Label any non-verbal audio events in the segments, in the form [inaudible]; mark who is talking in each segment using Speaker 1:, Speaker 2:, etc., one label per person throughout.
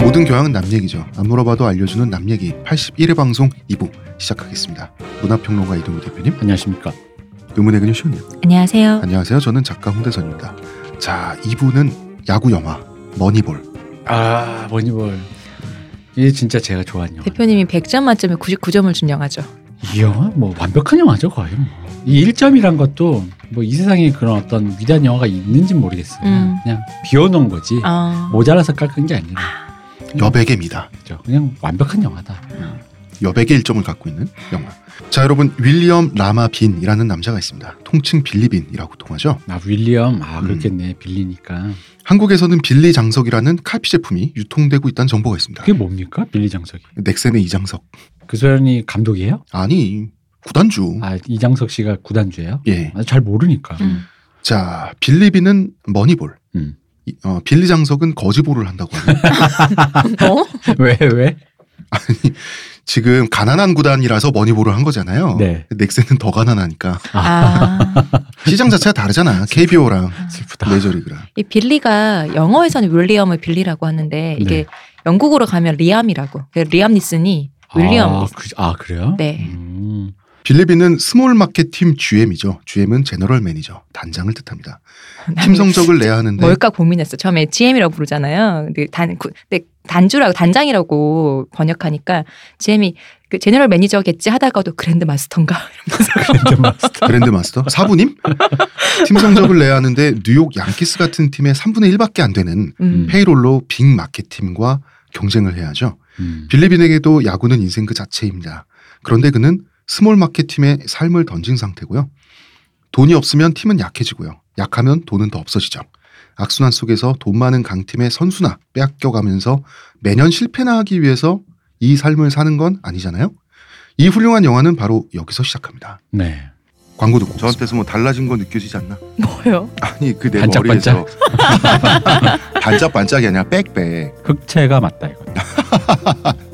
Speaker 1: 모든 교양은 남 얘기죠. 안 물어봐도 알려주는 남 얘기 81회 방송 2부 시작하겠습니다. 문화평론가 이동우 대표님,
Speaker 2: 안녕하십니까.
Speaker 1: 의문의 근육 시온님.
Speaker 2: 네.
Speaker 3: 안녕하세요.
Speaker 1: 안녕하세요. 저는 작가 홍대선입니다. 자, 2부는 야구 영화 머니볼.
Speaker 2: 아 머니볼. 이게 진짜 제가 좋아하는 영화.
Speaker 3: 대표님이 100점 만점에 99점을 준 영화죠.
Speaker 2: 이 영화 뭐 완벽한 영화죠 거의. 뭐. 이 1점이란 것도 뭐 이 세상에 그런 어떤 위대한 영화가 있는지 모르겠어요.
Speaker 3: 음.
Speaker 2: 그냥 비워놓은 거지.
Speaker 3: 아,
Speaker 1: 뭐.
Speaker 2: 모자라서 깎은 게 아니라 그렇죠.
Speaker 1: 여백의 미다.
Speaker 2: 그죠. 그냥 완벽한 영화다. 음.
Speaker 1: 여백의 일점을 갖고 있는 영화. 자, 여러분 윌리엄 라마 빈이라는 남자가 있습니다. 통칭 빌리빈이라고 통하죠.
Speaker 2: 아 윌리엄 아
Speaker 1: 음.
Speaker 2: 그렇겠네 빌리니까
Speaker 1: 한국에서는 빌리 장석이라는 카피 제품이 유통되고 있다는 정보가 있습니다.
Speaker 2: 그게 뭡니까 빌리 장석이
Speaker 1: 넥센의 이장석.
Speaker 2: 그 사람이 감독이에요?
Speaker 1: 아니, 구단주.
Speaker 2: 아 이장석 씨가 구단주예요?
Speaker 1: 예.
Speaker 2: 아, 잘 모르니까
Speaker 3: 음.
Speaker 1: 자, 빌리비는 머니볼.
Speaker 2: 음.
Speaker 1: 이- 어, 빌리 장석은 거지볼을 한다고 하는 음.
Speaker 3: 어?
Speaker 2: [laughs] 왜 왜?
Speaker 1: 지금 가난한 구단이라서 머니볼을 한 거잖아요.
Speaker 2: 네.
Speaker 1: 넥센은 더 가난하니까 [laughs]
Speaker 3: 아,
Speaker 1: 시장 자체가
Speaker 2: [laughs]
Speaker 1: 다르잖아. KBO랑
Speaker 2: 슬프다.
Speaker 1: 메이저리그랑.
Speaker 3: 이 빌리가 영어에서는 윌리엄을 빌리라고 하는데
Speaker 1: 네.
Speaker 3: 이게 영국으로 가면 리암이라고. 그래서 리암 니슨이 윌리엄.
Speaker 2: 아,
Speaker 3: 니슨.
Speaker 2: 그, 아 그래요?
Speaker 3: 네.
Speaker 2: 음.
Speaker 1: 빌리비는 스몰 마켓 팀 GM이죠. GM은 제너럴 매니저, 단장을 뜻합니다. 팀 성적을 내야 하는데
Speaker 3: 뭘까 고민했어. 처음에 GM이라고 부르잖아요. 근데 단 구- 근데 단주라고 단장이라고 번역하니까 GM이 그 제너럴 매니저겠지 하다가도 그랜드 마스터인가. [laughs]
Speaker 2: 그랜드 마스터.
Speaker 1: 그랜드 마스터 사부님 팀 성적을 내야 하는데 뉴욕 양키스 같은 팀의 3분의 1밖에 안 되는
Speaker 3: 음.
Speaker 1: 페이롤로 빅 마켓 팀과 경쟁을 해야죠.
Speaker 2: 음.
Speaker 1: 빌리빈에게도 야구는 인생 그 자체입니다. 그런데 그는 스몰 마켓 팀에 삶을 던진 상태고요. 돈이 없으면 팀은 약해지고요. 약하면 돈은 더 없어지죠. 악순환 속에서 돈 많은 강팀의 선수나 빼앗겨가면서 매년 실패나 하기 위해서 이 삶을 사는 건 아니잖아요. 이 훌륭한 영화는 바로 여기서 시작합니다.
Speaker 2: 네.
Speaker 1: 광고 듣고
Speaker 4: 저한테서 뭐 달라진 거 느껴지지 않나?
Speaker 1: 음.
Speaker 3: 뭐요?
Speaker 4: 아니 그 내
Speaker 2: 반짝반짝?
Speaker 4: 머리에서 [laughs] 반짝반짝이 아니라 빽빽
Speaker 2: 흑채가 맞다 이거.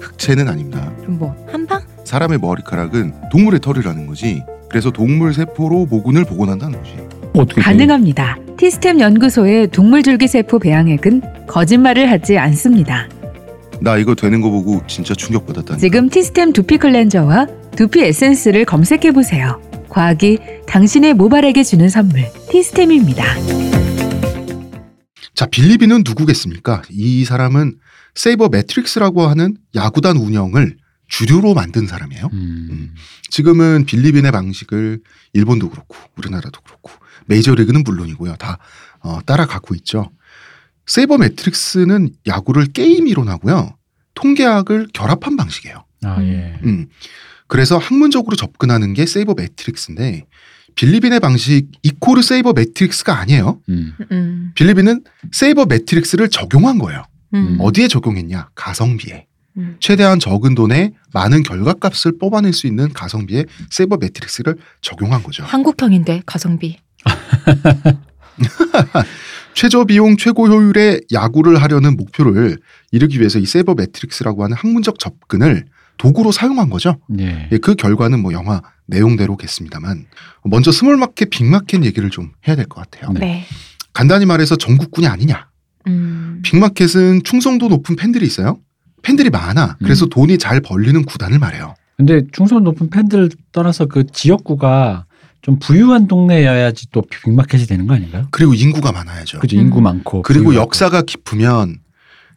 Speaker 4: 흑채는 아닙니다.
Speaker 3: 그럼 뭐 한방?
Speaker 4: 사람의 머리카락은 동물의 털이라는 거지. 그래서 동물 세포로 모근을 복원한다는 거지.
Speaker 2: 어떻게
Speaker 5: 가능합니다. 티스템 연구소의 동물줄기세포 배양액은 거짓말을 하지 않습니다.
Speaker 4: 나 이거 되는 거 보고 진짜 충격받았다니.
Speaker 5: 지금 티스템 두피 클렌저와 두피 에센스를 검색해 보세요. 과학이 당신의 모발에게 주는 선물 티스템입니다.
Speaker 1: 자, 빌리비는 누구겠습니까? 이 사람은 세이버 매트릭스라고 하는 야구단 운영을 주류로 만든 사람이에요.
Speaker 2: 음.
Speaker 1: 지금은 빌리빈의 방식을 일본도 그렇고 우리나라도 그렇고 메이저리그는 물론이고요 다 어, 따라가고 있죠. 세이버 매트릭스는 야구를 게임 이론하고요 통계학을 결합한 방식이에요.
Speaker 2: 아 예.
Speaker 1: 음. 그래서 학문적으로 접근하는 게 세이버 매트릭스인데 빌리빈의 방식 이코르 세이버 매트릭스가 아니에요.
Speaker 2: 음.
Speaker 3: 음.
Speaker 1: 빌리빈은 세이버 매트릭스를 적용한 거예요.
Speaker 3: 음.
Speaker 1: 어디에 적용했냐? 가성비에.
Speaker 3: 음.
Speaker 1: 최대한 적은 돈에 많은 결과값을 뽑아낼 수 있는 가성비의 세이버 매트릭스를 적용한 거죠.
Speaker 3: 한국형인데 가성비.
Speaker 1: 최저 비용 최고 효율의 야구를 하려는 목표를 이루기 위해서 이 세이버 매트릭스라고 하는 학문적 접근을 도구로 사용한 거죠.
Speaker 2: 예.
Speaker 1: 예, 그 결과는 뭐 영화 내용대로겠습니다만 먼저 스몰 마켓 빅마켓 얘기를 좀 해야 될 것 같아요.
Speaker 2: 네.
Speaker 3: 네.
Speaker 1: 간단히 말해서 전국군이 아니냐.
Speaker 3: 음.
Speaker 1: 빅마켓은 충성도 높은 팬들이 있어요. 팬들이 많아. 그래서 돈이 잘 벌리는 구단을 말해요.
Speaker 2: 근데 충성 높은 팬들 떠나서 그 지역구가 좀 부유한 동네여야지 또 빅마켓이 되는 거 아닌가요?
Speaker 1: 그리고 인구가 많아야죠.
Speaker 2: 그죠
Speaker 3: 음.
Speaker 2: 그렇죠. 인구 많고
Speaker 1: 그리고
Speaker 2: 부유하고.
Speaker 1: 역사가 깊으면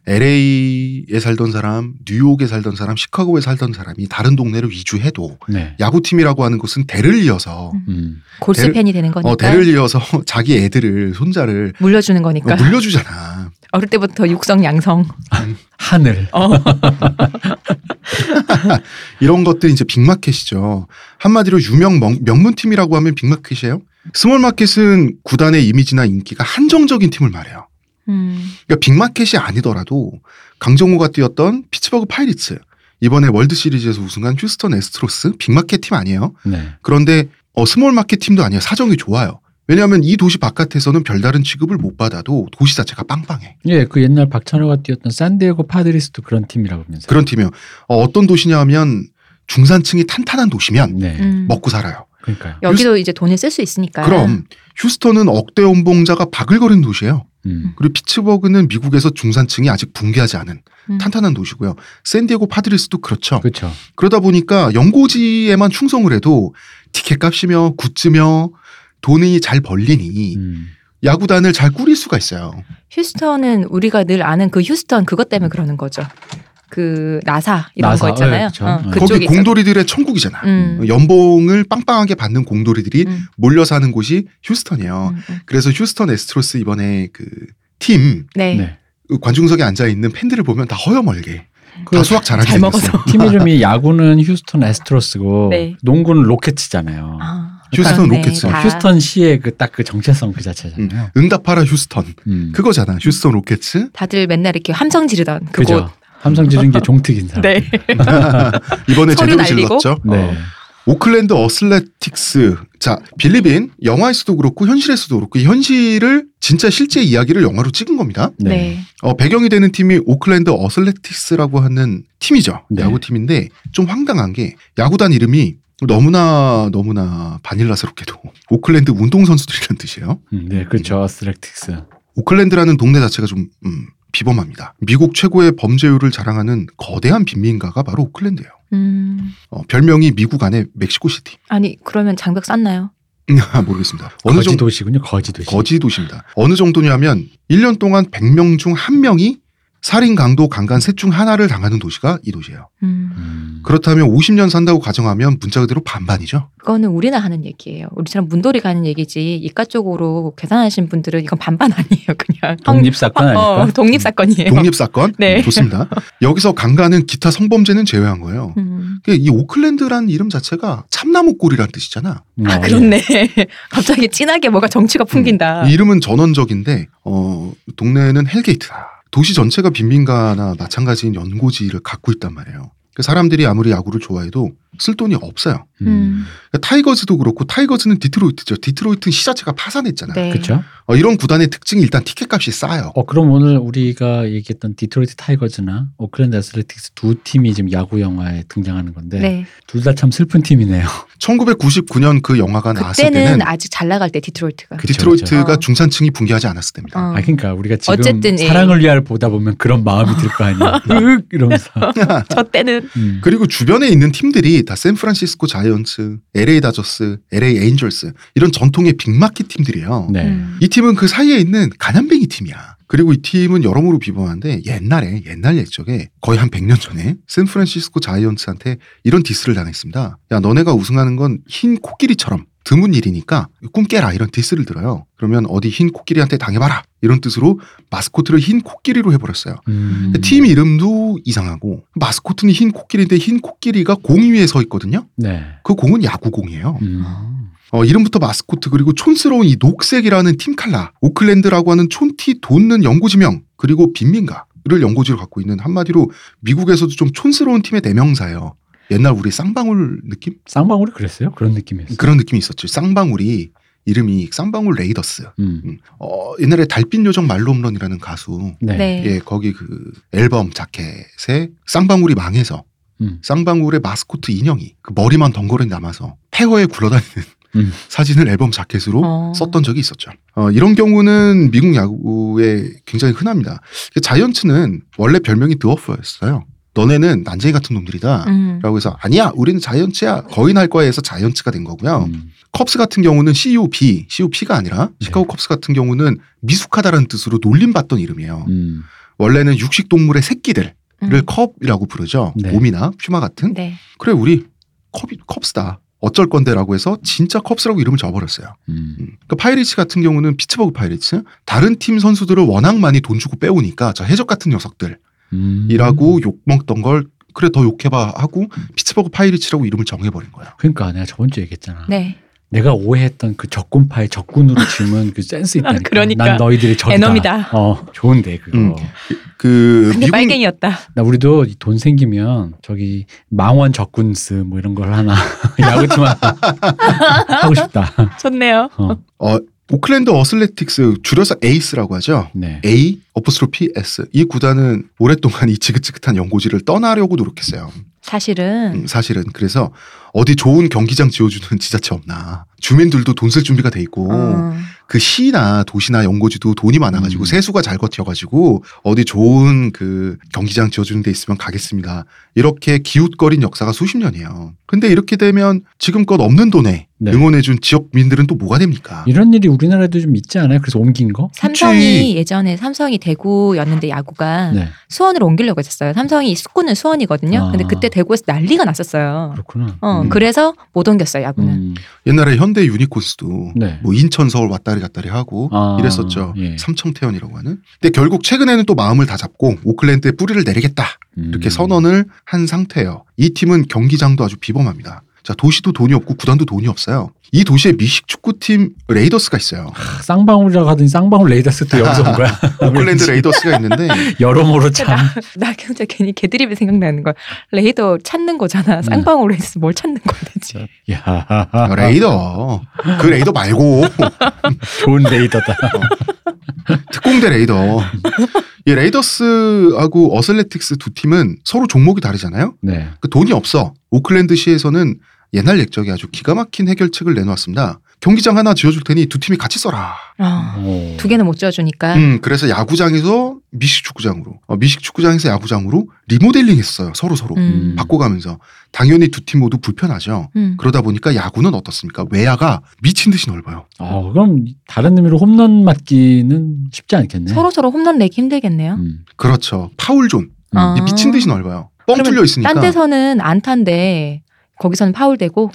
Speaker 1: LA에 살던 사람, 뉴욕에 살던 사람, 시카고에 살던 사람이 다른 동네로 이주해도
Speaker 2: 네.
Speaker 1: 야구팀이라고 하는 곳은 대를 이어서
Speaker 3: 음.
Speaker 2: 음.
Speaker 3: 골수
Speaker 1: 대를-
Speaker 3: 팬이 되는 거니까 그러니까.
Speaker 1: 어, 대를 이어서 [laughs] 자기 애들을 손자를
Speaker 3: 물려주는 거니까
Speaker 1: 어, 물려주잖아.
Speaker 3: [laughs] 어릴 때부터 육성 양성
Speaker 2: 하늘
Speaker 1: 이런 것들이 이제 빅마켓이죠. 한마디로 유명 명, 명문팀이라고 하면 빅마켓이에요. 스몰마켓은 구단의 이미지나 인기가 한정적인 팀을 말해요.
Speaker 3: 음.
Speaker 1: 그러니까 빅마켓이 아니더라도 강정호가 뛰었던 피츠버그 파이리츠 이번에 월드 시리즈에서 우승한 휴스턴 에스트로스 빅마켓 팀 아니에요.
Speaker 2: 네.
Speaker 1: 그런데 어, 스몰 마켓 팀도 아니에요. 사정이 좋아요. 왜냐하면 이 도시 바깥에서는 별다른 취급을 못 받아도 도시 자체가 빵빵해.
Speaker 2: 예, 그 옛날 박찬호가 뛰었던 산디에고 파드리스도 그런 팀이라고 하면서.
Speaker 1: 그런 팀이에요. 어, 어떤 도시냐 하면 중산층이 탄탄한 도시면
Speaker 2: 네.
Speaker 3: 음.
Speaker 1: 먹고 살아요.
Speaker 2: 그러니까요.
Speaker 3: 여기도 이제 돈을 쓸 수 있으니까.
Speaker 1: 그럼 휴스턴은 억대 연봉자가 바글거리는 도시예요.
Speaker 2: 음.
Speaker 1: 그리고 피츠버그는 미국에서 중산층이 아직 붕괴하지 않은
Speaker 3: 음.
Speaker 1: 탄탄한 도시고요. 샌디에고 파드리스도 그렇죠.
Speaker 2: 그렇죠.
Speaker 1: 그러다 보니까 연고지에만 충성을 해도 티켓값이며 굿즈며 돈이 잘 벌리니
Speaker 2: 음.
Speaker 1: 야구단을 잘 꾸릴 수가 있어요.
Speaker 3: 휴스턴은 우리가 늘 아는 그 휴스턴 그것
Speaker 1: 음.
Speaker 3: 때문에 그러는 거죠. 그 나사 이런
Speaker 2: 나사,
Speaker 3: 거 있잖아요.
Speaker 2: 예, 그쵸.
Speaker 3: 어,
Speaker 2: 예.
Speaker 1: 거기
Speaker 3: 그쪽이
Speaker 1: 공돌이들의 천국이잖아.
Speaker 3: 음.
Speaker 1: 연봉을 빵빵하게 받는 공돌이들이
Speaker 3: 음,
Speaker 1: 몰려 사는 곳이 휴스턴이에요.
Speaker 3: 음, 음.
Speaker 1: 그래서 휴스턴 에스트로스 이번에 그 팀
Speaker 3: 네.
Speaker 2: 네.
Speaker 1: 관중석에 앉아 있는 팬들을 보면 다 허여멀게 다 수학 잘하게
Speaker 3: 잘
Speaker 1: 생겼어.
Speaker 3: 먹어서.
Speaker 2: 팀 이름이 야구는 휴스턴 에스트로스고
Speaker 3: 네.
Speaker 2: 농구는 로켓츠잖아요.
Speaker 3: 아,
Speaker 1: 휴스턴
Speaker 3: 그러네.
Speaker 1: 로켓츠.
Speaker 3: 다.
Speaker 2: 어, 휴스턴 시의 그 딱 그 정체성 그 자체잖아요.
Speaker 1: 응답하라 휴스턴
Speaker 2: 음.
Speaker 1: 그거잖아. 휴스턴 로켓츠
Speaker 3: 다들 맨날 이렇게 함성 지르던 그곳.
Speaker 2: 그죠. 함성
Speaker 3: [laughs]
Speaker 2: 지중계 종특인 사람.
Speaker 3: 네.
Speaker 1: 이번에
Speaker 3: 서류
Speaker 1: 제대로
Speaker 3: 날리고?
Speaker 1: 질렀죠.
Speaker 2: 네.
Speaker 1: 오클랜드 어슬레틱스. 자, 빌리빈 영화에서도 그렇고 현실에서도 그렇고 이 현실을 진짜 실제 이야기를 영화로 찍은 겁니다.
Speaker 3: 네.
Speaker 1: 어, 배경이 되는 팀이 오클랜드 어슬레틱스라고 하는 팀이죠.
Speaker 2: 네.
Speaker 1: 야구팀인데 좀 황당한 게 야구단 이름이 너무나 너무나 바닐라스럽게도 오클랜드 운동선수들이라는 뜻이에요.
Speaker 2: 음, 네, 그렇죠. 슬렉틱스.
Speaker 1: 오클랜드라는 동네 자체가 좀 음, 비범합니다. 미국 최고의 범죄율을 자랑하는 거대한 빈민가가 바로 오클랜드예요.
Speaker 3: 음.
Speaker 1: 어, 별명이 미국 안에 멕시코시티. [laughs]
Speaker 3: 아니 그러면 장벽 쌌나요?
Speaker 1: 모르겠습니다. 어느
Speaker 2: 거지
Speaker 1: 정도
Speaker 2: 도시군요. 거지 도시.
Speaker 1: 거지 도시입니다. 어느 정도냐면 1년 동안 100명 중 한명이 살인, 강도, 강간 셋 중 하나를 당하는 도시가 이 도시예요.
Speaker 3: 음.
Speaker 2: 음.
Speaker 1: 그렇다면 50년 산다고 가정하면 문자 그대로 반반이죠.
Speaker 3: 그거는 우리나 하는 얘기예요. 우리처럼 문돌이 가는 얘기지 이과 쪽으로 계산하신 분들은 이건 반반 아니에요, 그냥.
Speaker 2: 독립 사건 아닐까?
Speaker 3: 어, 독립 사건이에요.
Speaker 1: 독립 사건 음,
Speaker 3: 네.
Speaker 1: 좋습니다. 여기서 강간은 기타 성범죄는 제외한 거예요.
Speaker 3: 음.
Speaker 1: 그이 오클랜드란 이름 자체가 참나무골이란 뜻이잖아.
Speaker 2: 음,
Speaker 3: 아
Speaker 2: 어,
Speaker 3: 그렇네. [laughs] 갑자기 진하게 뭐가 정치가 풍긴다.
Speaker 1: 이 이름은 전원적인데 어, 동네는 헬게이트다. 도시 전체가 빈민가나 마찬가지인 연고지를 갖고 있단 말이에요. 그 사람들이 아무리 야구를 좋아해도 쓸 돈이 없어요.
Speaker 2: 예. 음.
Speaker 1: 그러니까 타이거즈도 그렇고 타이거즈는 디트로이트죠. 디트로이트는 시자체가 파산했잖아.
Speaker 3: 네.
Speaker 2: 그렇죠.
Speaker 1: 어, 이런 구단의 특징이 일단 티켓값이 싸요.
Speaker 2: 어 그럼 오늘 우리가 얘기했던 디트로이트 타이거즈나 오클랜드 애슬레틱스 두 팀이 지금 야구 영화에 등장하는 건데
Speaker 3: 네. 어.
Speaker 2: 둘 다 참 슬픈 팀이네요.
Speaker 1: 1999년 그 영화가 나왔을
Speaker 3: 그때는
Speaker 1: 때는
Speaker 3: 아직 잘 나갈 때 디트로이트가.
Speaker 2: 그- 그쵸,
Speaker 1: 디트로이트가
Speaker 3: 그쵸. 어.
Speaker 1: 중산층이 붕괴하지 않았을 때입니다.
Speaker 3: 어.
Speaker 2: 아 그러니까 우리가 지금
Speaker 3: 어쨌든 예. 이-
Speaker 2: 사랑을 위하여 보다 보면 그런 마음이 들 거
Speaker 3: [laughs]
Speaker 2: 아니야. 으윽 이러면서.
Speaker 3: 저 때는
Speaker 2: 음.
Speaker 1: 그리고 주변에 있는 팀들이 다 샌프란시스코 자이언츠, LA 다저스, LA 에인절스 이런 전통의 빅마켓 팀들이에요.
Speaker 2: 네.
Speaker 3: 음.
Speaker 1: 이 팀은 그 사이에 있는 가난뱅이 팀이야. 그리고 이 팀은 여러모로 비범한데 옛날에 옛날 옛적에 거의 한 100년 전에 샌프란시스코 자이언츠한테 이런 디스를 당했습니다. 야 너네가 우승하는 건 흰 코끼리처럼 드문 일이니까 꿈 깨라 이런 디스를 들어요. 그러면 어디 흰 코끼리한테 당해봐라 이런 뜻으로 마스코트를 흰 코끼리로 해버렸어요.
Speaker 2: 음.
Speaker 1: 그 팀 이름도 이상하고 마스코트는 흰 코끼리인데 흰 코끼리가 공 위에 서 있거든요.
Speaker 2: 네.
Speaker 1: 그 공은 야구공이에요.
Speaker 2: 음.
Speaker 1: 어, 이름부터 마스코트 그리고 촌스러운 이 녹색이라는 팀 칼라, 오클랜드라고 하는 촌티 돋는 연고지명 그리고 빈민가를 연고지로 갖고 있는 한마디로 미국에서도 좀 촌스러운 팀의 대명사예요. 옛날 우리 쌍방울 느낌
Speaker 2: 쌍방울이 그랬어요? 그런 느낌이었어요.
Speaker 1: 그런 느낌이 있었죠. 쌍방울이 이름이 쌍방울 레이더스.
Speaker 2: 음.
Speaker 1: 어, 옛날에 달빛 요정 말로 홈런이라는 가수
Speaker 2: 네.
Speaker 3: 네.
Speaker 1: 예, 거기 그 앨범 자켓에 쌍방울이 망해서
Speaker 2: 음.
Speaker 1: 쌍방울의 마스코트 인형이 그 머리만 덩거리 남아서 폐허에 굴러다니는
Speaker 2: 음.
Speaker 1: [laughs] 사진을 앨범 자켓으로
Speaker 3: 어.
Speaker 1: 썼던 적이 있었죠. 어, 이런 경우는 미국 야구에 굉장히 흔합니다. 그 자이언츠는 원래 별명이 드워프였어요. 너네는 난쟁이 같은 놈들이다.
Speaker 3: 음.
Speaker 1: 라고 해서 아니야 우리는 자이언츠야 거인할 거야 해서 자이언츠가 된 거고요.
Speaker 2: 음. 네.
Speaker 1: 컵스 같은 경우는 COB, COP가 아니라 시카고 컵스 같은 경우는 미숙하다라는 뜻으로 놀림받던 이름이에요.
Speaker 2: 음.
Speaker 1: 원래는 육식 동물의 새끼들을
Speaker 3: 음.
Speaker 1: 컵이라고 부르죠.
Speaker 2: 네.
Speaker 1: 곰이나 퓨마 같은.
Speaker 3: 네.
Speaker 1: 그래 우리 컵이 컵스다. 어쩔 건데라고 해서 진짜 컵스라고 이름을 줘버렸어요.
Speaker 2: 음.
Speaker 1: 음. 그 파이리츠 같은 경우는 피츠버그 파이리츠 다른 팀 선수들을 워낙 많이 돈 주고 빼오니까 저 해적 같은 녀석들이라고
Speaker 2: 음.
Speaker 1: 욕먹던 걸 그래 더 욕해봐 하고 피츠버그 파이리츠라고 이름을 정해버린 거예요.
Speaker 2: 그러니까 내가 저번 주에 얘기했잖아.
Speaker 3: 네.
Speaker 2: 내가 오해했던 그 적군파의 적군으로 지으면 그 센스 있다니까.
Speaker 3: 그러니까.
Speaker 2: 난 너희들의 적이다.
Speaker 3: 에너미다.
Speaker 2: 어, 좋은데 그거.
Speaker 1: 음. 그
Speaker 3: 근데
Speaker 1: 미국
Speaker 3: 빨갱이였다.
Speaker 2: 나 우리도 이돈 생기면 저기 망원 적군스 뭐 이런 걸 하나 [laughs] 야구팀 하나 [laughs] 하고 싶다.
Speaker 3: 좋네요.
Speaker 2: 어,
Speaker 1: 어, 오클랜드 어슬레틱스 줄여서 에이스라고 하죠.
Speaker 2: 네.
Speaker 1: A 어퍼스트로피 S 이 구단은 오랫동안 이 지긋지긋한 연고지를 떠나려고 노력했어요.
Speaker 3: 사실은
Speaker 1: 음, 사실은 그래서 어디 좋은 경기장 지어주는 [laughs] 지자체 없나 주민들도 돈 쓸 준비가 돼 있고
Speaker 3: 어,
Speaker 1: 그 시나 도시나 연고지도 돈이 많아가지고
Speaker 2: 음.
Speaker 1: 세수가 잘 버텨가지고 어디 좋은 그 경기장 지어주는 데 있으면 가겠습니다 이렇게 기웃거린 역사가 수십 년이에요 근데 이렇게 되면 지금껏 없는 돈에
Speaker 2: 네.
Speaker 1: 응원해준 지역민들은 또 뭐가 됩니까
Speaker 2: 이런 일이 우리나라에도 좀 있지 않아요? 그래서 옮긴 거?
Speaker 3: 삼성이 예전에 삼성이 대구였는데 야구가
Speaker 2: 네,
Speaker 3: 수원으로 옮기려고 했었어요. 삼성이 숙구는 수원이거든요.
Speaker 2: 아.
Speaker 3: 근데 그때 대구에서 난리가 났었어요.
Speaker 2: 그렇구나.
Speaker 3: 어,
Speaker 1: 음.
Speaker 3: 그래서 못 옮겼어요, 야구는.
Speaker 2: 음,
Speaker 1: 옛날에 현대 유니콘스도
Speaker 2: 네.
Speaker 1: 뭐 인천 서울 왔다리 갔다리 하고
Speaker 2: 아,
Speaker 1: 이랬었죠
Speaker 2: 예.
Speaker 1: 삼청태연이라고 하는 근데 결국 최근에는 또 마음을 다 잡고 오클랜드에 뿌리를 내리겠다 이렇게
Speaker 2: 음.
Speaker 1: 선언을 한 상태예요. 이 팀은 경기장도 아주 비범합니다. 자, 도시도 돈이 없고 구단도 돈이 없어요. 이 도시에 미식 축구팀 레이더스가 있어요.
Speaker 2: 크, 쌍방울이라고 하더니 쌍방울 레이더스 또 여기서 온
Speaker 1: [laughs]
Speaker 2: 거야.
Speaker 1: 오클랜드
Speaker 2: 왠지
Speaker 1: 레이더스가 있는데
Speaker 2: 여러모로 참.
Speaker 3: 나 경제 괜히 개드립이 생각나는 걸 레이더 찾는
Speaker 1: 음.
Speaker 3: 거잖아. 쌍방울 레이스 뭘 찾는 거야,
Speaker 1: [laughs]
Speaker 3: 대체.
Speaker 2: 야,
Speaker 1: 아, 레이더 그 레이더 말고 [laughs]
Speaker 2: 좋은 레이더다.
Speaker 1: 특공대 레이더. 이 레이더스하고 어슬레틱스 두 팀은 서로 종목이 다르잖아요.
Speaker 2: 네.
Speaker 1: 그 돈이 없어. 오클랜드 시에서는 옛날 옛적에 아주 기가 막힌 해결책을 내놓았습니다. 경기장 하나 지어줄 테니 두 팀이 같이 써라.
Speaker 3: 어,
Speaker 2: 오.
Speaker 3: 두 개는 못 지어주니까.
Speaker 1: 음, 그래서 야구장에서 미식축구장으로, 어, 미식축구장에서 야구장으로 리모델링 했어요. 서로 서로
Speaker 3: 음.
Speaker 1: 바꿔가면서 당연히 두 팀 모두 불편하죠.
Speaker 3: 음.
Speaker 1: 그러다 보니까 야구는 어떻습니까? 외야가 미친 듯이 넓어요.
Speaker 2: 어, 그럼 다른 의미로 홈런 맞기는 쉽지 않겠네.
Speaker 3: 서로 서로 홈런 내기 힘들겠네요.
Speaker 2: 음.
Speaker 1: 그렇죠. 파울존
Speaker 2: 음.
Speaker 3: 아.
Speaker 1: 이 미친 듯이 넓어요. 뻥
Speaker 3: 그러면
Speaker 1: 뚫려 있으니까.
Speaker 3: 딴 데서는 안타인데 거기서는 파울되고.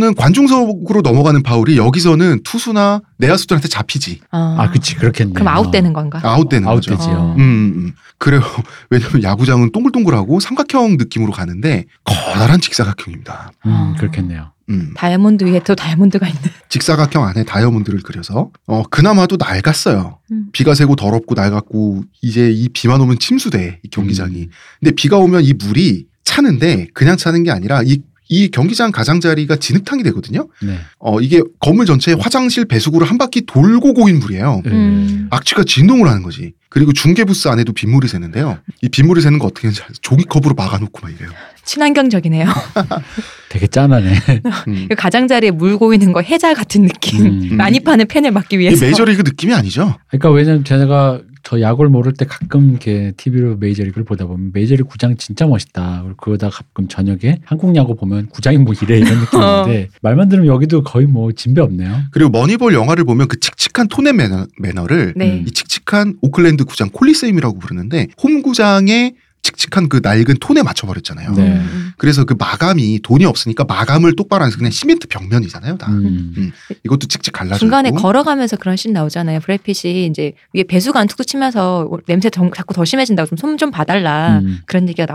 Speaker 1: 는 관중석으로 넘어가는 파울이 여기서는 투수나 내야수들한테 잡히지
Speaker 2: 아, 그치 그렇겠네.
Speaker 3: 어. 음. 그럼 아웃되는 건가?
Speaker 1: 아웃되는 거죠.
Speaker 2: 아웃되지요.
Speaker 3: 어.
Speaker 1: 음, 음. 그래요. [laughs] 왜냐면 야구장은 동글동글하고 삼각형 느낌으로 가는데 커다란 직사각형입니다.
Speaker 2: 음, 그렇겠네요.
Speaker 1: 음.
Speaker 3: 다이아몬드 위에 또 다이아몬드가 있네.
Speaker 1: 직사각형 안에 다이아몬드를 그려서 어 그나마도 낡았어요.
Speaker 3: 음.
Speaker 1: 비가 새고 더럽고 낡았고 이제 이 비만 오면 침수돼 이 경기장이. 근데 비가 오면 이 물이 차는데 그냥 차는 게 아니라 이 이 경기장 가장자리가 진흙탕이 되거든요.
Speaker 2: 네.
Speaker 1: 어 이게 건물 전체에 화장실 배수구를 한 바퀴 돌고 고인 물이에요.
Speaker 3: 음.
Speaker 1: 악취가 진동을 하는 거지. 그리고 중계 부스 안에도 빗물이 새는데요. 이 빗물이 새는 거 어떻게 하는지 알아요? 종이컵으로 막아놓고 막 이래요.
Speaker 3: 친환경적이네요. [laughs]
Speaker 2: 되게 짠하네.
Speaker 1: 음.
Speaker 3: 그 가장자리에 물 고이는 거 해자 같은 느낌.
Speaker 2: 음.
Speaker 3: 많이 파는 팬을 막기
Speaker 1: 이
Speaker 3: 위해서.
Speaker 1: 메이저리그 느낌이 아니죠.
Speaker 2: 그러니까 왜냐면 제가 저 야구를 모를 때 가끔 이렇게 TV로 메이저리그를 보다 보면 메이저리그 구장 진짜 멋있다. 그리고 그러다 가끔 저녁에 한국 야구 보면 구장이 뭐 이래 이런
Speaker 3: 어.
Speaker 2: 느낌인데 말만 들으면 여기도 거의 뭐 진배 없네요.
Speaker 1: 그리고 머니볼 영화를 보면 그 칙칙한 톤의 매너, 매너를
Speaker 3: 네.
Speaker 2: 음.
Speaker 1: 이 칙칙한 오클랜드 구장 콜리세임이라고 부르는데 홈 구장의 칙칙한 그 낡은 톤에 맞춰버렸잖아요.
Speaker 2: 네.
Speaker 3: 음.
Speaker 1: 그래서 그 마감이 돈이 없으니까 마감을 똑바로 안 해서 그냥 시멘트 벽면이잖아요. 다
Speaker 2: 음.
Speaker 1: 이것도 칙칙 갈라져
Speaker 3: 중간에
Speaker 1: 있고.
Speaker 3: 걸어가면서 그런 씬 나오잖아요. 브래핏이 이제 위에 배수가 안 툭툭 치면서 냄새 정- 자꾸 더 심해진다고 좀 손 좀 봐달라
Speaker 2: 음.
Speaker 3: 그런 얘기가 아,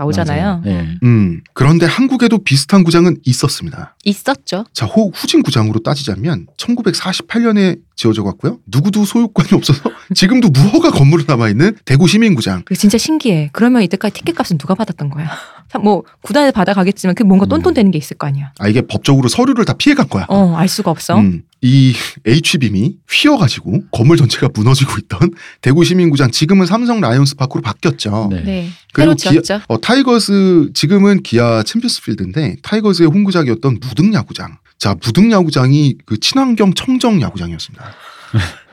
Speaker 2: 맞아요.
Speaker 3: 나오잖아요.
Speaker 2: 예.
Speaker 3: 음.
Speaker 1: 음 그런데 한국에도 비슷한 구장은 있었습니다.
Speaker 3: 있었죠.
Speaker 1: 자 호, 후진 구장으로 따지자면 1948년에 지어져 갔고요. 누구도 소유권이 없어서 [laughs] 지금도 무허가 건물로 남아 있는 대구 시민구장.
Speaker 3: 그게 진짜 신기해. 그러면 이때까지 티켓값은 누가 받았던 거야? [laughs] 참, 뭐 구단에서 받아가겠지만 그게 뭔가
Speaker 2: 음.
Speaker 3: 똔똔되는 게 있을 거 아니야.
Speaker 1: 아 이게 법적으로 서류를 다 피해간 거야.
Speaker 3: 어, 알 수가 없어.
Speaker 1: 음, 이 H빔이 휘어가지고 건물 전체가 무너지고 있던 [laughs] 대구 시민구장 지금은 삼성 라이온스 파크로 바뀌었죠.
Speaker 2: 네.
Speaker 3: 네.
Speaker 1: 그리고
Speaker 3: 새로
Speaker 1: 기아-
Speaker 3: 지었죠.
Speaker 1: 어, 타이거스 지금은 기아 챔피언스 필드인데 타이거스의 홈구장이었던 무등야구장. 자 무등야구장이 그 친환경 청정 야구장이었습니다.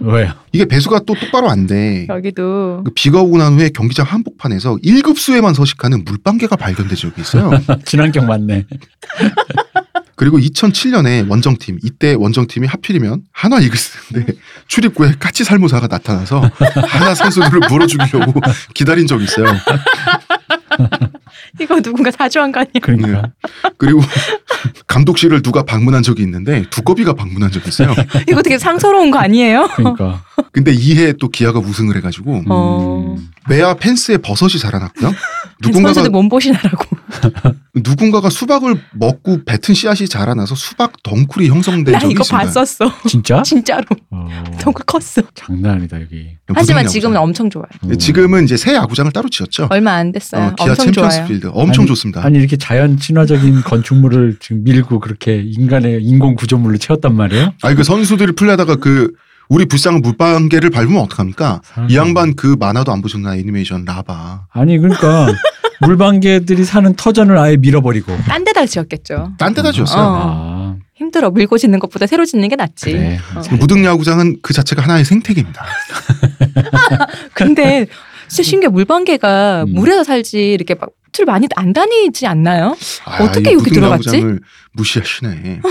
Speaker 2: 왜요? [laughs]
Speaker 1: 이게 배수가 또 똑바로 안 돼.
Speaker 3: 여기도
Speaker 1: [laughs] 그 비가 오고 난 후에 경기장 한복판에서 1급수에만 서식하는 물방개가 발견된 적이
Speaker 3: [laughs]
Speaker 1: 있어요.
Speaker 2: 친환경 맞네.
Speaker 1: 그리고 2007년에 원정팀 이때 원정팀이 하필이면 한화 이글스인데
Speaker 3: 음.
Speaker 1: 출입구에 까치 살모사가 나타나서 한화 선수들을 물어
Speaker 3: [laughs]
Speaker 1: 죽이려고 기다린 적이 있어요.
Speaker 3: 이거 누군가 사주한 거 아니야?
Speaker 1: 네.
Speaker 2: 그러니까
Speaker 1: 그리고 감독실을 누가 방문한 적이 있는데 두꺼비가 방문한 적이 있어요.
Speaker 3: 이거 되게 상서로운 거 아니에요?
Speaker 2: 그러니까.
Speaker 1: 근데 이해 또 기아가 우승을 해가지고
Speaker 2: 음.
Speaker 3: 어.
Speaker 1: 외야 펜스에 버섯이 자라났고요.
Speaker 3: 음. 선수들 [laughs] 뭐-
Speaker 1: 누군가가
Speaker 3: 몸 보시느라고
Speaker 1: 누군가가 수박을 먹고 뱉은 씨앗이 자라나서 수박 덩쿨이 형성된
Speaker 3: 나
Speaker 1: 적이
Speaker 3: 이거
Speaker 1: 있습니다.
Speaker 3: 봤었어
Speaker 2: 진짜?
Speaker 3: [laughs] 진짜로
Speaker 2: 어.
Speaker 3: 덩크 컸어
Speaker 2: 장난 아니다 여기.
Speaker 3: 하지만
Speaker 1: 무등야구장.
Speaker 3: 지금은 엄청 좋아요
Speaker 2: 음.
Speaker 1: 네, 지금은 이제 새 야구장을 따로 지었죠.
Speaker 3: 얼마 안 됐어요
Speaker 1: 어, 기아
Speaker 3: 엄청
Speaker 1: 챔피언스
Speaker 3: 좋아요
Speaker 1: 필드 엄청
Speaker 2: 아니,
Speaker 1: 좋습니다.
Speaker 2: 아니 이렇게 자연 친화적인 건축물을 지금 밀고 그렇게 인간의 인공 구조물로 채웠단 말이에요?
Speaker 1: 아니 그 선수들이 플레하다가 그 우리 불쌍한 물방개를 밟으면 어떡합니까? 이 양반 그 만화도 안 보셨나 애니메이션 라바.
Speaker 3: [laughs]
Speaker 2: 아니 그러니까 물방개들이 사는 터전을 아예 밀어버리고.
Speaker 3: 딴 데다 지었겠죠.
Speaker 1: 딴 데다 지었어요.
Speaker 3: 어.
Speaker 2: 아,
Speaker 3: 힘들어. 밀고 짓는 것보다 새로 짓는 게 낫지.
Speaker 2: 그래.
Speaker 3: 어.
Speaker 1: 무등야구장은 그 자체가 하나의
Speaker 3: [laughs]
Speaker 1: 생태계입니다.
Speaker 3: 근데 진짜 신기해. 물방개가
Speaker 2: 음.
Speaker 3: 물에서 살지 이렇게 막 툴 많이 안 다니지 않나요?
Speaker 1: 아,
Speaker 3: 어떻게
Speaker 1: 이
Speaker 3: 여기 들어갔지?
Speaker 1: 무등야구장을
Speaker 3: [laughs]
Speaker 1: 무시하시네.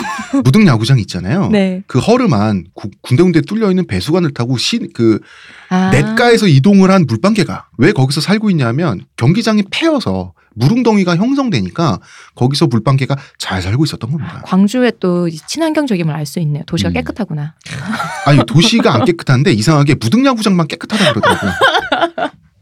Speaker 1: 무등야구장 있잖아요.
Speaker 3: 네.
Speaker 1: 그 허름한 구- 군데군데 뚫려 있는 배수관을 타고 시, 그
Speaker 3: 아.
Speaker 1: 냇가에서 이동을 한 물방개가 왜 거기서 살고 있냐면 경기장이 패여서 물웅덩이가 형성되니까 거기서 물방개가 잘 살고 있었던 겁니다.
Speaker 3: 광주에 또이 친환경적임을 알 수 있네요. 도시가
Speaker 2: 음.
Speaker 3: 깨끗하구나.
Speaker 1: 아니 도시가 안 깨끗한데 이상하게 무등야구장만 깨끗하다 그러더라고요.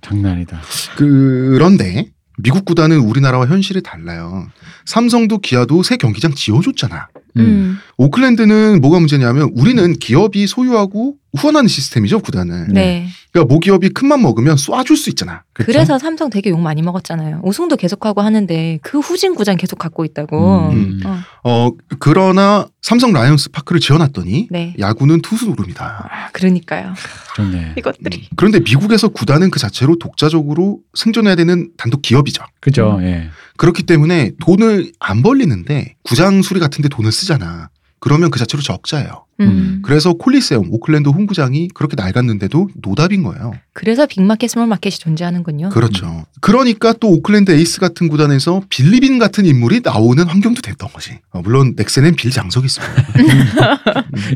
Speaker 2: 장난이다.
Speaker 1: 그런데 미국 구단은 우리나라와 현실이 달라요. 삼성도 기아도 새 경기장 지어줬잖아.
Speaker 2: 음.
Speaker 1: 오클랜드는 뭐가 문제냐면 우리는 기업이 소유하고 후원하는 시스템이죠 구단을.
Speaker 2: 네.
Speaker 3: 네.
Speaker 1: 그러니까 모기업이 큰맘 먹으면 쏴줄 수 있잖아. 그렇죠?
Speaker 2: 그쵸?
Speaker 3: 그래서 삼성 되게 욕 많이 먹었잖아요. 우승도 계속하고 하는데 그 후진 구장 계속 갖고 있다고.
Speaker 2: 음.
Speaker 3: 어,
Speaker 1: 어 그러나 삼성 라이온스 파크를 지어놨더니
Speaker 3: 네.
Speaker 1: 야구는 투수 노름이다.
Speaker 3: 아, 그러니까요.
Speaker 2: 좋네.
Speaker 3: 이것들이.
Speaker 1: 음. 그런데 미국에서 구단은 그 자체로 독자적으로 생존해야 되는 단독 기업이죠.
Speaker 2: 그죠.
Speaker 3: 음.
Speaker 2: 예.
Speaker 1: 그렇기 때문에 돈을 안 벌리는데 구장 수리 같은데 돈을 쓰잖아. 그러면 그 자체로 적자예요.
Speaker 3: 음.
Speaker 1: 그래서 콜리세움 오클랜드 홈구장이 그렇게 낡았는데도 노답인 거예요.
Speaker 3: 그래서 빅마켓, 스몰마켓이 존재하는군요.
Speaker 1: 그렇죠. 그러니까 또 오클랜드 에이스 같은 구단에서 빌리빈 같은 인물이 나오는 환경도 됐던 거지. 어, 물론 넥센엔 빌 장석이 있습니다.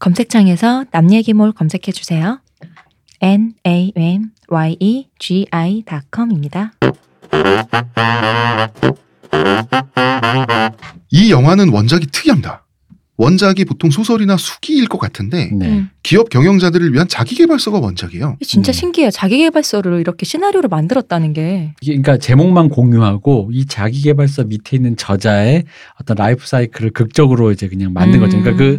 Speaker 3: 검색창에서 남 얘기몰 검색해 주세요. n a n y e g i com입니다.
Speaker 1: 이 영화는 원작이 특이합니다. 원작이 보통 소설이나 수기일 것 같은데
Speaker 2: 네.
Speaker 3: 음.
Speaker 1: 기업 경영자들을 위한 자기개발서가 원작이에요.
Speaker 2: 음.
Speaker 3: 진짜 신기해요. 자기계발서를 이렇게 시나리오를 만들었다는 게.
Speaker 2: 이게 그러니까 제목만 공유하고 이 자기계발서 밑에 있는 저자의 어떤 라이프 사이클을 극적으로 이제 그냥 만든 거죠.
Speaker 3: 음.
Speaker 2: 그러니까 그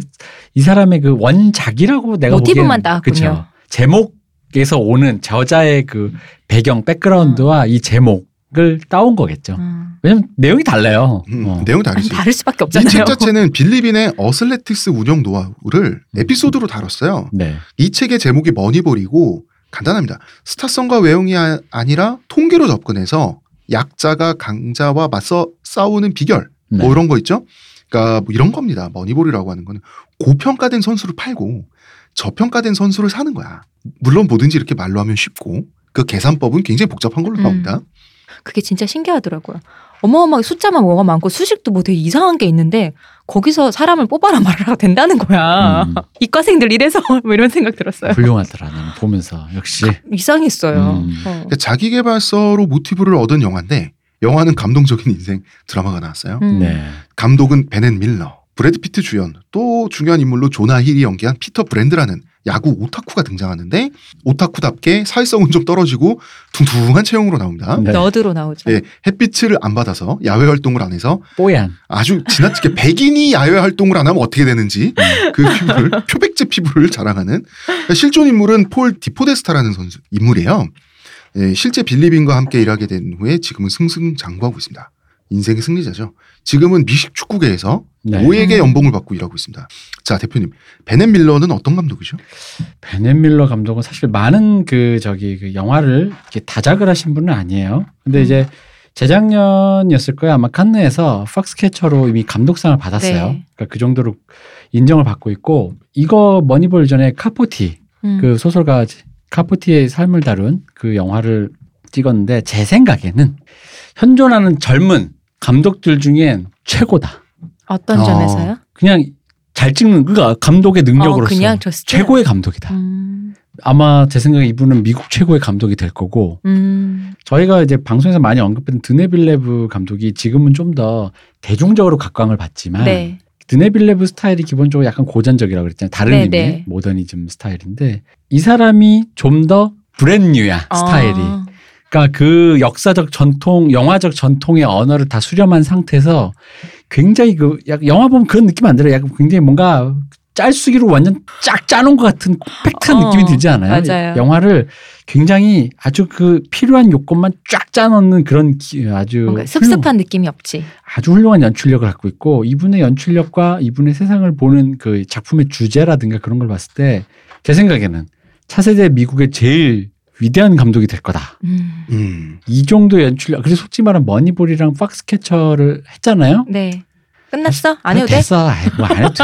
Speaker 2: 이 사람의 그 원작이라고 내가
Speaker 3: 모티브만
Speaker 2: 보기에는-
Speaker 3: 따왔군요.
Speaker 2: 그쵸. 제목에서 오는 저자의 그 배경 백그라운드와 이 제목을 따온 거겠죠.
Speaker 3: 음.
Speaker 2: 왜냐면 내용이 달라요.
Speaker 1: 음,
Speaker 2: 어.
Speaker 1: 내용
Speaker 3: 아니,
Speaker 1: 다르지.
Speaker 3: 다를 수밖에
Speaker 1: 이
Speaker 3: 없잖아요.
Speaker 1: 책 자체는 빌리빈의 어슬레틱스 운영
Speaker 3: 음.
Speaker 1: 노하우를 에피소드로 다뤘어요.
Speaker 2: 네.
Speaker 1: 이 책의 제목이 머니볼이고 간단합니다. 스타성과 외형이 아- 아니라 통계로 접근해서 약자가 강자와 맞서 싸우는 비결
Speaker 2: 네.
Speaker 1: 뭐 이런 거 있죠. 그러니까 뭐 이런 겁니다. 머니볼이라고 하는 거는 고평가된 선수를 팔고 저평가된 선수를 사는 거야. 물론 뭐든지 이렇게 말로 하면 쉽고 그 계산법은 굉장히 복잡한 걸로
Speaker 3: 음.
Speaker 1: 나옵니다.
Speaker 3: 그게 진짜 신기하더라고요. 어마어마하게 숫자만 뭐가 많고 수식도 뭐 되게 이상한 게 있는데 거기서 사람을 뽑아라 말아라 [laughs] 된다는 거야.
Speaker 2: 음.
Speaker 3: 이과생들 이래서 [laughs] 뭐 이런 생각 들었어요.
Speaker 2: 훌륭하더라. 나는 보면서 역시
Speaker 3: 이상했어요.
Speaker 2: 음.
Speaker 3: 어.
Speaker 1: 그러니까 자기개발서로 모티브를 얻은 영화인데 영화는 감동적인 인생 드라마가 나왔어요.
Speaker 3: 음.
Speaker 2: 네.
Speaker 1: 감독은 베넷 밀러, 브래드 피트 주연, 또 중요한 인물로 조나 힐이 연기한 피터 브랜드라는 야구 오타쿠가 등장하는데 오타쿠답게 사회성은 좀 떨어지고 둥둥한 체형으로 나옵니다.
Speaker 2: 네.
Speaker 3: 음. 너드로 나오죠.
Speaker 1: 예, 햇빛을 안 받아서 야외 활동을 안 해서
Speaker 2: 뽀얀.
Speaker 1: 아주 지나치게 백인이 야외 활동을 안 하면 어떻게 되는지 그 피부를 표백제 피부를 자랑하는 그러니까 실존 인물은 폴 디포데스타라는 선수 인물이에요. 예, 실제 빌리빈과 함께 일하게 된 후에 지금은 승승장구하고 있습니다. 인생의 승리자죠. 지금은 미식 축구계에서
Speaker 2: 네.
Speaker 1: 모에게 연봉을 받고 일하고 있습니다. 자 대표님 베넷 밀러는 어떤 감독이죠?
Speaker 2: 베넷 밀러 감독은 사실 많은 그 저기 그 영화를 이렇게 다작을 하신 분은 아니에요.
Speaker 3: 음.
Speaker 2: 근데 이제 재작년이었을 거예요. 아마 칸느에서 팍스캐처로 이미 감독상을 받았어요.
Speaker 3: 네.
Speaker 2: 그러니까 그 정도로 인정을 받고 있고 이거 머니볼 전에 카포티
Speaker 3: 음.
Speaker 2: 그 소설가 카포티의 삶을 다룬 그 영화를 찍었는데 제 생각에는 현존하는 젊은 감독들 중엔 최고다.
Speaker 3: 어떤
Speaker 1: 어,
Speaker 3: 점에서요?
Speaker 2: 그냥 잘 찍는 그가 감독의
Speaker 3: 어,
Speaker 2: 능력으로서
Speaker 3: 그냥 저 스틸.
Speaker 2: 최고의 감독이다.
Speaker 3: 음.
Speaker 2: 아마 제 생각에 이분은 미국 최고의 감독이 될 거고
Speaker 3: 음.
Speaker 2: 저희가 이제 방송에서 많이 언급했던 드네빌레브 감독이 지금은 좀 더 대중적으로 각광을 받지만
Speaker 3: 네.
Speaker 2: 드네빌레브 스타일이 기본적으로 약간 고전적이라고 그랬잖아요. 다른
Speaker 3: 네,
Speaker 2: 의미의
Speaker 3: 네.
Speaker 2: 모더니즘 스타일인데 이 사람이 좀 더 브랜뉴야 스타일이.
Speaker 3: 아,
Speaker 2: 그러니까 그 역사적 전통, 영화적 전통의 언어를 다 수렴한 상태에서 굉장히 그 약- 영화 보면 그런 느낌 안 들어요. 약간 굉장히 뭔가 짤수기로 완전 쫙 짜놓은 것 같은 팩트한
Speaker 3: 어,
Speaker 2: 느낌이 들지 않아요?
Speaker 3: 맞아요.
Speaker 2: 영화를 굉장히 아주 그 필요한 요건만 쫙 짜놓는 그런 기- 아주
Speaker 3: 뭔가
Speaker 2: 훌륭-
Speaker 3: 습습한 느낌이 없지.
Speaker 2: 아주 훌륭한 연출력을 갖고 있고 이분의 연출력과 이분의 세상을 보는 그 작품의 주제라든가 그런 걸 봤을 때 제 생각에는 차세대 미국의 제일 위대한 감독이 될 거다.
Speaker 3: 음.
Speaker 1: 음.
Speaker 2: 이 정도 연출력. 그래서 솔직히 말하면 머니볼이랑 팍스캐쳐를 했잖아요.
Speaker 3: 네. 끝났어? 안 해도 돼?
Speaker 2: 됐어. 아이, 뭐안 해도 돼.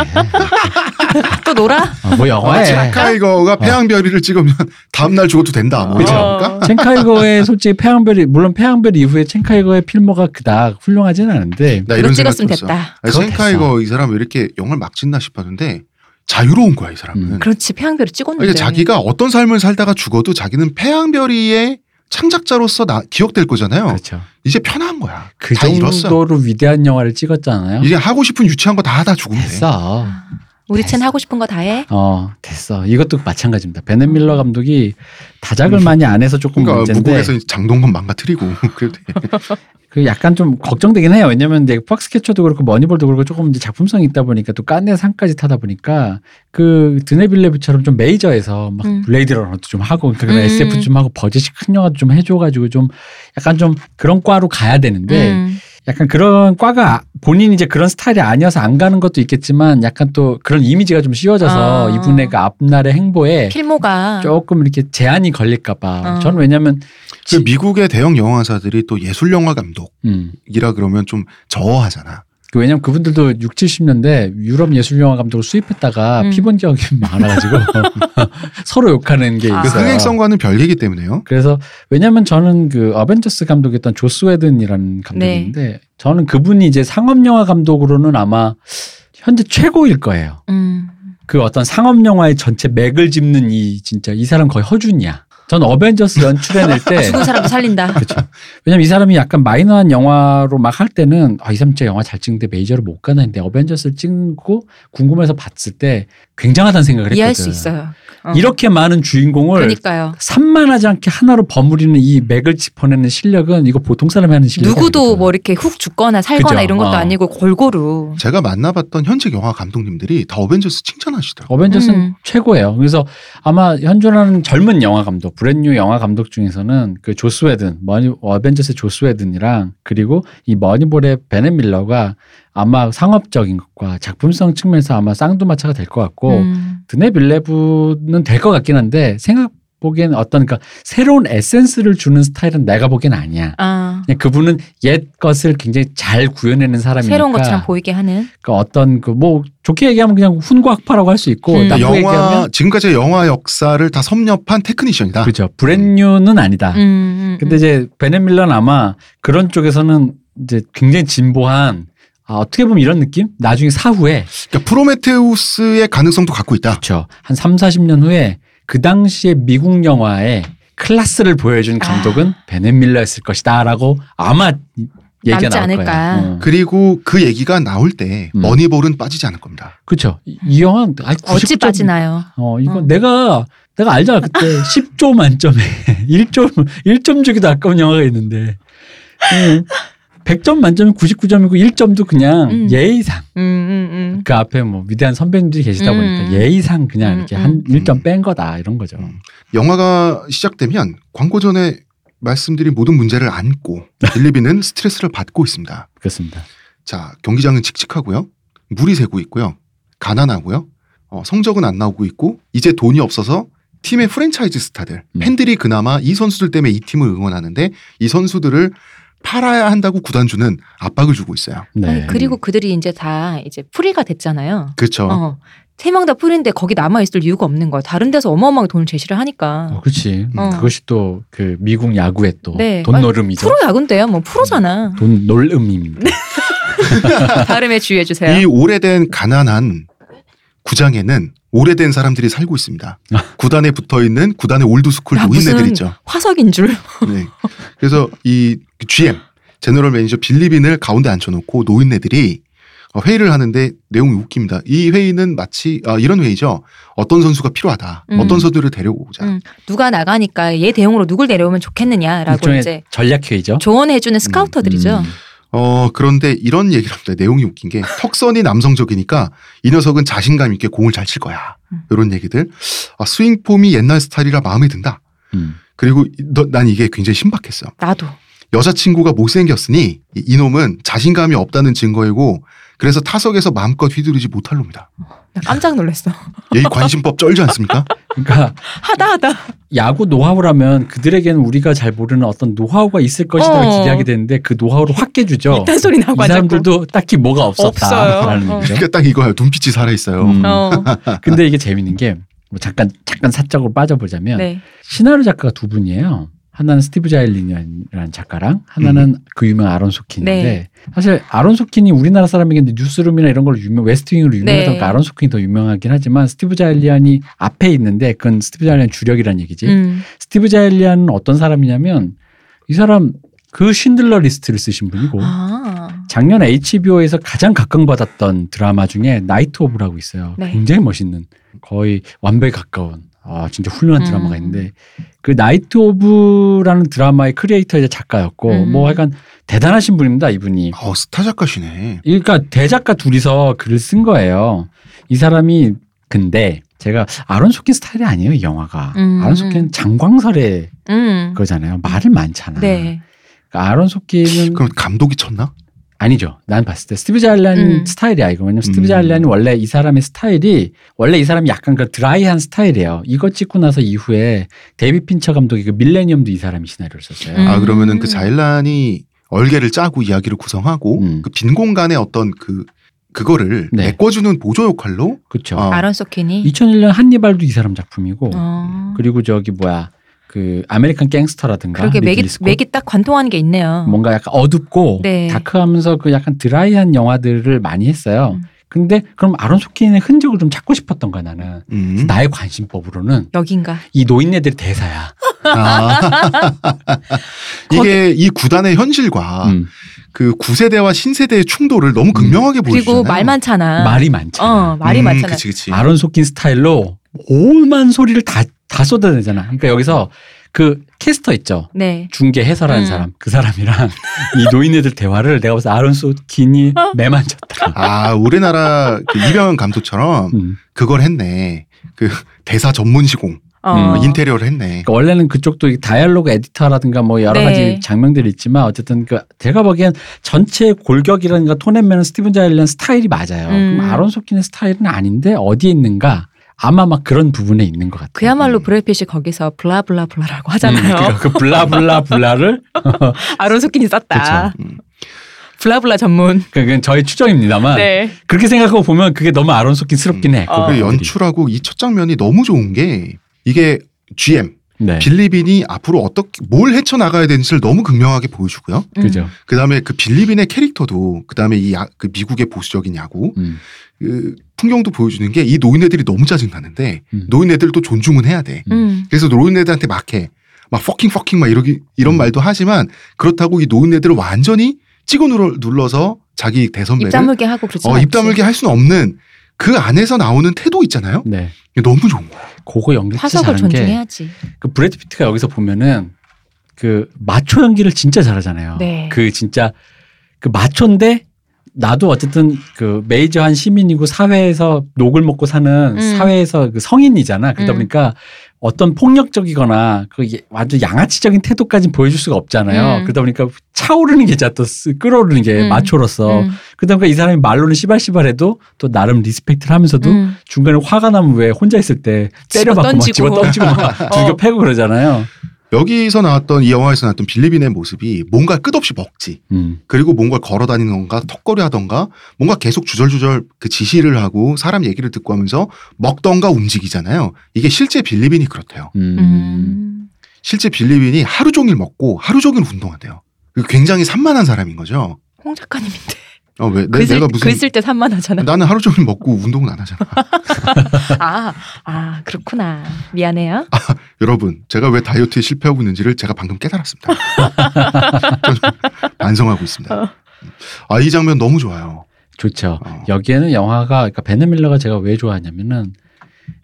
Speaker 3: 또 놀아?
Speaker 2: 아, 뭐
Speaker 1: 어,
Speaker 2: 영화에.
Speaker 1: 네. 차카이거가 폐양별이를 찍으면 [laughs] 다음 날 죽어도 된다. 뭐 이런
Speaker 2: 그쵸.
Speaker 1: 겁니까?
Speaker 2: 첸카이거의 솔직히 폐양별이 물론 폐양별 이후에 첸카이거의 필모가 그닥 훌륭하진 않은데
Speaker 1: 나
Speaker 3: 이거
Speaker 1: 이런 생각
Speaker 3: 찍었으면
Speaker 1: 들었어.
Speaker 3: 됐다.
Speaker 1: 아니,
Speaker 2: 그거
Speaker 1: 첸카이거 이 사람 왜 이렇게 영을 막 찍나 싶었는데 자유로운 거야 이 사람은.
Speaker 2: 음.
Speaker 3: 그렇지. 폐양별이 찍었는데.
Speaker 1: 그러니까 자기가 어떤 삶을 살다가 죽어도 자기는 폐양별이의 창작자로서 나- 기억될 거잖아요.
Speaker 2: 그렇죠.
Speaker 1: 이제 편한 거야.
Speaker 2: 그
Speaker 1: 어. 다 이뤘어.
Speaker 2: 정도로 위대한 영화를 찍었잖아요.
Speaker 1: 이제 하고 싶은 유치한 거 다 하다 죽으면 돼.
Speaker 2: 됐어.
Speaker 3: 그러니까. 우리 첸 하고 싶은 거 다 해.
Speaker 2: 어 됐어 이것도 마찬가지입니다 베넷 밀러 감독이 다작을 많이 안 해서 조금
Speaker 1: 음. 그러니까
Speaker 2: 문제인데
Speaker 1: 무국에서 장동건 망가뜨리고 [laughs] 그래도 돼.
Speaker 2: 그 약간 좀 걱정되긴 해요 왜냐면 이제 팍스캐쳐도 그렇고 머니볼도 그렇고 조금 이제 작품성이 있다 보니까 또 깐네 상까지 타다 보니까 그 드네빌레브처럼 좀 메이저에서 막
Speaker 3: 음.
Speaker 2: 블레이드러너도 좀 하고 그러니까
Speaker 3: 음.
Speaker 2: SF 좀 하고 버젯이 큰 영화도 좀 해줘가지고 좀 약간 좀 그런 과로 가야 되는데
Speaker 3: 음.
Speaker 2: 약간 그런 과가 본인이 이제 그런 스타일이 아니어서 안 가는 것도 있겠지만 약간 또 그런 이미지가 좀 씌워져서
Speaker 3: 아.
Speaker 2: 이분의 그 앞날의 행보에
Speaker 3: 필모가
Speaker 2: 조금 이렇게 제한이 걸릴까봐.
Speaker 3: 어.
Speaker 2: 저는 왜냐면,
Speaker 1: 그 미국의 대형 영화사들이 또 예술 영화 감독이라
Speaker 2: 음,
Speaker 1: 그러면 좀 저어하잖아.
Speaker 2: 그 왜냐면 그분들도 6, 70년대 유럽 예술영화 감독을 수입했다가
Speaker 3: 음.
Speaker 2: 피본 기억이 [laughs] 많아가지고 서로 욕하는 게
Speaker 3: 아.
Speaker 1: 그
Speaker 2: 있어요.
Speaker 1: 흥행성과는 별개이기 때문에요.
Speaker 2: 그래서 왜냐면 저는 그 어벤져스 감독이었던 조스 웨든이라는 감독인데
Speaker 3: 네.
Speaker 2: 저는 그분이 이제 상업영화 감독으로는 아마 현재 최고일 거예요.
Speaker 3: 음.
Speaker 2: 그 어떤 상업 영화의 전체 맥을 짚는 이 진짜 이 사람 거의 허준이야. 전 어벤져스 연출해낼
Speaker 3: [laughs]
Speaker 2: 때
Speaker 3: 죽은
Speaker 2: [laughs]
Speaker 3: 사람도 살린다.
Speaker 2: 왜냐면 이 사람이 약간 마이너한 영화로 막 할 때는 아, 이 사람 진짜 영화 잘 찍는데 메이저로 못 가나 했는데 어벤져스를 찍고 궁금해서 봤을 때 굉장하다는 생각을 했거든.
Speaker 3: 이해할 수 있어요. 어.
Speaker 2: 이렇게 많은 주인공을
Speaker 3: 그러니까요.
Speaker 2: 산만하지 않게 하나로 버무리는 이 맥을 짚어내는 실력은 이거 보통 사람이 하는 실력
Speaker 3: 누구도 뭐 이렇게 훅 죽거나 살거나
Speaker 2: 그죠.
Speaker 3: 이런 것도
Speaker 2: 어.
Speaker 3: 아니고 골고루.
Speaker 1: 제가 만나봤던 현직 영화 감독님들이 다 어벤져스 칭찬하시더라고.
Speaker 2: 어벤져스는
Speaker 3: 음.
Speaker 2: 최고예요. 그래서 아마 현존하는 젊은 영화 감독, 브랜뉴 영화 감독 중에서는 그 조스웨든, 머니, 어벤져스의 조스웨든이랑 그리고 이 머니볼의 베넷 밀러가 아마 상업적인 것과 작품성 측면에서 아마 쌍두마차가 될 것 같고
Speaker 3: 음.
Speaker 2: 드네 빌레브는 될 것 같긴 한데 생각 보기엔 어떤 그러니까 새로운 에센스를 주는 스타일은 내가 보기엔 아니야.
Speaker 3: 아.
Speaker 2: 그냥 그분은 옛 것을 굉장히 잘 구현해내는 사람이니까
Speaker 3: 새로운 것처럼 보이게 하는.
Speaker 2: 그러니까 어떤 그 뭐 좋게 얘기하면 그냥 훈과학파라고 할 수 있고
Speaker 3: 음.
Speaker 2: 나쁘게
Speaker 1: 그러니까 영화
Speaker 2: 얘기하면
Speaker 1: 지금까지 영화 역사를 다 섭렵한 테크니션이다.
Speaker 2: 그죠 브랜뉴는 아니다.
Speaker 3: 음, 음,
Speaker 2: 근데
Speaker 3: 음.
Speaker 2: 이제 베넷밀러는 아마 그런 쪽에서는 이제 굉장히 진보한 아, 어떻게 보면 이런 느낌? 나중에 사후에
Speaker 1: 그러니까 프로메테우스의 가능성도 갖고 있다.
Speaker 2: 그렇죠. 한 3, 40년 후에 그 당시에 미국 영화의 클라스를
Speaker 3: 아.
Speaker 2: 보여준 감독은 베넷밀러였을 것이다라고 아마 얘기가
Speaker 3: 남지
Speaker 2: 나올
Speaker 3: 않을까.
Speaker 2: 거예요. 음.
Speaker 1: 그리고 그 얘기가 나올 때
Speaker 2: 음.
Speaker 1: 머니볼은 빠지지 않을 겁니다.
Speaker 2: 그렇죠. 이, 이 영화는 아이,
Speaker 3: 어찌
Speaker 2: 99점
Speaker 3: 빠지나요?
Speaker 2: 어, 이거
Speaker 3: 어.
Speaker 2: 내가 내가 알잖아 그때
Speaker 3: [laughs]
Speaker 2: 10조 만점에 [laughs] 1점 1점 주기도 아까운 영화가 있는데 음, 100점 만점에 99점이고 1점도 그냥
Speaker 3: 음.
Speaker 2: 예의상
Speaker 3: 음, 음,
Speaker 2: 그 앞에 뭐 위대한 선배님들이 계시다 보니까
Speaker 3: 음.
Speaker 2: 예의상 그냥
Speaker 3: 음,
Speaker 2: 이렇게
Speaker 3: 음.
Speaker 2: 한
Speaker 1: 음.
Speaker 2: 1점 뺀 거다 이런 거죠.
Speaker 1: 영화가 시작되면 광고 전에 말씀드린 모든 문제를
Speaker 2: [laughs]
Speaker 1: 안고 빌리비는 스트레스를 받고 있습니다.
Speaker 2: 그렇습니다.
Speaker 1: 자, 경기장은 칙칙하고요. 물이 새고 있고요. 가난하고요. 어, 성적은 안 나오고 있고 이제 돈이 없어서 팀의 프랜차이즈 스타들
Speaker 2: 음.
Speaker 1: 팬들이 그나마 이 선수들 때문에 이 팀을 응원하는데 이 선수들을 팔아야 한다고 구단주는 압박을 주고 있어요.
Speaker 2: 네.
Speaker 3: 아니, 그리고 그들이 이제 다 이제 프리가 됐잖아요.
Speaker 1: 그렇죠.
Speaker 3: 어. 세 명 다 프리인데 거기 남아 있을 이유가 없는 거야. 다른 데서 어마어마하게 돈을 제시를 하니까.
Speaker 2: 어, 그렇지.
Speaker 3: 어.
Speaker 2: 그것이 또 그 미국 야구의 또
Speaker 3: 네. 아니,
Speaker 2: 돈놀음이죠.
Speaker 3: 프로 야구인데요. 뭐
Speaker 2: 음.
Speaker 3: 프로잖아. 뭐
Speaker 2: 돈놀음입니다.
Speaker 3: 발음에 주의해 주세요.
Speaker 1: 이 오래된 가난한 구장에는 오래된 사람들이 살고 있습니다. 구단에 붙어 있는 구단의 올드스쿨
Speaker 3: 야,
Speaker 1: 노인네들
Speaker 3: 무슨-
Speaker 1: 있죠.
Speaker 3: 화석인 줄.
Speaker 1: 네. 그래서 이 GM 제너럴 매니저 빌리빈을 가운데 앉혀놓고 노인네들이 어, 회의를 하는데 내용이 웃깁니다. 이 회의는 마치 아, 이런 회의죠. 어떤 선수가 필요하다.
Speaker 3: 음.
Speaker 1: 어떤 선수를 데려오자.
Speaker 3: 음. 누가 나가니까 얘 대용으로 누굴 내려오면 [laughs] 좋겠느냐라고
Speaker 2: 일종의
Speaker 3: 이제
Speaker 2: 전략회의죠.
Speaker 3: 조언해주는 스카우터들이죠.
Speaker 2: 음.
Speaker 1: 어 그런데 이런 얘기를 합니다. 내용이 웃긴 게 턱선이 남성적이니까 이 녀석은 자신감 있게 공을 잘 칠 거야.
Speaker 3: 음.
Speaker 1: 이런 얘기들. 아, 스윙 폼이 옛날 스타일이라 마음에 든다.
Speaker 2: 음.
Speaker 1: 그리고 이- 너- 난 이게 굉장히 신박했어.
Speaker 3: 나도.
Speaker 1: 여자친구가 못생겼으니 이- 이놈은 자신감이 없다는 증거이고 그래서 타석에서 마음껏 휘두르지 못할 놈이다.
Speaker 3: 나 깜짝 놀랐어. [laughs]
Speaker 1: 얘 관심법 쩔지 않습니까?
Speaker 2: 그러니까
Speaker 3: 하다 하다.
Speaker 2: 야구 노하우라면 그들에게는 우리가 잘 모르는 어떤 노하우가 있을 것이다
Speaker 3: 어.
Speaker 2: 기대하게 되는데 그 노하우를 확 깨주죠.
Speaker 3: 딴 소리
Speaker 2: 이
Speaker 3: 나고 앉았고.
Speaker 2: 사람들도 딱히 뭐가 없었다라는
Speaker 3: 없어요. 어.
Speaker 2: 얘기죠.
Speaker 1: 그러니까 딱 이거예요. 눈빛이 살아있어요.
Speaker 2: 네. 음.
Speaker 3: 어.
Speaker 2: 근데 이게 재밌는 게, 뭐 잠깐, 잠깐 사적으로 빠져보자면,
Speaker 3: 네.
Speaker 2: 시나루 작가가 두 분이에요. 하나는 스티브 자일린이라는 작가랑, 하나는 그 유명한 아론소킨인데,
Speaker 3: 네.
Speaker 2: 사실 아론소킨이 우리나라 사람에게는 뉴스룸이나 이런 걸로 유명, 웨스트윙으로 유명하다 보니까
Speaker 3: 네.
Speaker 2: 아론소킨이 더 유명하긴 하지만, 스티브 자일리안이 앞에 있는데, 그건 스티브 자일리안 [laughs] 주력이라는 얘기지.
Speaker 3: 음.
Speaker 2: 스티브 자일리안은 어떤 사람이냐면, 이 사람 그 신들러 리스트를 쓰신 분이고,
Speaker 3: 아.
Speaker 2: 작년 HBO에서 가장 각광받았던 드라마 중에 나이트 오브라고 있어요.
Speaker 3: 네.
Speaker 2: 굉장히 멋있는 거의 완벽에 가까운 아 진짜 훌륭한
Speaker 3: 음.
Speaker 2: 드라마가 있는데 그 나이트 오브라는 드라마의 크리에이터이자 작가였고
Speaker 3: 음.
Speaker 2: 뭐 약간 대단하신 분입니다 이분이.
Speaker 1: 어, 스타 작가시네.
Speaker 2: 그러니까 대작가 둘이서 글을 쓴 거예요. 이 사람이 근데 제가 아론 소킨 스타일이 아니에요 이 영화가.
Speaker 3: 음.
Speaker 2: 아론 소킨은 장광설의
Speaker 3: 음.
Speaker 2: 거잖아요. 말을 많잖아.
Speaker 3: 네.
Speaker 2: 그러니까 아론 소킨은
Speaker 1: 그럼 감독이 쳤나?
Speaker 2: 아니죠. 난 봤을 때 스티브 자일란
Speaker 3: 음.
Speaker 2: 스타일이야 이거. 왜냐면 스티브
Speaker 1: 음.
Speaker 2: 자일란이 원래 이 사람의 스타일이 원래 이 사람이 약간 그 드라이한 스타일이에요. 이거 찍고 나서 이후에 데이비 핀처 감독이 그 밀레니엄도 이 사람이 시나리오를 썼어요.
Speaker 3: 음.
Speaker 1: 아 그러면은 그 자일란이 얼개를 짜고 이야기를 구성하고
Speaker 2: 음.
Speaker 1: 그 빈 공간에 어떤 그 그거를
Speaker 2: 네.
Speaker 1: 메꿔주는 보조 역할로
Speaker 2: 그렇죠.
Speaker 1: 어.
Speaker 3: 아론 소킨이.
Speaker 2: 2001년 한니발도 이 사람 작품이고
Speaker 3: 어.
Speaker 2: 그리고 저기 뭐야 그 아메리칸 갱스터라든가
Speaker 3: 그러게
Speaker 2: 리들리
Speaker 3: 맥이
Speaker 2: 스콧.
Speaker 3: 맥이 딱 관통하는 게 있네요.
Speaker 2: 뭔가 약간 어둡고
Speaker 3: 네.
Speaker 2: 다크하면서 그 약간 드라이한 영화들을 많이 했어요.
Speaker 3: 음.
Speaker 2: 근데 그럼 아론 소킨의 흔적을 좀 찾고 싶었던 거야 나는.
Speaker 1: 음.
Speaker 2: 그래서 나의 관심법으로는
Speaker 3: 여긴가.
Speaker 2: 이 노인네들의 대사야.
Speaker 1: 아. 이게 이 구단의
Speaker 3: 아.
Speaker 1: 현실과
Speaker 2: 음.
Speaker 1: 그 구세대와 신세대의 충돌을 너무 극명하게 보여주잖아요.
Speaker 3: 그리고 말 많잖아.
Speaker 2: 말이 많잖아.
Speaker 3: 어, 말이
Speaker 1: 음,
Speaker 3: 많잖아.
Speaker 1: 그치 그치.
Speaker 2: 아론 소킨 스타일로 오만 소리를 다, 다 쏟아내잖아. 그러니까 여기서 그 캐스터 있죠.
Speaker 3: 네.
Speaker 2: 중계 해설하는
Speaker 3: 음.
Speaker 2: 사람. 그 사람이랑 [laughs] 이 노인네들 대화를 내가 봐서 아론 소킨이
Speaker 3: 어.
Speaker 2: 매만졌다.
Speaker 1: 아 우리나라 그 이병헌 감독처럼
Speaker 2: 음.
Speaker 1: 그걸 했네. 그 대사 전문 시공,
Speaker 3: 어.
Speaker 2: 음,
Speaker 1: 인테리어를 했네.
Speaker 2: 그러니까 원래는 그쪽도 이 다이얼로그 에디터라든가 뭐 여러
Speaker 3: 네.
Speaker 2: 가지 장면들이 있지만 어쨌든 그 제가 보기엔 전체 골격이라든가 톤앤면은 스티븐 자일런 스타일이 맞아요.
Speaker 3: 음.
Speaker 2: 그럼 아론 소킨의 스타일은 아닌데 어디에 있는가? 아마 막 그런 부분에 있는 것 같아요.
Speaker 3: 그야말로 브래핏이 거기서 블라블라블라라고 하잖아요.
Speaker 2: 음, 그, 그 블라블라블라를
Speaker 3: [laughs] 아론 소킨이 썼다.
Speaker 1: 음.
Speaker 3: 블라블라 전문.
Speaker 2: 그- 그건 저의 추정입니다만
Speaker 3: 네.
Speaker 2: 그렇게 생각하고 보면 그게 너무 아론소킨스럽긴 해.
Speaker 3: 음. 어.
Speaker 1: 그
Speaker 2: 부분들이.
Speaker 1: 연출하고 이 첫 장면이 너무 좋은 게 이게 GM
Speaker 2: 네.
Speaker 1: 빌리빈이 앞으로 어떻게 뭘 헤쳐 나가야 되는지를 너무 극명하게 보여주고요.
Speaker 3: 음.
Speaker 2: 그죠.
Speaker 1: 그 다음에 그 빌리빈의 캐릭터도 그 다음에 이 야- 그 미국의 보수적인 야구
Speaker 2: 음.
Speaker 1: 그 풍경도 보여주는 게 이 노인네들이 너무 짜증 나는데
Speaker 2: 음.
Speaker 1: 노인네들도 존중은 해야 돼.
Speaker 3: 음.
Speaker 1: 그래서 노인네들한테 막해. 막 퍼킹 퍼킹 막 이러기 이런
Speaker 2: 음.
Speaker 1: 말도 하지만 그렇다고 이 노인네들을 완전히 찍어 눌러, 눌러서 자기 대선배를
Speaker 3: 입다물게 하고 그렇지.
Speaker 1: 네. 어, 입다물게 할 수는 없는 그 안에서 나오는 태도 있잖아요.
Speaker 2: 네.
Speaker 1: 이게 너무 좋은 거야.
Speaker 2: 그거 연기 진짜
Speaker 3: 화석을
Speaker 2: 잘하는 게
Speaker 3: 존중해야지.
Speaker 2: 그 브래드 피트가 여기서 보면은 그 마초 연기를 진짜 잘하잖아요.
Speaker 3: 네.
Speaker 2: 그 진짜 그 마초인데 나도 어쨌든 그 메이저한 시민이고 사회에서 녹을 먹고 사는
Speaker 3: 음.
Speaker 2: 사회에서 그 성인이잖아. 그러다
Speaker 3: 음.
Speaker 2: 보니까 어떤 폭력적이거나 그 예- 완전 양아치적인 태도까지 보여줄 수가 없잖아요.
Speaker 3: 음.
Speaker 2: 그러다 보니까 차오르는 게 자또 쓰- 끌어오르는 게
Speaker 3: 음.
Speaker 2: 마초로서.
Speaker 3: 음,
Speaker 2: 그러다 보니까 이 사람이 말로는 시발시발해도 또 나름 리스펙트를 하면서도
Speaker 3: 음.
Speaker 2: 중간에 화가 나면 왜 혼자 있을 때 때려맞고 막 집어
Speaker 3: [laughs]
Speaker 2: 던지고
Speaker 3: 집어던지고.
Speaker 2: 막 들겨 패고 그러잖아요.
Speaker 1: 여기서 나왔던 이 영화에서 나왔던 빌리빈의 모습이 뭔가 끝없이 먹지.
Speaker 2: 음.
Speaker 1: 그리고 뭔가 걸어 다니던가 턱걸이 하던가 뭔가 계속 주절주절 그 지시를 하고 사람 얘기를 듣고 하면서 먹던가 움직이잖아요. 이게 실제 빌리빈이 그렇대요.
Speaker 2: 음.
Speaker 3: 음.
Speaker 1: 실제 빌리빈이 하루 종일 먹고 하루 종일 운동한대요. 그리고 굉장히 산만한 사람인 거죠.
Speaker 3: 홍 작가님인데
Speaker 1: 어, 왜? 내,
Speaker 3: 글, 쓸,
Speaker 1: 내가 무슨
Speaker 3: 글쓸 때 산만하잖아.
Speaker 1: 나는 하루 종일 먹고 운동은 안 하잖아. [laughs]
Speaker 3: 아, 아 그렇구나. 미안해요.
Speaker 1: 여러분, 제가 왜 다이어트에 실패하고 있는지를 제가 방금 깨달았습니다. [laughs] 저는 반성하고 있습니다. 아, 이 장면 너무 좋아요.
Speaker 2: 좋죠.
Speaker 1: 어.
Speaker 2: 여기에는 영화가 그러니까 베네 밀러가 제가 왜 좋아하냐면은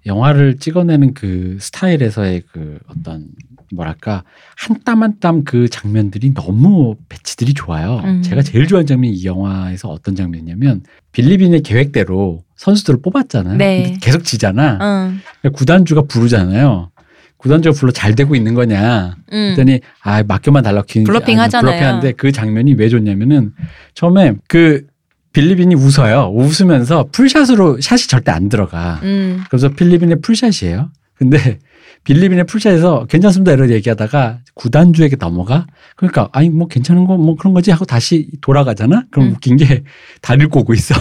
Speaker 2: 영화를 찍어내는 그 스타일에서의 그 어떤 뭐랄까 한 땀 한 땀 그 장면들이 너무 배치들이 좋아요.
Speaker 3: 음.
Speaker 2: 제가 제일 좋아하는 장면이 이 영화에서 어떤 장면이냐면 빌리빈의 계획대로 선수들을 뽑았잖아요.
Speaker 3: 네. 어.
Speaker 2: 근데 계속 지잖아.
Speaker 3: 응.
Speaker 2: 그러니까 구단주가 부르잖아요. 구단주가 불러 잘 되고 있는 거냐?
Speaker 3: 음.
Speaker 2: 그랬더니 아 맡겨만 달라고 기-
Speaker 3: 블러핑
Speaker 2: 아니,
Speaker 3: 하잖아요.
Speaker 2: 블러핑하는데 그 장면이 왜 좋냐면은 처음에 그 빌리빈이 웃어요. 웃으면서 풀샷으로 샷이 절대 안 들어가.
Speaker 3: 음.
Speaker 2: 그래서 빌리빈의 풀샷이에요. 근데 빌리빈의 풀샷에서 괜찮습니다 이런 얘기하다가 구단주에게 넘어가. 그러니까 아니 뭐 괜찮은 거 뭐 그런 거지 하고 다시 돌아가잖아. 그럼
Speaker 3: 음.
Speaker 2: 웃긴 게 다리를 꼬고 있어.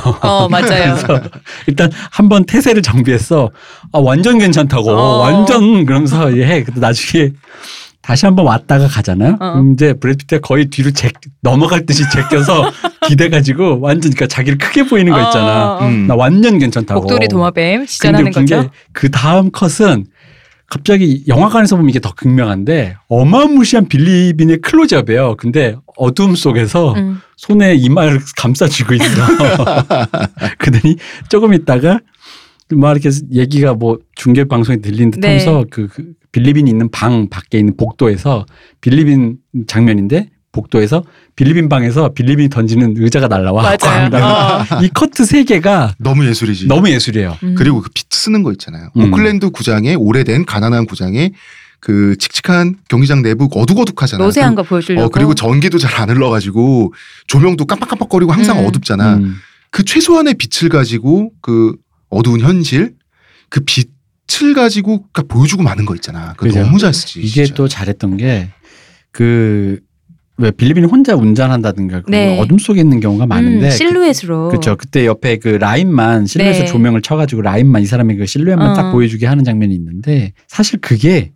Speaker 2: [laughs]
Speaker 3: 어 맞아요.
Speaker 2: 그래서 일단 한 번 태세를 정비했어. 아, 완전 괜찮다고.
Speaker 3: 어.
Speaker 2: 완전 그러면서 해. 근데 나중에 다시 한 번 왔다가 가잖아요.
Speaker 3: 어.
Speaker 2: 그럼 이제 브래피트가 거의 뒤로 제, 넘어갈 듯이
Speaker 3: [laughs]
Speaker 2: 제껴서 기대가지고 완전 그러니까 자기를 크게 보이는 거 있잖아.
Speaker 3: 어, 어.
Speaker 4: 음.
Speaker 2: 나 완전 괜찮다고.
Speaker 3: 목도리 도마뱀
Speaker 2: 근데
Speaker 3: 시전하는
Speaker 2: 웃긴
Speaker 3: 거죠.
Speaker 2: 게그 다음 컷은 갑자기 영화관에서 보면 이게 더 극명한데 어마무시한 빌리빈의 클로즈업이에요. 근데 어둠 속에서
Speaker 3: 음.
Speaker 2: 손에 이마를 감싸쥐고 있어. 그러더니 조금 있다가 막 이렇게 얘기가 뭐 중계 방송에 들린 듯
Speaker 3: 네.
Speaker 2: 하면서 그, 그 빌리빈 있는 방 밖에 있는 복도에서 빌리빈 장면인데 복도에서 빌리빈 방에서 빌리빈이 던지는 의자가 날라와.
Speaker 3: 맞아요. 어.
Speaker 2: 이 커트 세 개가
Speaker 1: 너무 예술이지.
Speaker 2: 너무 예술이에요.
Speaker 3: 음.
Speaker 1: 그리고 그 비트 쓰는 거 있잖아요.
Speaker 2: 음.
Speaker 1: 오클랜드 구장의 오래된 가난한 구장의 그 칙칙한 경기장 내부 어둑어둑하잖아요.
Speaker 3: 노쇠한 거 보여주려고.
Speaker 1: 어 그리고 전기도 잘 안 흘러가지고 조명도 깜빡깜빡거리고 항상
Speaker 3: 음.
Speaker 1: 어둡잖아.
Speaker 2: 음.
Speaker 1: 그 최소한의 빛을 가지고 그 어두운 현실 그 빛을 가지고 그러니까 보여주고 마는 거 있잖아. 그
Speaker 2: 그죠.
Speaker 1: 너무 잘 쓰지.
Speaker 2: 이게
Speaker 1: 진짜.
Speaker 2: 또 잘했던 게 그 왜 빌리빈이 혼자 운전한다든가 그런
Speaker 3: 네.
Speaker 2: 어둠 속에 있는 경우가 많은데
Speaker 3: 음,
Speaker 2: 그-
Speaker 3: 실루엣으로.
Speaker 2: 그렇죠. 그때 옆에 그 라인만 실루엣에
Speaker 3: 네.
Speaker 2: 조명을 쳐가지고 라인만 이 사람의 그 실루엣만
Speaker 3: 어.
Speaker 2: 딱 보여주게 하는 장면이 있는데 사실 그게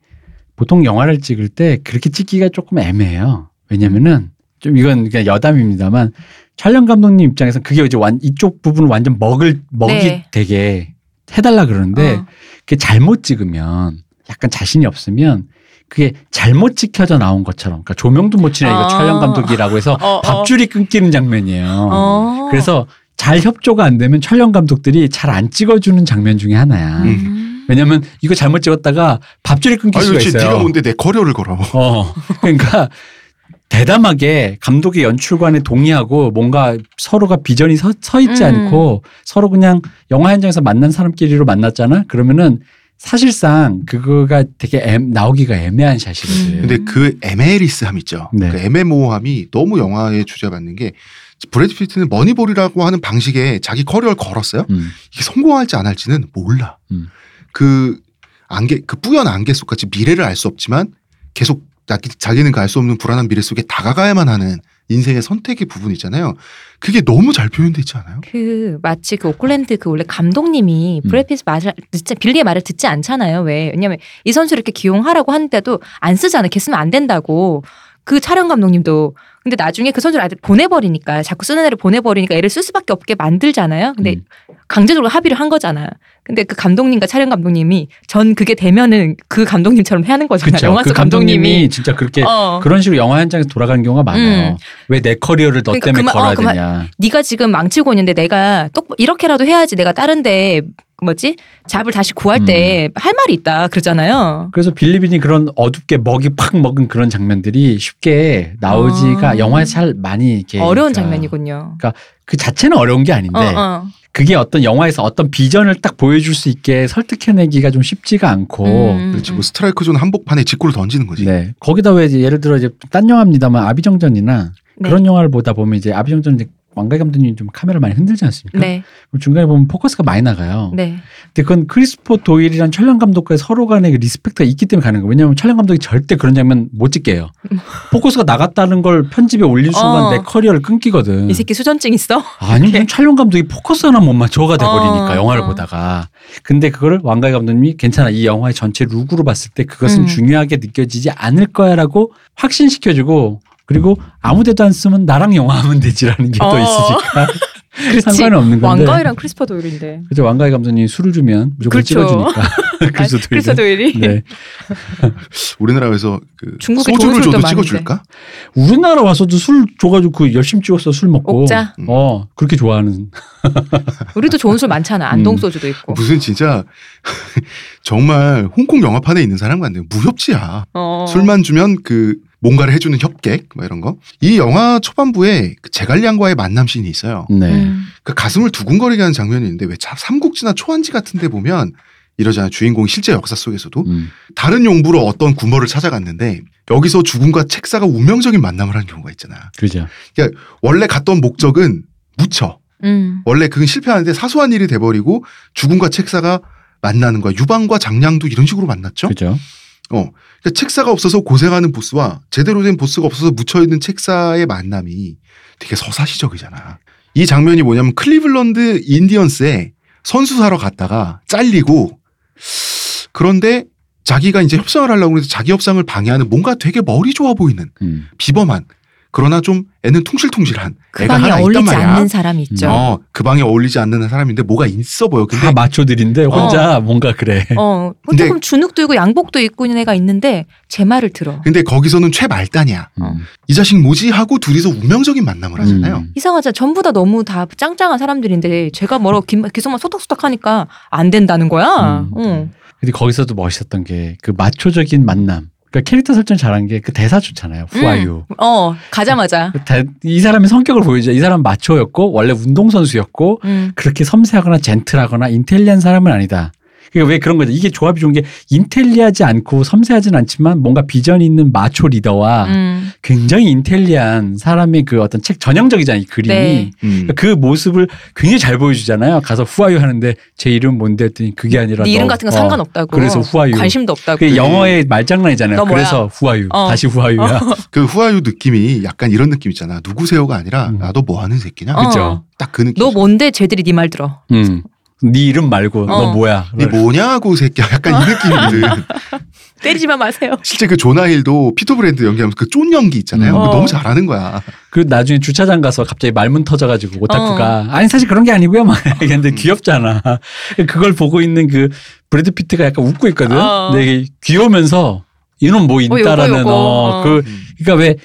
Speaker 2: 보통 영화를 찍을 때 그렇게 찍기가 조금 애매해요. 왜냐면은 좀 이건 그냥 여담입니다만 촬영 감독님 입장에서 그게 이제 완 이쪽 부분을 완전 먹을 먹이
Speaker 3: 네.
Speaker 2: 되게 해달라 그러는데
Speaker 3: 어.
Speaker 2: 그게 잘못 찍으면 약간 자신이 없으면 그게 잘못 찍혀져 나온 것처럼 그러니까 조명도 못 치네 이거
Speaker 3: 아.
Speaker 2: 촬영 감독이라고 해서
Speaker 3: 어, 어.
Speaker 2: 밥줄이 끊기는 장면이에요.
Speaker 3: 어.
Speaker 2: 그래서 잘 협조가 안 되면 촬영 감독들이 잘 안 찍어주는 장면 중에 하나야.
Speaker 1: 음.
Speaker 3: 음.
Speaker 2: 왜냐면 이거 잘못 찍었다가 밥줄이 끊길
Speaker 1: 아니
Speaker 2: 수가
Speaker 1: 그렇지
Speaker 2: 있어요.
Speaker 1: 네가 뭔데 내 커리어를 걸어.
Speaker 2: 어. 그러니까 대담하게 감독의 연출관에 동의하고 뭔가 서로가 비전이 서, 서 있지
Speaker 3: 음.
Speaker 2: 않고 서로 그냥 영화 현장에서 만난 사람끼리로 만났잖아. 그러면은 사실상 그거가 되게 애- 나오기가 애매한
Speaker 3: 음.
Speaker 2: 샷이거든.
Speaker 1: 근데 그 에메리스함 있죠.
Speaker 2: 음. 네.
Speaker 1: 그 애매모호함이 너무 영화에 주제받는 게 브래드 피트는 머니볼이라고 하는 방식에 자기 커리어를 걸었어요.
Speaker 2: 음.
Speaker 1: 이게 성공할지 안 할지는 몰라.
Speaker 2: 음.
Speaker 1: 그 안개 그 뿌연 안개 속같이 미래를 알 수 없지만 계속 자- 자기는 그 알 수 없는 불안한 미래 속에 다가가야만 하는 인생의 선택의 부분 있잖아요. 그게 너무 잘 표현돼 있지 않아요?
Speaker 3: 그 마치 그 오클랜드 그 원래 감독님이
Speaker 2: 음.
Speaker 3: 브래피스 말을 진짜 빌리의 말을 듣지 않잖아요. 왜? 왜냐면 이 선수 를 이렇게 기용하라고 하는데도 안 쓰잖아. 걔 쓰면 안 된다고. 그 촬영 감독님도 근데 나중에 그 선수를 아예 보내버리니까 자꾸 쓰는 애를 보내버리니까 애를 쓸 수밖에 없게 만들잖아요. 근데
Speaker 2: 음.
Speaker 3: 강제적으로 합의를 한 거잖아. 근데 그 감독님과 촬영 감독님이 전 그게 되면은 그 감독님처럼 해야 하는 거잖아.
Speaker 2: 그쵸.
Speaker 3: 영화 속
Speaker 2: 그
Speaker 3: 감독님이.
Speaker 2: 감독님이 진짜 그렇게
Speaker 3: 어.
Speaker 2: 그런 식으로 영화 현장에서 돌아가는 경우가 많아요.
Speaker 3: 음.
Speaker 2: 왜 내 커리어를 너
Speaker 3: 그러니까
Speaker 2: 때문에
Speaker 3: 그만-
Speaker 2: 걸어야
Speaker 3: 어, 그만-
Speaker 2: 되냐.
Speaker 3: 네가 지금 망치고 있는데 내가 똑 이렇게라도 해야지 내가 다른데 뭐지 잡을 다시 구할 때
Speaker 1: 음.
Speaker 3: 할 말이 있다 그러잖아요.
Speaker 2: 그래서 빌리빈이 그런 어둡게 먹이 팍 먹은 그런 장면들이 쉽게 나오지가
Speaker 3: 아.
Speaker 2: 영화에 잘 많이
Speaker 1: 예,
Speaker 2: 이렇게
Speaker 3: 어려운
Speaker 2: 그러니까
Speaker 3: 장면이군요.
Speaker 2: 그 자체는 어려운 게
Speaker 1: 네.
Speaker 2: 아닌데
Speaker 3: 어, 어.
Speaker 2: 그게 어떤 영화에서 어떤 비전을 딱 보여줄 수 있게 설득해내기가 좀 쉽지가 않고
Speaker 3: 음,
Speaker 1: 그렇지
Speaker 3: 음.
Speaker 1: 뭐 스트라이크 존 한복판에 직구를 던지는 거지.
Speaker 2: 네 거기다 왜 이제 예를 들어 이제 딴 영화입니다만 아비정전이나
Speaker 3: 네.
Speaker 2: 그런 영화를 보다 보면 이제 아비정전 이제 왕가희 감독님이 좀 카메라를 많이 흔들지 않습니까?
Speaker 3: 네,
Speaker 2: 그럼 중간에 보면 포커스가 많이 나가요.
Speaker 3: 네.
Speaker 2: 근데 그건 크리스포 도일이란 촬영 감독과의 서로 간의 그 리스펙트가 있기 때문에 가는 거예요. 왜냐하면 촬영 감독이 절대 그런 장면 못 찍게요. 포커스가 나갔다는 걸 편집에 올린 순간
Speaker 3: 어.
Speaker 2: 내 커리어를 끊기거든.
Speaker 1: 음.
Speaker 3: 이 새끼
Speaker 1: [laughs]
Speaker 3: 수전증 있어?
Speaker 2: 아니면 촬영 감독이 포커스 하나 못 맞춰가 돼버리니까
Speaker 3: 어,
Speaker 2: 영화를
Speaker 3: 어.
Speaker 2: 보다가. 근데 그거를 왕가희 감독님이 괜찮아 이 영화의 전체 룩으로 봤을 때 그것은
Speaker 3: 음.
Speaker 2: 중요하게 느껴지지 않을 거야라고 확신시켜주고 그리고 아무데도 안 쓰면 나랑 영화하면 되지라는 게 또
Speaker 3: 어.
Speaker 2: 있으니까
Speaker 3: 그렇지.
Speaker 2: 상관은 없는 건데.
Speaker 3: 왕가이랑 크리스퍼 도일인데.
Speaker 2: 그죠 왕가희 감독님이 술을 주면 무조건
Speaker 3: 그렇죠.
Speaker 2: 찍어주니까.
Speaker 3: [laughs]
Speaker 2: [laughs] 그래서
Speaker 3: 아니, 크리스퍼 도일이.
Speaker 2: 네.
Speaker 1: 우리나라에서 그
Speaker 3: 중국에
Speaker 1: 소주를
Speaker 3: 좋은 술도
Speaker 1: 줘도
Speaker 3: 많은데.
Speaker 1: 찍어줄까?
Speaker 2: 우리나라 와서도 술 줘가지고 그 열심히 찍어서 술 먹고.
Speaker 3: 옥자.
Speaker 2: 어 그렇게 좋아하는.
Speaker 3: [laughs] 우리도 좋은 술 많잖아. 안동 소주도
Speaker 1: 음.
Speaker 3: 있고.
Speaker 1: 어, 무슨 진짜 [laughs] 정말 홍콩 영화판에 있는 사람 같네요. 무협지야.
Speaker 3: 어.
Speaker 1: 술만 주면 그 뭔가를 해주는 협객 뭐 이런 거. 이 영화 초반부에 그 제갈량과의 만남 씬이 있어요.
Speaker 2: 네.
Speaker 3: 음.
Speaker 1: 그 가슴을 두근거리게 하는 장면이 있는데 왜 자- 삼국지나 초안지 같은데 보면 이러잖아요. 주인공이 실제 역사 속에서도
Speaker 2: 음.
Speaker 1: 다른 용부로 어떤 군벌을 찾아갔는데 여기서 죽음과 책사가 운명적인 만남을 한 경우가 있잖아.
Speaker 2: 그죠.
Speaker 1: 원래 갔던 목적은 무쳐.
Speaker 3: 음.
Speaker 1: 원래 그건 실패하는데 사소한 일이 돼버리고 죽음과 책사가 만나는 거야. 유방과 장량도 이런 식으로 만났죠.
Speaker 2: 그죠.
Speaker 1: 그러니까 책사가 없어서 고생하는 보스와 제대로 된 보스가 없어서 묻혀있는 책사의 만남이 되게 서사시적이잖아. 이 장면이 뭐냐면 클리블런드 인디언스에 선수 사러 갔다가 잘리고 그런데 자기가 이제 협상을 하려고 해서 자기 협상을 방해하는 뭔가 되게 머리 좋아 보이는
Speaker 2: 음.
Speaker 1: 비범한 그러나 좀 애는 퉁실퉁실한
Speaker 3: 그
Speaker 1: 애가
Speaker 3: 방에
Speaker 1: 하나 있단
Speaker 3: 어울리지
Speaker 1: 말이야.
Speaker 3: 않는 사람이 있죠.
Speaker 2: 음.
Speaker 1: 어, 그 방에 어울리지 않는 사람인데 뭐가 있어 보여. 근데
Speaker 2: 다 마초들인데 어. 혼자 뭔가 그래.
Speaker 3: 어,
Speaker 1: 네. 근데-
Speaker 3: 조금 주눅도 있고 양복도 입고 있는 애가 있는데 제 말을 들어.
Speaker 1: 근데 거기서는 최말단이야.
Speaker 2: 음.
Speaker 1: 이 자식 뭐지 하고 둘이서 운명적인 만남을 하잖아요.
Speaker 2: 음.
Speaker 3: 이상하죠. 전부 다 너무 다 짱짱한 사람들인데 제가 뭐라고 기- 기소만 소탁소탁 하니까 안 된다는 거야.
Speaker 2: 음.
Speaker 3: 어.
Speaker 2: 근데 거기서도 멋있었던 게 그 마초적인 만남. 그러니까 캐릭터 설정 잘한 게 그 대사 좋잖아요.
Speaker 3: 음.
Speaker 2: 후아유.
Speaker 3: 어, 가자마자.
Speaker 2: 이 사람의 성격을 보여주죠. 이 사람 마초였고 원래 운동선수였고
Speaker 3: 음.
Speaker 2: 그렇게 섬세하거나 젠틀하거나 인텔리한 사람은 아니다. 그러니까 왜 그런 거죠? 이게 조합이 좋은 게 인텔리하지 않고 섬세하진 않지만 뭔가 비전이 있는 마초 리더와
Speaker 3: 음.
Speaker 2: 굉장히 인텔리한 사람의 그 어떤 책 전형적이잖아요. 이 그림이.
Speaker 3: 네.
Speaker 1: 음.
Speaker 2: 그러니까 그 모습을 굉장히 잘 보여주잖아요. 가서 후아유 하는데 제 이름 뭔데 했더니 그게 아니라
Speaker 3: 네 이름
Speaker 2: 너-
Speaker 3: 같은 거
Speaker 2: 어,
Speaker 3: 상관없다고.
Speaker 2: 그래서 후아유.
Speaker 3: 관심도 없다고.
Speaker 2: 그게 영어의 말장난이잖아요.
Speaker 3: 너 뭐야?
Speaker 2: 그래서 후아유.
Speaker 3: 어.
Speaker 2: 다시 후아유야.
Speaker 1: 그 후아유 느낌이 약간 이런 느낌 있잖아. 누구세요가 아니라
Speaker 2: 음.
Speaker 1: 나도 뭐 하는 새끼냐.
Speaker 3: 어.
Speaker 2: 그죠?
Speaker 1: 딱 그 느낌.
Speaker 3: 너 뭔데 쟤들이 네 말 들어.
Speaker 2: 음. 네 이름 말고 너
Speaker 3: 어.
Speaker 2: 뭐야.
Speaker 1: 네 뭐냐고 새끼야. 약간 이
Speaker 3: [laughs]
Speaker 1: 느낌이거든.
Speaker 3: 때리지만 마세요.
Speaker 1: 실제 그 조나힐도 피터 브랜드 연기하면서 그 쫀 연기 있잖아요.
Speaker 2: 음.
Speaker 1: 그거
Speaker 3: 어.
Speaker 1: 너무 잘하는 거야.
Speaker 2: 그리고 나중에 주차장 가서 갑자기 말문 터져가지고
Speaker 3: 어.
Speaker 2: 오타쿠가 아니 사실 그런 게 아니고요 막 얘기하는데 귀엽잖아. 그걸 보고 있는 그 브래드 피트가 약간 웃고 있거든.
Speaker 3: 어.
Speaker 2: 근데 이게 귀여우면서 이놈 뭐
Speaker 3: 요거,
Speaker 2: 있다라는
Speaker 3: 요거.
Speaker 2: 어, 그 그러니까 왜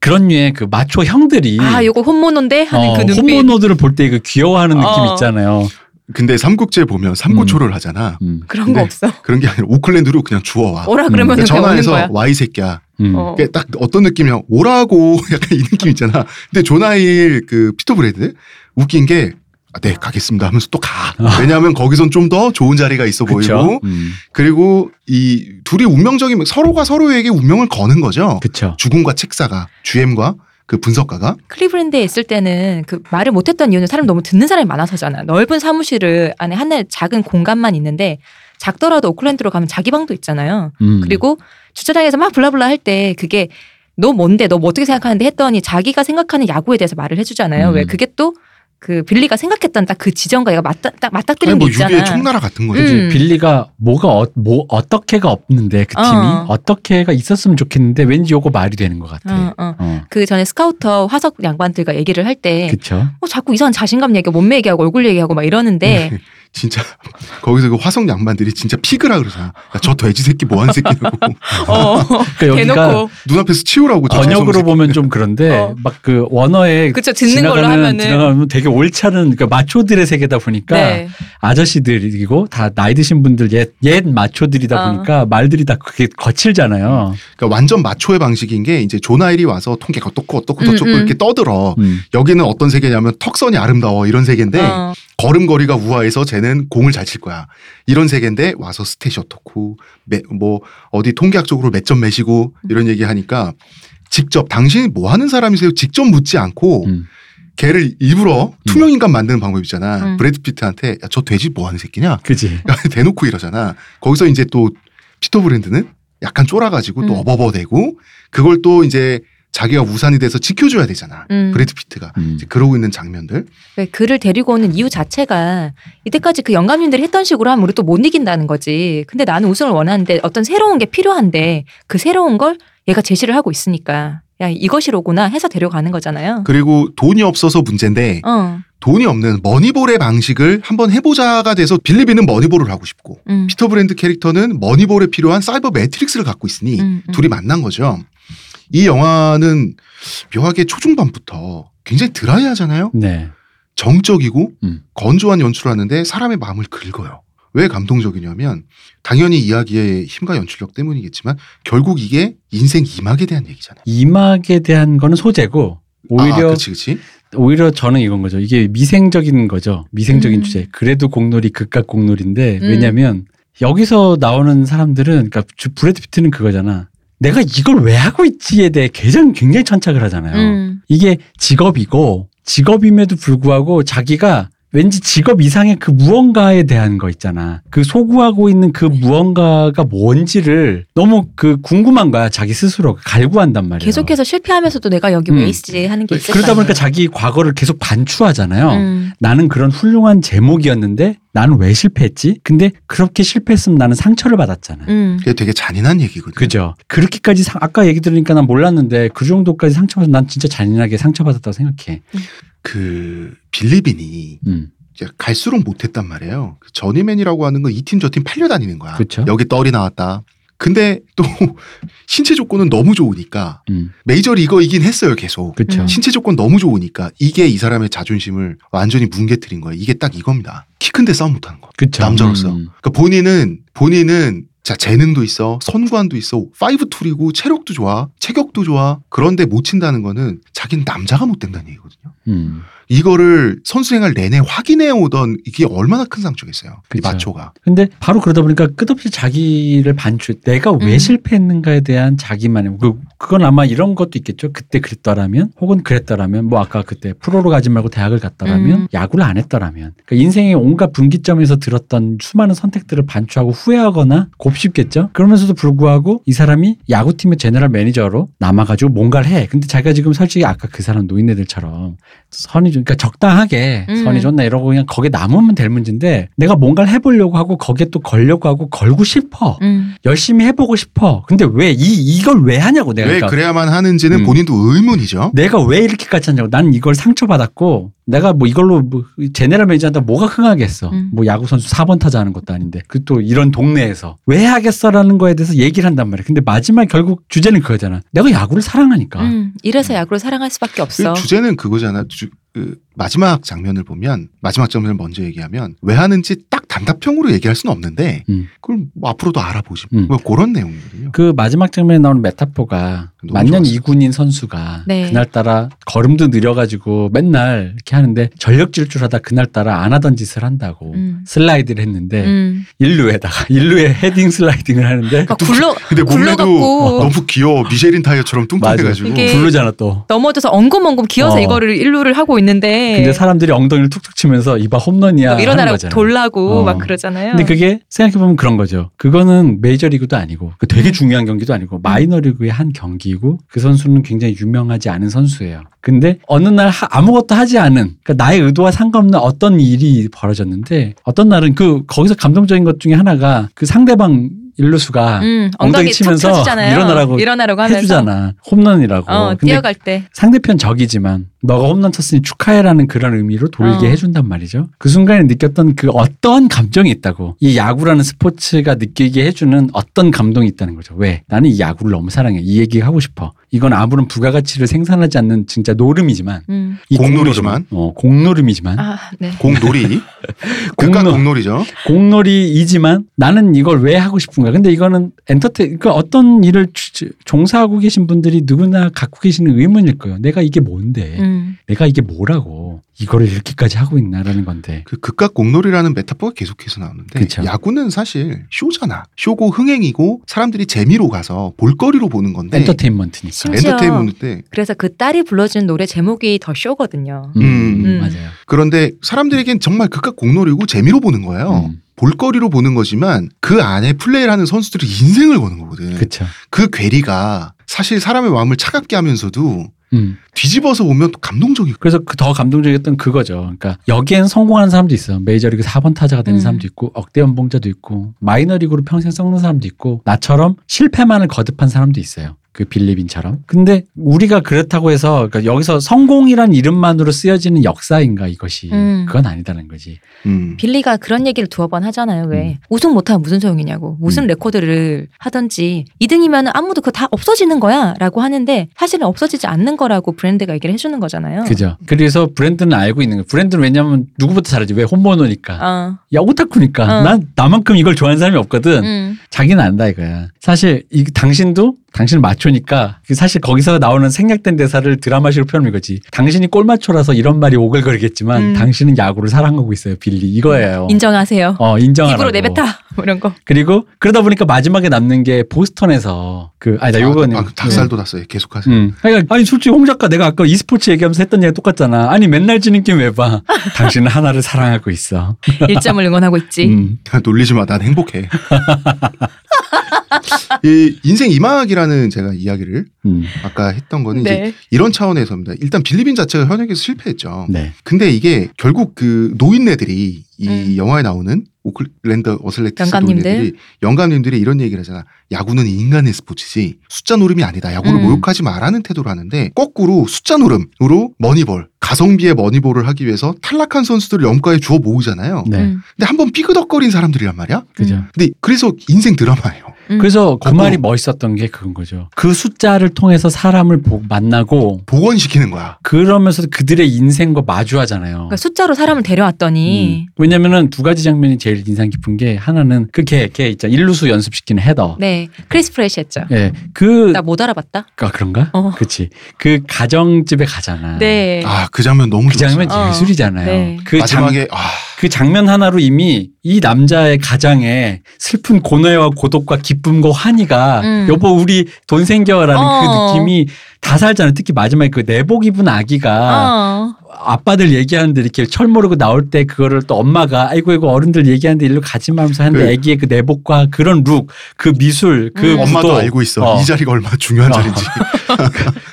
Speaker 2: 그런 류의 그 마초 형들이
Speaker 3: 아, 요거 혼모노인데 하는
Speaker 2: 어,
Speaker 3: 그 눈빛.
Speaker 2: 홈모노들을 볼 때 그 귀여워하는 느낌
Speaker 3: 어.
Speaker 2: 있잖아요.
Speaker 1: 근데 삼국지에 보면 삼고초를 하잖아.
Speaker 2: 음,
Speaker 3: 그런
Speaker 1: 네.
Speaker 3: 거 없어.
Speaker 1: 그런 게 아니라 오클랜드로 그냥 주워와.
Speaker 3: 오라 그러면
Speaker 1: 그러니까
Speaker 3: 은 그냥 오는
Speaker 1: 전화해서
Speaker 3: 거야.
Speaker 1: 와이 새끼야.
Speaker 2: 음.
Speaker 3: 어.
Speaker 1: 그게 딱 어떤 느낌이야? 오라고 [laughs] 약간 이 느낌 있잖아. 근데 조나일 그 피터 브레드 웃긴 게 아, 네, 가겠습니다 하면서 또 가. 왜냐하면 거기선 좀 더 좋은 자리가 있어
Speaker 2: 아. 그쵸? 음,
Speaker 1: 보이고 그리고 이 둘이 운명적인 서로가 서로에게 운명을 거는 거죠.
Speaker 2: 그쵸.
Speaker 1: 죽음과 책사가 GM과 그 분석가가
Speaker 3: 클리브랜드에 있을 때는 그 말을 못했던 이유는 사람 너무 듣는 사람이 많아서잖아. 넓은 사무실을 안에 하나의 작은 공간만 있는데 작더라도 오클랜드로 가면 자기 방도 있잖아요.
Speaker 2: 음.
Speaker 3: 그리고 주차장에서 막 블라블라 할 때 그게 너 뭔데 너 뭐 어떻게 생각하는데 했더니 자기가 생각하는 야구에 대해서 말을 해주잖아요.
Speaker 2: 음.
Speaker 3: 왜 그게 또 그 빌리가 생각했던 딱 그 지점과 얘가 맞다 딱
Speaker 1: 아니
Speaker 3: 맞닥뜨리는
Speaker 1: 뭐
Speaker 3: 게 있잖아.
Speaker 1: 유비의 총나라 같은 거지.
Speaker 3: 음.
Speaker 2: 빌리가 뭐가 어, 뭐 어떻게가 없는데 그 팀이
Speaker 3: 어.
Speaker 2: 어. 떻게가 있었으면 좋겠는데 왠지 요거 말이 되는 것 같아.
Speaker 3: 어, 어.
Speaker 2: 어.
Speaker 3: 그 전에 스카우터 화석 양반들과 얘기를 할 때
Speaker 2: 그쵸.
Speaker 3: 아,
Speaker 2: 네.
Speaker 3: 어, 자꾸 이상한 자신감 얘기, 몸매 얘기하고 얼굴 얘기하고 막 이러는데
Speaker 1: [laughs] 진짜 거기서 그 화성 양반들이 진짜 피그라 그러잖아. 야, 저 돼지 새끼 뭐한 새끼냐고 [laughs]
Speaker 3: 어,
Speaker 2: 그러니까 [laughs] 여기가
Speaker 3: 대놓고
Speaker 1: 눈앞에서 치우라고 저 아, 죄송한
Speaker 2: 번역으로
Speaker 1: 새끼.
Speaker 2: 보면 좀 그런데
Speaker 3: 어.
Speaker 2: 막 그 원어에
Speaker 3: 그쵸 짓는 걸로
Speaker 2: 지나가는
Speaker 3: 하면은
Speaker 2: 지나가면 되게 옳지 않은 그러니까 마초들의 세계다 보니까
Speaker 3: 네.
Speaker 2: 아저씨들이고 다 나이 드신 분들 옛, 옛 마초들이다
Speaker 3: 어.
Speaker 2: 보니까 말들이 다 그게 거칠잖아요.
Speaker 1: 그러니까 완전 마초의 방식인 게 이제 조나일이 와서 통계가 어떻고 어떻고
Speaker 3: 음,
Speaker 1: 저쩌고
Speaker 3: 음.
Speaker 1: 이렇게 떠들어.
Speaker 2: 음.
Speaker 1: 여기는 어떤 세계냐면 턱선이 아름다워 이런
Speaker 2: 네.
Speaker 1: 세계인데
Speaker 3: 어.
Speaker 1: 걸음걸이가 우아해서 쟤는 공을 잘 칠 거야. 이런 세계인데 와서 스탯이 어떻고 매- 뭐 어디 통계학적으로 몇 점 매시고 이런 얘기 하니까 직접 당신이 뭐 하는 사람이세요? 직접 묻지 않고
Speaker 2: 음.
Speaker 1: 걔를 일부러 투명인간 만드는 방법 있잖아.
Speaker 3: 음.
Speaker 1: 브래드 피트한테 야, 저 돼지 뭐 하는 새끼냐?
Speaker 2: 그지.
Speaker 1: 아, 대놓고 이러잖아. 거기서 이제 또 피터 브랜드는 약간 쫄아가지고 또
Speaker 3: 음.
Speaker 1: 어버버대고 그걸 또 이제 자기가 우산이 돼서 지켜줘야 되잖아.
Speaker 3: 음.
Speaker 1: 브래드 피트가
Speaker 2: 음.
Speaker 1: 이제 그러고 있는 장면들.
Speaker 3: 왜 그를 데리고 오는 이유 자체가 이때까지 그 영감님들이 했던 식으로 하면 우리 또 못 이긴다는 거지. 근데 나는 우승을 원하는데 어떤 새로운 게 필요한데 그 새로운 걸 얘가 제시를 하고 있으니까 야 이것이로구나 해서 데려가는 거잖아요.
Speaker 1: 그리고 돈이 없어서
Speaker 2: 그
Speaker 1: 문제인데
Speaker 3: 어,
Speaker 1: 돈이 없는 머니볼의 방식을 한번 해보자가 돼서 빌리비는 머니볼을 하고 싶고
Speaker 3: 음,
Speaker 1: 피터 브랜드 캐릭터는 머니볼에 필요한 사이버 매트릭스를 갖고 있으니
Speaker 3: 음, 음.
Speaker 1: 둘이 만난 거죠. 이 영화는 묘하게 초중반부터 굉장히 드라이하잖아요.
Speaker 2: 네.
Speaker 1: 정적이고
Speaker 2: 음.
Speaker 1: 건조한 연출을 하는데 사람의 마음을 긁어요. 왜 감동적이냐면 당연히 이야기의 힘과 연출력 때문이겠지만 결국 이게 인생 이막에 대한 얘기잖아요.
Speaker 2: 이막에 대한 거는 소재고 오히려
Speaker 1: 아, 그치 그치.
Speaker 2: 오히려 저는 이건 거죠. 이게 미생적인 거죠. 미생적인
Speaker 3: 음.
Speaker 2: 주제. 그래도 공놀이 극과 공놀인데
Speaker 3: 음.
Speaker 2: 왜냐면 여기서 나오는 사람들은 그러니까 주- 브래드 피트는 그거잖아. 내가 이걸 왜 하고 있지에 대해 굉장히 굉장히 천착을 하잖아요.
Speaker 3: 음,
Speaker 2: 이게 직업이고 직업임에도 불구하고 자기가 왠지 직업 이상의 그 무언가에 대한 거 있잖아. 그 소구하고 있는
Speaker 3: 네.
Speaker 2: 그 무언가가 뭔지를 너무 그 궁금한 거야. 자기 스스로 갈구한단 말이야.
Speaker 3: 계속해서 실패하면서도 내가 여기
Speaker 2: 음.
Speaker 3: 왜 있지 하는 게 있을
Speaker 2: 그러다
Speaker 3: 거
Speaker 2: 보니까 어. 자기 과거를 계속 반추하잖아요.
Speaker 3: 아니에요. 음,
Speaker 2: 나는 그런 훌륭한 제목이었는데 나는 왜 실패했지? 근데 그렇게 실패했으면 나는 상처를 받았잖아.
Speaker 3: 음.
Speaker 1: 그게 되게 잔인한 얘기거든요.
Speaker 2: 그죠? 그렇게까지 상- 아까 얘기 들으니까 난 몰랐는데 그 정도까지 상처받아서 난 진짜 잔인하게 상처받았다고 생각해.
Speaker 1: 그 빌리빈이
Speaker 2: 음.
Speaker 1: 이제 갈수록 못했단 말이에요. 그 저니맨이라고 하는 건 이 팀 저 팀 팔려 다니는 거야.
Speaker 2: 그쵸.
Speaker 1: 여기 떨이 나왔다. 근데 또 [laughs] 신체 조건은 너무 좋으니까
Speaker 2: 음.
Speaker 1: 메이저 리거이긴 했어요 계속.
Speaker 2: 그렇죠.
Speaker 3: 음.
Speaker 1: 신체 조건 너무 좋으니까 이게 이 사람의 자존심을 완전히 뭉개뜨린 거예요. 이게 딱 이겁니다. 키 큰데 싸움 못하는 거.
Speaker 2: 그렇죠.
Speaker 1: 남자로서. 그러니까 본인은 본인은 자 재능도 있어, 선관도 있어, 파이브 툴이고 체력도 좋아, 체격도 좋아. 그런데 못 친다는 거는 자기는 남자가 못 된다는 얘기거든요.
Speaker 2: 음.
Speaker 1: 이거를 선수생활 내내 확인해 오던 이게 얼마나 큰 상처겠어요. 이
Speaker 2: 그쵸.
Speaker 1: 마초가.
Speaker 2: 근데 바로 그러다 보니까 끝없이 자기를 반추, 내가 왜
Speaker 3: 음.
Speaker 2: 실패했는가에 대한 자기만의 그 그건 아마 이런 것도 있겠죠. 그때 그랬더라면, 혹은 그랬더라면, 뭐 아까 그때 프로로 가지 말고 대학을 갔더라면,
Speaker 3: 음.
Speaker 2: 야구를 안 했더라면, 그러니까 인생의 온갖 분기점에서 들었던 수많은 선택들을 반추하고 후회하거나 곱씹겠죠. 그러면서도 불구하고 이 사람이 야구팀의 제너럴 매니저로 남아가지고 뭔가를 해. 근데 자기가 지금 솔직히 아까 그 사람 노인네들처럼 선이 좀, 그러니까 적당하게
Speaker 3: 음.
Speaker 2: 선이 좋나 이러고 그냥 거기에 남으면 될 문제인데 내가 뭔가를 해보려고 하고 거기에 또 걸려고 하고 걸고 싶어.
Speaker 3: 음.
Speaker 2: 열심히 해보고 싶어. 근데 왜, 이, 이걸 왜 하냐고
Speaker 1: 왜
Speaker 2: 내가. 그러니까
Speaker 1: 그래야만 하는지는
Speaker 2: 음.
Speaker 1: 본인도 의문이죠.
Speaker 2: 내가 왜 이렇게까지 하냐고. 난 이걸 상처받았고 내가 뭐 이걸로 뭐 제네럴 매니저한테 뭐가 흥하겠어.
Speaker 3: 음.
Speaker 2: 뭐 야구선수 4번 타자 하는 것도 아닌데. 그 또 이런 동네에서 왜 하겠어라는 거에 대해서 얘기를 한단 말이야. 근데 마지막 결국 주제는 그거잖아. 내가 야구를 사랑하니까.
Speaker 3: 음. 이래서 야구를 사랑할 수밖에 없어.
Speaker 1: 그 주제는 그거잖아. 주- 그 마지막 장면을 보면 마지막 장면을 먼저 얘기하면 왜 하는지 딱 단답형으로 얘기할 수는 없는데
Speaker 2: 음.
Speaker 1: 그걸 뭐 앞으로도 알아보지.
Speaker 2: 음.
Speaker 1: 뭐 그런 내용이거든요.
Speaker 2: 그 마지막 장면에 나오는 메타포가
Speaker 1: 너무
Speaker 2: 만년
Speaker 1: 좋았어요.
Speaker 2: 이군인 선수가
Speaker 3: 네.
Speaker 2: 그날따라 걸음도 느려가지고 맨날 이렇게 하는데 전력 질주하다 그날따라 안 하던 짓을 한다고
Speaker 3: 음.
Speaker 2: 슬라이드를 했는데
Speaker 3: 음.
Speaker 2: 일루에다가 [laughs] 일루에 헤딩 슬라이딩을 하는데
Speaker 3: 그러니까 굴러
Speaker 1: 근데 몸매도
Speaker 3: 굴러갖고
Speaker 1: 너무 귀여워. [laughs] 미쉐린 타이어처럼 뚱뚱해가지고.
Speaker 3: 맞아. 이게-
Speaker 2: 부르잖아 또.
Speaker 3: 넘어져서 엉금엉금 기어서
Speaker 2: 어.
Speaker 3: 이거를 일루를 하고 있는데
Speaker 2: 근데 사람들이 엉덩이를 툭툭 치면서 이봐 홈런이야
Speaker 3: 막
Speaker 2: 하는
Speaker 3: 네. 일어나라고
Speaker 2: 거잖아.
Speaker 3: 돌라고
Speaker 2: 어.
Speaker 3: 막 그러잖아요.
Speaker 2: 근데 그게 생각해보면 그런 거죠. 그거는 메이저리그도 아니고 그 되게 중요한 경기도 아니고 마이너리그의 한 경기이고 그 선수는 굉장히 유명하지 않은 선수예요. 근데 어느 날 하- 아무것도 하지 않은 그러니까 나의 의도와 상관없는 어떤 일이 벌어졌는데 어떤 날은 그 거기서 감동적인 것 중에 하나가 그 상대방 일루수가
Speaker 3: 음,
Speaker 2: 아, 엉덩이
Speaker 3: 엉덩이
Speaker 2: 치면서
Speaker 3: 툭 쳐주잖아요.
Speaker 2: 일어나라고
Speaker 3: 일어나라고 하면서
Speaker 2: 해주잖아 홈런이라고.
Speaker 3: 어,
Speaker 2: 근데
Speaker 3: 뛰어갈 때.
Speaker 2: 상대편 적이지만 너가 홈런 쳤으니 축하해라는 그런 의미로 돌게
Speaker 3: 어.
Speaker 2: 해준단 말이죠. 그 순간에 느꼈던 그 어떤 감정이 있다고 이 야구라는 스포츠가 느끼게 해주는 어떤 감동이 있다는 거죠. 왜? 나는 이 야구를 너무 사랑해. 이 얘기 하고 싶어. 이건 아무런 부가가치를 생산하지 않는 진짜 노름이지만
Speaker 3: 음.
Speaker 2: 이
Speaker 1: 공놀이지만.
Speaker 2: 공놀음, 어, 공놀음이지만
Speaker 3: 아, 네.
Speaker 2: [laughs]
Speaker 1: 공놀이. 국가
Speaker 2: 공놀-
Speaker 1: 공놀이죠.
Speaker 2: 공놀이이지만 나는 이걸 왜 하고 싶은가? 근데 이거는 엔터테 그러니까 어떤 일을 취- 종사하고 계신 분들이 누구나 갖고 계시는 의문일 거예요. 내가 이게 뭔데?
Speaker 3: 음.
Speaker 2: 내가 이게 뭐라고 이거를 이렇게까지 하고 있나라는 건데
Speaker 1: 그 극과 공놀이라는 메타포가 계속해서 나오는데
Speaker 2: 그쵸.
Speaker 1: 야구는 사실 쇼잖아. 쇼고 흥행이고 사람들이 재미로 가서 볼거리로 보는
Speaker 2: 네.
Speaker 1: 건데
Speaker 2: 엔터테인먼트니까.
Speaker 3: 심-
Speaker 1: 엔터테인먼트 때
Speaker 3: 그래서 그 딸이 불러주는 노래 제목이 더 쇼거든요.
Speaker 2: 음,
Speaker 1: 음.
Speaker 2: 음,
Speaker 3: 음.
Speaker 2: 맞아요.
Speaker 1: 그런데 사람들에겐 정말 극과 공놀이고 재미로 보는 거예요.
Speaker 2: 음,
Speaker 1: 볼거리로 보는 거지만 그 안에 플레이를 하는 선수들이 인생을 거는 거거든. 그,
Speaker 2: 그쵸.
Speaker 1: 괴리가 사실 사람의 마음을 차갑게 하면서도
Speaker 2: 음.
Speaker 1: 뒤집어서 보면 또 감동적이고
Speaker 2: 그래서 그 더 감동적이었던 그거죠. 그러니까 여기엔 성공하는 사람도 있어. 메이저리그 4번 타자가 되는
Speaker 3: 음.
Speaker 2: 사람도 있고 억대 연봉자도 있고 마이너리그로 평생 썩는 사람도 있고 나처럼 실패만을 거듭한 사람도 있어요. 그 빌리빈처럼. 근데 우리가 그렇다고 해서 그러니까 여기서 성공이란 이름만으로 쓰여지는 역사인가 이것이
Speaker 3: 음.
Speaker 2: 그건 아니다는 거지.
Speaker 1: 음.
Speaker 3: 빌리가 그런 얘기를 두어 번 하잖아요. 왜
Speaker 2: 음.
Speaker 3: 우승 못하면 무슨 소용이냐고 무슨
Speaker 2: 음. 레코드를
Speaker 3: 레코드를 하든지 2등이면 아무도 그거 다 없어지는 거야라고 하는데 사실은 없어지지 않는 거라고 브랜드가 얘기를 해주는 거잖아요.
Speaker 2: 그죠. 그래서 브랜드는 알고 있는 거예요. 브랜드는 왜냐면 누구보다 잘하지. 왜 홈모노니까.
Speaker 3: 어,
Speaker 2: 야 오타쿠니까.
Speaker 3: 어.
Speaker 2: 난 나만큼 이걸 좋아하는 사람이 없거든.
Speaker 3: 음.
Speaker 2: 자기는 안다 이거야. 사실 이 당신도 당신은 마초니까 그 사실 거기서 나오는 생략된 대사를 드라마식으로 표현한 거지. 당신이 꼴마초라서 이런 말이 오글거리겠지만
Speaker 3: 음.
Speaker 2: 당신은 야구를 사랑하고 있어요, 빌리. 이거예요.
Speaker 3: 인정하세요.
Speaker 2: 어, 인정하라고.
Speaker 3: 입으로 내뱉다 뭐
Speaker 2: [laughs]
Speaker 3: 이런 거.
Speaker 2: 그리고 그러다 보니까 마지막에 남는 게 보스턴에서 그 아니 나 요거는
Speaker 1: 아, 아, 닭살도 났어요. 계속하세요.
Speaker 2: 음. 그러니까 아니 솔직히 홍 작가 내가 아까 e스포츠 얘기하면서 했던 얘기 똑같잖아. 아니 맨날 지는 게임 왜 봐? 당신은 하나를 사랑하고 있어.
Speaker 3: 일점을 응원하고 있지.
Speaker 2: 음.
Speaker 1: [laughs] 놀리지 마. 난
Speaker 2: [laughs]
Speaker 1: 행복해. 이 인생 이막이라는 제가 이야기를
Speaker 2: 음.
Speaker 1: 아까 했던 거는 이제
Speaker 3: 네.
Speaker 1: 이런 차원에서입니다. 일단 빌리빈 자체가 현역에서 실패했죠.
Speaker 2: 네.
Speaker 1: 근데 이게 결국 그 노인네들이 이
Speaker 3: 음.
Speaker 1: 영화에 나오는 오클랜드 어슬레티스
Speaker 3: 영감님들?
Speaker 1: 노인네들이 영감님들이 이런 얘기를 하잖아. 야구는 인간의 스포츠지 숫자 노름이 아니다. 야구를
Speaker 3: 음.
Speaker 1: 모욕하지 마라는 태도를 하는데 거꾸로 숫자 노름으로 머니볼 가성비의 머니볼을 하기 위해서 탈락한 선수들을 염가에 주워 모으잖아요.
Speaker 2: 네.
Speaker 3: 음.
Speaker 1: 근데 한번 삐그덕거린 사람들이란 말이야.
Speaker 2: 그죠.
Speaker 1: 근데 그래서 인생 드라마예요.
Speaker 3: 음.
Speaker 2: 그래서 그
Speaker 1: 거꾸로.
Speaker 2: 말이 멋있었던 게 그건 거죠. 그 숫자를 통해서 사람을 보- 만나고
Speaker 1: 복원시키는 거야.
Speaker 2: 그러면서 그들의 인생과 마주하잖아요.
Speaker 3: 그러니까 숫자로 사람을
Speaker 2: 음.
Speaker 3: 데려왔더니
Speaker 2: 왜냐면은 두 가지 장면이 제일 인상 깊은 게 하나는 그 걔, 걔 있잖아. 일루수 연습시키는 헤더.
Speaker 3: 네 크리스 프레시 했죠.
Speaker 2: 예. 그,
Speaker 3: 네. 나 못 알아봤다.
Speaker 2: 아, 그런가?
Speaker 3: 어.
Speaker 2: 그치. 그 가정집에 가잖아.
Speaker 3: 네.
Speaker 1: 아 그 장면 너무
Speaker 2: 그 장면
Speaker 3: 어.
Speaker 2: 예술이잖아요.
Speaker 3: 네.
Speaker 2: 그 장,
Speaker 1: 마지막에 아,
Speaker 2: 그 장면 하나로 이미 이 남자의 가장에 슬픈 고뇌와 고독과 기쁨과 환희가
Speaker 3: 음.
Speaker 2: 여보 우리 돈 생겨라는
Speaker 3: 어.
Speaker 2: 그 느낌이 다 살잖아요. 특히 마지막에 그 내복 입은 아기가
Speaker 3: 어.
Speaker 2: 아빠들 얘기하는데 이렇게 철 모르고 나올 때 그거를 또 엄마가 아이고 이거 어른들 얘기하는데 일로 가지 말면서 하는데
Speaker 1: 그-
Speaker 2: 아기의 그 내복과 그런 룩, 그 미술, 그
Speaker 3: 음.
Speaker 2: 구도,
Speaker 1: 엄마도 알고 있어.
Speaker 2: 어.
Speaker 1: 이 자리가 얼마나 중요한
Speaker 2: 어.
Speaker 1: 자리인지.
Speaker 2: [laughs]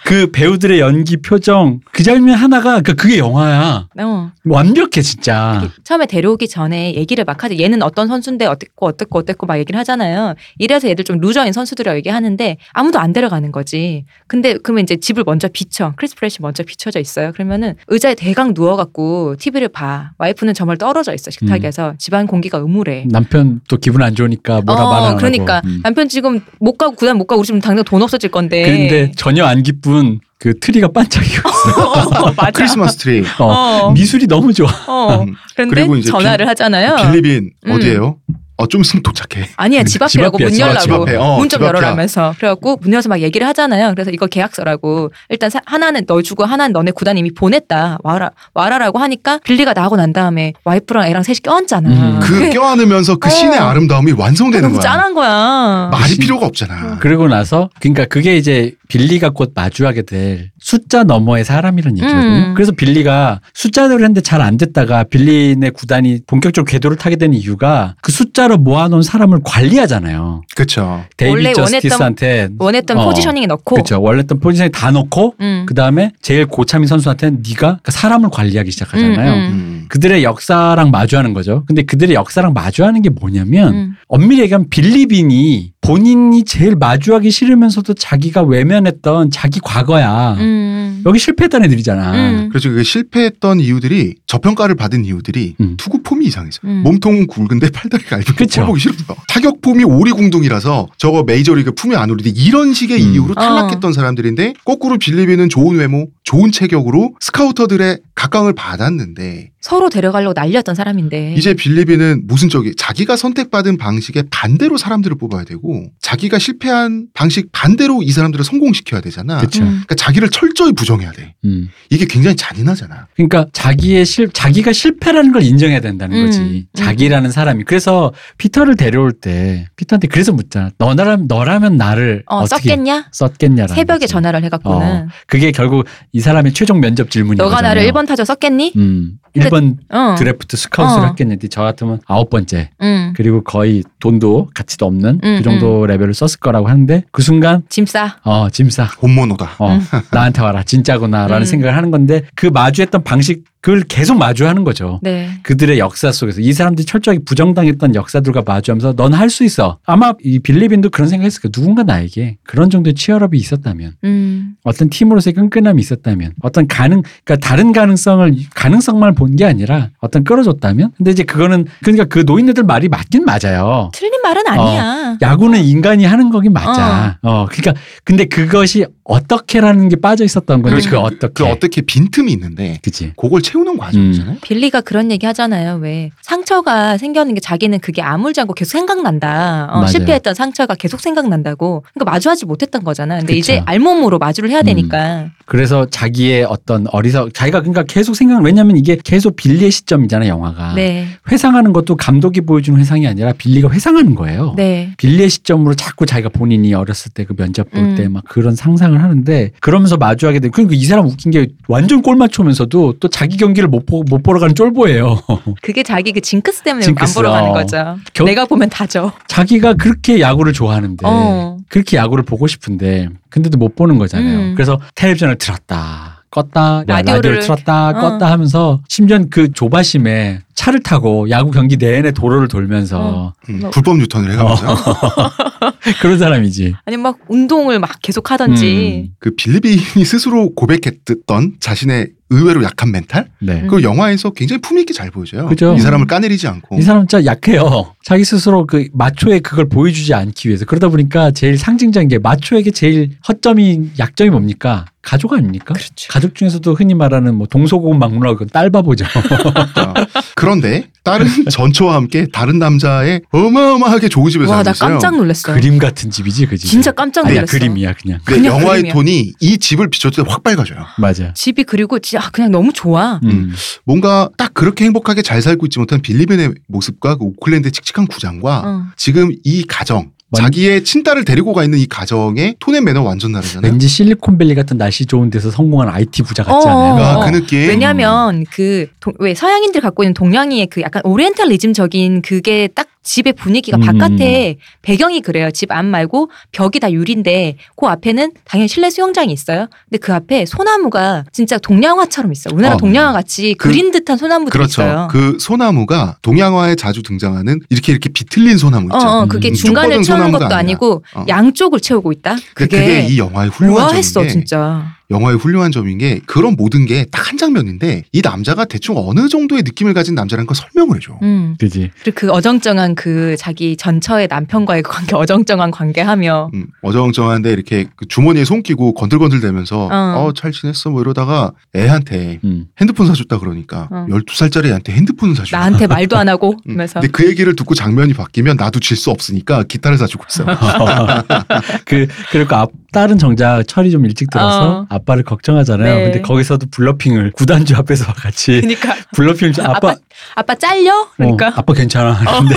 Speaker 2: 그 배우들의 연기 표정 그 장면 하나가 그게 영화야
Speaker 3: 어. 그
Speaker 2: 완벽해 진짜.
Speaker 3: 처음에 데려오기 전에 얘기를 막 하죠. 얘는 어떤 선수인데 어땠고 어땠고 어땠고 막 얘기를 하잖아요. 이래서 얘들 좀 루저인 선수들이라고 얘기하는데 아무도 안 데려가는 거지. 근데 그러면 이제 집을 먼저 비춰. 크리스 프레시 먼저 비춰져 있어요. 그러면은 의자에 대강 누워갖고 TV를 봐. 와이프는 정말 떨어져 있어 식탁에서. 집안 공기가 음울해.
Speaker 2: 남편 또 기분 안 좋으니까 음. 뭐라
Speaker 3: 어,
Speaker 2: 말하고. 음.
Speaker 3: 그러니까 남편 지금 못 가고 구단 못 가고 우리 지금 당장 돈 없어질 건데. [laughs]
Speaker 2: 근데 전혀 안 기쁜 그 트리가 반짝이고 있어.
Speaker 3: 맞아.
Speaker 1: 크리스마스 트리.
Speaker 2: 어.
Speaker 3: 어,
Speaker 2: [laughs] 미술이 너무 좋아.
Speaker 3: 어.
Speaker 1: 음. 그리고
Speaker 3: 그런데
Speaker 1: 이제
Speaker 3: 전화를
Speaker 1: 빌-
Speaker 3: 하잖아요.
Speaker 1: 빌리빈
Speaker 3: 음.
Speaker 1: 어디예요? 어 좀 있으면 도착해.
Speaker 3: 아니야 집 앞이라고
Speaker 2: 앞이야,
Speaker 3: 문
Speaker 2: 집 앞,
Speaker 3: 열라고.
Speaker 2: 집 앞에.
Speaker 1: 어,
Speaker 3: 뭐 문 좀
Speaker 1: 집 앞이야.
Speaker 3: 열어라면서 그래갖고 문 열어서 막 얘기를 하잖아요. 그래서 이거 계약서라고 일단 사- 하나는 너 주고 하나는 너네 구단 이미 보냈다 와라 와라라고 하니까 빌리가 나고 난 다음에 와이프랑 애랑 셋이 껴안잖아.
Speaker 2: 음.
Speaker 1: 그
Speaker 3: 그게
Speaker 1: 껴안으면서 그
Speaker 3: 어.
Speaker 1: 신의 아름다움이 완성되는
Speaker 3: 너무
Speaker 1: 거야.
Speaker 3: 짠한 거야.
Speaker 1: 말이
Speaker 2: 그 신-
Speaker 1: 필요가
Speaker 3: 음.
Speaker 1: 없잖아.
Speaker 2: 그러고 나서 그러니까 그게 이제 빌리가 곧 마주하게 될 숫자 너머의 사람이라는 얘기거든요.
Speaker 3: 음.
Speaker 2: 그래서 빌리가 숫자대로 했는데 잘 안 됐다가 빌리의 구단이 본격적으로 궤도를 타게 된 이유가 그 숫자로 모아놓은 사람을 관리하잖아요.
Speaker 1: 그렇죠.
Speaker 3: 원래
Speaker 2: 데이비
Speaker 3: 원했던-
Speaker 2: 저스티스한테
Speaker 3: 원했던
Speaker 2: 어.
Speaker 3: 포지셔닝에 넣고.
Speaker 2: 그렇죠. 원래던 포지션에 다 넣고
Speaker 3: 음.
Speaker 2: 그 다음에 제일 고참인 선수한테 는 네가 그러니까 사람을 관리하기 시작하잖아요.
Speaker 3: 음,
Speaker 1: 음.
Speaker 2: 그들의 역사랑 마주하는 거죠. 근데 그들의 역사랑 마주하는 게 뭐냐면
Speaker 3: 음.
Speaker 2: 엄밀히 얘기하면 빌리빈이 본인이 제일 마주하기 싫으면서도 자기가 외면했던 자기 과거야.
Speaker 3: 음.
Speaker 2: 여기 실패했던 애들이잖아.
Speaker 3: 음.
Speaker 1: 그래서 그 실패했던 이유들이 저평가를 받은 이유들이
Speaker 2: 음.
Speaker 1: 투구 폼이 이상해서
Speaker 3: 음.
Speaker 1: 몸통은 굵은데 팔다리가 얇은 게
Speaker 2: 그쵸.
Speaker 1: 보기 싫어서 타격 폼이 오리궁둥이라서 저거 메이저리그 품에 안 오르는데 이런 식의
Speaker 2: 음.
Speaker 3: 어.
Speaker 1: 이유로 탈락했던 사람들인데 거꾸로 빌리비는 좋은 외모, 좋은 체격으로 스카우터들의 각광을 받았는데
Speaker 3: 서로 데려가려고 난리였던 사람인데.
Speaker 1: 이제 빌리비는 무슨 저기 자기가 선택받은 방식의 반대로 사람들을 뽑아야 되고 자기가 실패한 방식 반대로 이 사람들을 성공시켜야 되잖아.
Speaker 2: 그쵸.
Speaker 3: 음.
Speaker 1: 그러니까 자기를 철저히 부정해야 돼.
Speaker 2: 음.
Speaker 1: 이게 굉장히 잔인하잖아.
Speaker 2: 그러니까 자기의 실 자기가 실패라는 걸 인정해야 된다는
Speaker 3: 음,
Speaker 2: 거지.
Speaker 3: 음.
Speaker 2: 자기라는 사람이. 그래서 피터를 데려올 때 피터한테 그래서 묻잖아. 너라면 너라면 나를
Speaker 3: 어,
Speaker 2: 어, 떻게
Speaker 3: 썼겠냐?
Speaker 2: 썼겠냐라는.
Speaker 3: 새벽에
Speaker 2: 거지.
Speaker 3: 전화를 해갖고는
Speaker 2: 그게 결국 이 사람의 최종 면접 질문이잖아요.
Speaker 3: 너가 나를 1번 타자 썼겠니?
Speaker 2: 음.
Speaker 3: 근데-
Speaker 2: 1번
Speaker 3: 어.
Speaker 2: 그러니까 드래프트 스카웃을
Speaker 3: 어.
Speaker 2: 했겠는데 저 같으면 아홉 번째
Speaker 3: 응.
Speaker 2: 그리고 거의 돈도 가치도 없는
Speaker 3: 음,
Speaker 2: 그 정도 레벨을 썼을 거라고 하는데 그 순간
Speaker 3: 짐 싸.
Speaker 2: 어 짐싸
Speaker 1: 본모노다.
Speaker 2: 어
Speaker 3: 음.
Speaker 2: 나한테 와라 진짜구나라는
Speaker 3: 음.
Speaker 2: 생각을 하는 건데 그 마주했던 방식을 계속 마주하는 거죠.
Speaker 3: 네.
Speaker 2: 그들의 역사 속에서 이 사람들이 철저하게 부정당했던 역사들과 마주하면서 넌 할 수 있어. 아마 이 빌리빈도 그런 생각했을 거야. 누군가 나에게 그런 정도의 치열업이 있었다면
Speaker 3: 음.
Speaker 2: 어떤 팀으로서의 끈끈함이 있었다면 어떤 가능 그러니까 다른 가능성을 가능성만 본 게 아니라 어떤 끌어줬다면 근데 이제 그거는 그러니까 그 노인네들 말이 맞긴 맞아요.
Speaker 3: 틀린 말은 아니야.
Speaker 2: 야구는 인간이 하는 거긴 맞아. 어, 그러니까 근데 그것이 어떻게라는 게 빠져 있었던 건데
Speaker 3: 그렇지.
Speaker 2: 그 어떻게?
Speaker 1: 그 어떻게 빈틈이 있는데
Speaker 2: 그치.
Speaker 1: 그걸 채우는 과정이잖아요.
Speaker 3: 빌리가 그런 얘기 하잖아요. 왜 상처가 생겨는 게 자기는 그게 아물지 않고 계속 생각난다. 어,
Speaker 2: 맞아요.
Speaker 3: 실패했던 상처가 계속 생각난다고. 그러니까 마주하지 못했던 거잖아. 근데
Speaker 2: 그쵸.
Speaker 3: 이제 알몸으로 마주를 해야
Speaker 2: 음.
Speaker 3: 되니까.
Speaker 2: 그래서 자기의 어떤 어리석 자기가 그러니까 계속 생각 왜냐면 이게 계속 빌리의 시점이잖아 영화가
Speaker 3: 네,
Speaker 2: 회상하는 것도 감독이 보여주는 회상이 아니라 빌리가 회상하는 거예요.
Speaker 3: 네.
Speaker 2: 빌리의 시점으로 자꾸 자기가 본인이 어렸을 때 그 면접 볼
Speaker 3: 음.
Speaker 2: 때 막 그런 상상을 하는데 그러면서 마주하게 되고 그러니까 이 사람 웃긴 게 완전 꼴 맞추면서도 또 자기 경기를 못, 보, 못 보러 가는 쫄보예요. [laughs]
Speaker 3: 그게 자기 그 징크스 때문에
Speaker 2: 어. 징크스,
Speaker 3: 안 보러 가는
Speaker 2: 어.
Speaker 3: 거죠.
Speaker 2: 겨- 네.
Speaker 3: 내가 보면 다죠.
Speaker 2: 자기가 그렇게 야구를 좋아하는데
Speaker 3: 어.
Speaker 2: 그렇게 야구를 보고 싶은데 근데도 못 보는 거잖아요.
Speaker 3: 음.
Speaker 2: 그래서 텔레비전을 틀었다. 껐다 라디오를,
Speaker 3: 라디오를 어.
Speaker 2: 틀었다
Speaker 3: 이렇게,
Speaker 2: 껐다 하면서 심지어 그 조바심에 차를 타고 야구 경기 내내 도로를 돌면서
Speaker 1: 음,
Speaker 3: 뭐-
Speaker 1: 불법 유턴을 해가면서
Speaker 2: [laughs] 그런 사람이지. 음.
Speaker 3: 아니면 막 운동을 막 계속 하던지.
Speaker 1: 그 빌리빈이 스스로 고백했던 자신의 의외로 약한 멘탈
Speaker 2: 음, 네.
Speaker 1: 그걸 영화에서 굉장히 품위 있게 잘 보여줘요.
Speaker 2: 그죠.
Speaker 1: 이 사람을 까내리지 않고
Speaker 2: 이 사람 진짜 약해요. 자기 스스로 그 마초에 그걸 보여주지 않기 위해서 그러다 보니까 제일 상징적인 게 마초에게 제일 허점이 약점이 뭡니까? 가족 아닙니까?
Speaker 3: 그렇죠.
Speaker 2: 가족 중에서도 흔히 말하는 뭐 동서고금 막론하고 그건
Speaker 3: [laughs]
Speaker 2: 딸바보죠.
Speaker 3: 그러니까.
Speaker 1: 어. 그런데 다른 [laughs] 전처와 함께 다른 남자의 어마어마하게 좋은 집에서
Speaker 3: 와,
Speaker 1: 살고
Speaker 3: 나
Speaker 1: 있어요.
Speaker 3: 깜짝 놀랐어요.
Speaker 2: 음. 그림 같은 집이지 그 집.
Speaker 3: 진짜 깜짝
Speaker 2: 아니야
Speaker 3: 놀랐어.
Speaker 2: 그림이야 그냥
Speaker 1: 근데
Speaker 3: 그냥
Speaker 1: 영화의
Speaker 3: 그림이야.
Speaker 1: 톤이 이 집을 비춰줄 때 확 밝아져요.
Speaker 2: 맞아.
Speaker 3: 집이 그리고 진짜 아, 그냥 너무 좋아.
Speaker 2: 음.
Speaker 1: 뭔가 딱 그렇게 행복하게 잘 살고 있지 못한 빌리빈의 모습과 그 오클랜드의 칙칙한 구장과
Speaker 3: 어.
Speaker 1: 지금 이 가정
Speaker 2: 완-
Speaker 1: 자기의 친딸을 데리고 가 있는 이 가정의 톤의 매너 완전 다르잖아요.
Speaker 2: 왠지 실리콘밸리 같은 날씨 좋은 데서 성공한 IT 부자 같지
Speaker 3: 어,
Speaker 2: 않아요?
Speaker 3: 어,
Speaker 1: 아,
Speaker 3: 어.
Speaker 1: 그 느낌.
Speaker 3: 왜냐하면 그 왜 서양인들 갖고 있는 동양의 그 약간 오리엔탈리즘적인 그게 딱 집의 분위기가
Speaker 2: 음.
Speaker 3: 바깥에 배경이 그래요. 집 안 말고 벽이 다 유리인데 그 앞에는 당연히 실내 수영장이 있어요. 근데 그 앞에 소나무가 진짜 동양화처럼 있어요. 우리나라
Speaker 1: 어.
Speaker 3: 동양화 같이
Speaker 1: 그-
Speaker 3: 그린 듯한 소나무들
Speaker 1: 그렇죠.
Speaker 3: 있어요.
Speaker 1: 그 소나무가 동양화에 자주 등장하는 이렇게 이렇게 비틀린 소나무
Speaker 3: 어,
Speaker 1: 있죠.
Speaker 3: 어,
Speaker 2: 음.
Speaker 3: 그게
Speaker 2: 쭉
Speaker 3: 중간을
Speaker 1: 뻗은
Speaker 3: 채우는
Speaker 1: 소나무가
Speaker 3: 것도
Speaker 1: 아니라.
Speaker 3: 아니고
Speaker 1: 어.
Speaker 3: 양쪽을 채우고 있다.
Speaker 1: 그게,
Speaker 3: 그게,
Speaker 1: 그게 이 영화의 훌륭한
Speaker 3: 우아했어
Speaker 1: 점인 게
Speaker 3: 진짜.
Speaker 1: 영화의 훌륭한 점인 게 그런 모든 게 딱 한 장면인데 이 남자가 대충 어느 정도의 느낌을 가진 남자라는 걸 설명을 해줘.
Speaker 3: 음.
Speaker 2: 그지.
Speaker 3: 그리고 그 어정쩡한 그 자기 전처의 남편과의 [laughs] 그 관계 어정쩡한 관계하며
Speaker 1: 음, 어정쩡한데 이렇게 그 주머니에 손 끼고 건들건들대면서
Speaker 3: 어.
Speaker 1: 어잘 지냈어 뭐 이러다가 애한테
Speaker 2: 음.
Speaker 1: 핸드폰 사줬다 그러니까
Speaker 3: 어.
Speaker 1: 12살짜리 애한테 핸드폰을 사줘.
Speaker 3: 나한테 말도 안 하고
Speaker 1: 음.
Speaker 3: 그러면서
Speaker 2: 네.
Speaker 1: 근데 그 얘기를 듣고 장면이 바뀌면 나도 질 수 없으니까 기타를 사주고 있어.
Speaker 3: [laughs]
Speaker 2: [laughs] 그 그리고 앞 딸은 정작 철이 좀 일찍 들어서
Speaker 3: 어.
Speaker 2: 아빠를 걱정하잖아요.
Speaker 3: 네.
Speaker 2: 근데 거기서도 블러핑을 구단주 앞에서 같이
Speaker 3: 그러니까
Speaker 2: 블러핑을 좀 아빠
Speaker 3: 아빠 아빠 잘려? 그러니까
Speaker 2: 어, 아빠 괜찮아. 근데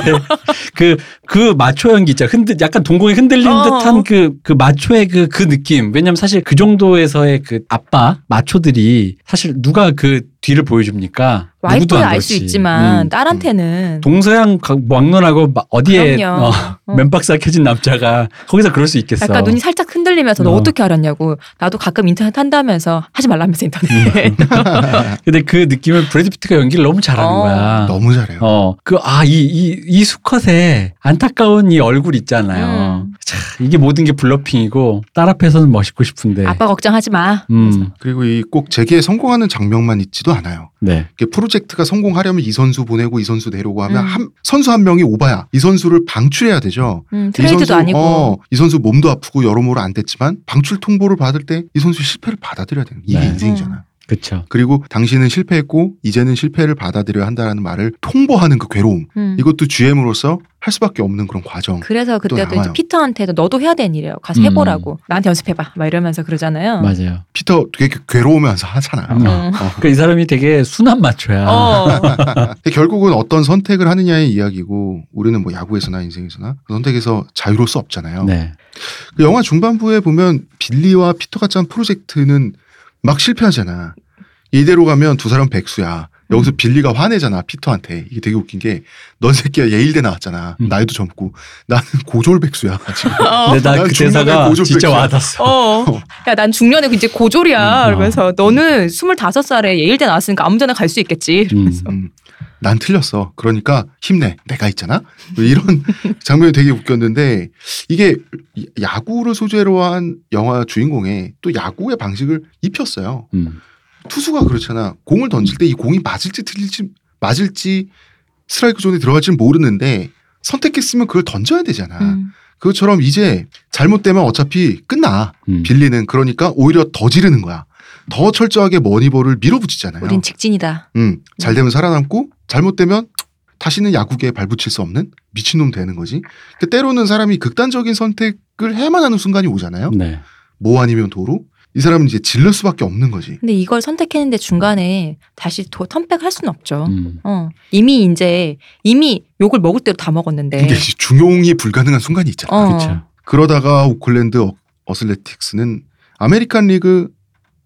Speaker 2: 그, 그 마초 연기 있잖아. 흔들, 약간 동공이 흔들린
Speaker 3: 어.
Speaker 2: 듯한 그, 그 마초의 그, 그 느낌. 왜냐면 사실 그 정도에서의 그 아빠, 마초들이 사실 누가 그 뒤를 보여줍니까? 누구도
Speaker 3: 와이프야
Speaker 2: 안
Speaker 3: 알 수
Speaker 2: 그렇지.
Speaker 3: 있지만
Speaker 2: 음.
Speaker 3: 딸한테는
Speaker 2: 동서양 가- 막론하고 마- 어디에
Speaker 3: 그럼요.
Speaker 2: 어,
Speaker 3: 어.
Speaker 2: 맨박사 켜진 남자가 거기서 그럴 수 있겠어.
Speaker 3: 약간 눈이 살짝 흔들리면서 너
Speaker 2: 어.
Speaker 3: 어떻게 알았냐고 나도 가끔 인터넷 한다면서 하지
Speaker 2: 음,
Speaker 3: 말라면서 인터넷
Speaker 2: 근데 그 느낌을 브래드 피트가 연기를 너무 잘하는
Speaker 3: 어.
Speaker 2: 거야.
Speaker 1: 너무 잘해요.
Speaker 2: 어, 그, 아, 이, 이, 이 수컷의 안타까운 이 얼굴 있잖아요.
Speaker 3: 음.
Speaker 2: 이게 모든 게 블러핑이고 딸 앞에서는 멋있고 싶은데.
Speaker 3: 아빠 걱정하지 마.
Speaker 2: 음.
Speaker 1: 그리고 이 꼭 재기에 성공하는 장면만 있지도 않아요.
Speaker 2: 네.
Speaker 1: 이게 프로젝트가 성공하려면 이 선수 보내고 이 선수 데려오고 하면
Speaker 3: 음.
Speaker 1: 한, 선수 한 명이 오바야. 이 선수를 방출해야 되죠.
Speaker 3: 음,
Speaker 1: 이
Speaker 3: 트레이드도
Speaker 1: 선수,
Speaker 3: 아니고.
Speaker 1: 어, 이 선수 몸도 아프고 여러모로 안 됐지만 방출 통보를 받을 때 이 선수 실패를 받아들여야 되는 이게
Speaker 2: 네.
Speaker 1: 인생이잖아.
Speaker 3: 음.
Speaker 2: 그렇죠.
Speaker 1: 그리고 당신은 실패했고 이제는 실패를 받아들여야 한다라는 말을 통보하는 그 괴로움.
Speaker 3: 음.
Speaker 1: 이것도 GM으로서 할 수밖에 없는 그런 과정.
Speaker 3: 그래서 그때도 이제
Speaker 1: 나와요.
Speaker 3: 피터한테도 너도 해야 되는 일이에요. 가서
Speaker 2: 음.
Speaker 3: 해보라고. 나한테 연습해봐. 막 이러면서 그러잖아요.
Speaker 2: 맞아요.
Speaker 1: 피터 되게 괴로우면서 하잖아요.
Speaker 2: 음.
Speaker 3: 음.
Speaker 2: 그러니까 이 사람이 되게 순한 마초야.
Speaker 3: 어.
Speaker 1: 근데 결국은 어떤 선택을 하느냐의 이야기고 우리는 뭐 야구에서나 인생에서나 그 선택에서 자유로울 수 없잖아요.
Speaker 2: 네.
Speaker 1: 그 영화 중반부에 보면 빌리와 피터가 짠 프로젝트는 막 실패하잖아. 이대로 가면 두 사람 백수야. 여기서 빌리가 화내잖아 피터한테 이게 되게 웃긴 게 넌 새끼야 예일대 나왔잖아
Speaker 2: 음.
Speaker 1: 나이도 젊고 나는 고졸 백수야 지금
Speaker 2: 근데 나
Speaker 1: 난
Speaker 2: 그
Speaker 1: 중간에
Speaker 2: 대사가
Speaker 1: 고조
Speaker 2: 진짜
Speaker 1: 백수야.
Speaker 2: 와닿았어.
Speaker 3: 어. 야, 난 중년에 이제 고졸이야.
Speaker 2: 음.
Speaker 3: 이러면서 너는 25살에 예일대 나왔으니까 아무 데나 갈 수 있겠지. 이러면서.
Speaker 1: 음, 난 틀렸어 그러니까 힘내 내가 있잖아 뭐 이런 [laughs] 장면이 되게 웃겼는데 이게 야구를 소재로 한 영화 주인공에 또 야구의 방식을 입혔어요
Speaker 2: 음.
Speaker 1: 투수가 그렇잖아. 공을 던질 때 이 공이 맞을지 틀릴지 맞을지 스트라이크 존에 들어갈지는 모르는데 선택했으면 그걸 던져야 되잖아.
Speaker 3: 음.
Speaker 1: 그것처럼 이제 잘못되면 어차피 끝나.
Speaker 2: 음.
Speaker 1: 빌리는 그러니까 오히려 더 지르는 거야. 더 철저하게 머니볼을 밀어붙이잖아요.
Speaker 3: 우린 직진이다.
Speaker 1: 음, 잘 되면 살아남고 잘못되면 다시는 야구계에 발붙일 수 없는 미친놈 되는 거지. 그 때로는 사람이 극단적인 선택을 해만 하는 순간이
Speaker 3: 음.
Speaker 1: 오잖아요.
Speaker 2: 네.
Speaker 1: 뭐 아니면 도로. 이 사람은 이제 질릴 수밖에 없는 거지.
Speaker 3: 근데 이걸 선택했는데 중간에 다시 도, 턴백 할 수는 없죠.
Speaker 2: 음.
Speaker 3: 어. 이미 이제 이미 욕을 먹을 대로 다 먹었는데.
Speaker 1: 이게 이제 중용이 불가능한 순간이 있잖아.
Speaker 3: 네. 어.
Speaker 2: 그렇죠.
Speaker 1: 그러다가 오클랜드 어- 어슬레틱스는 아메리칸 리그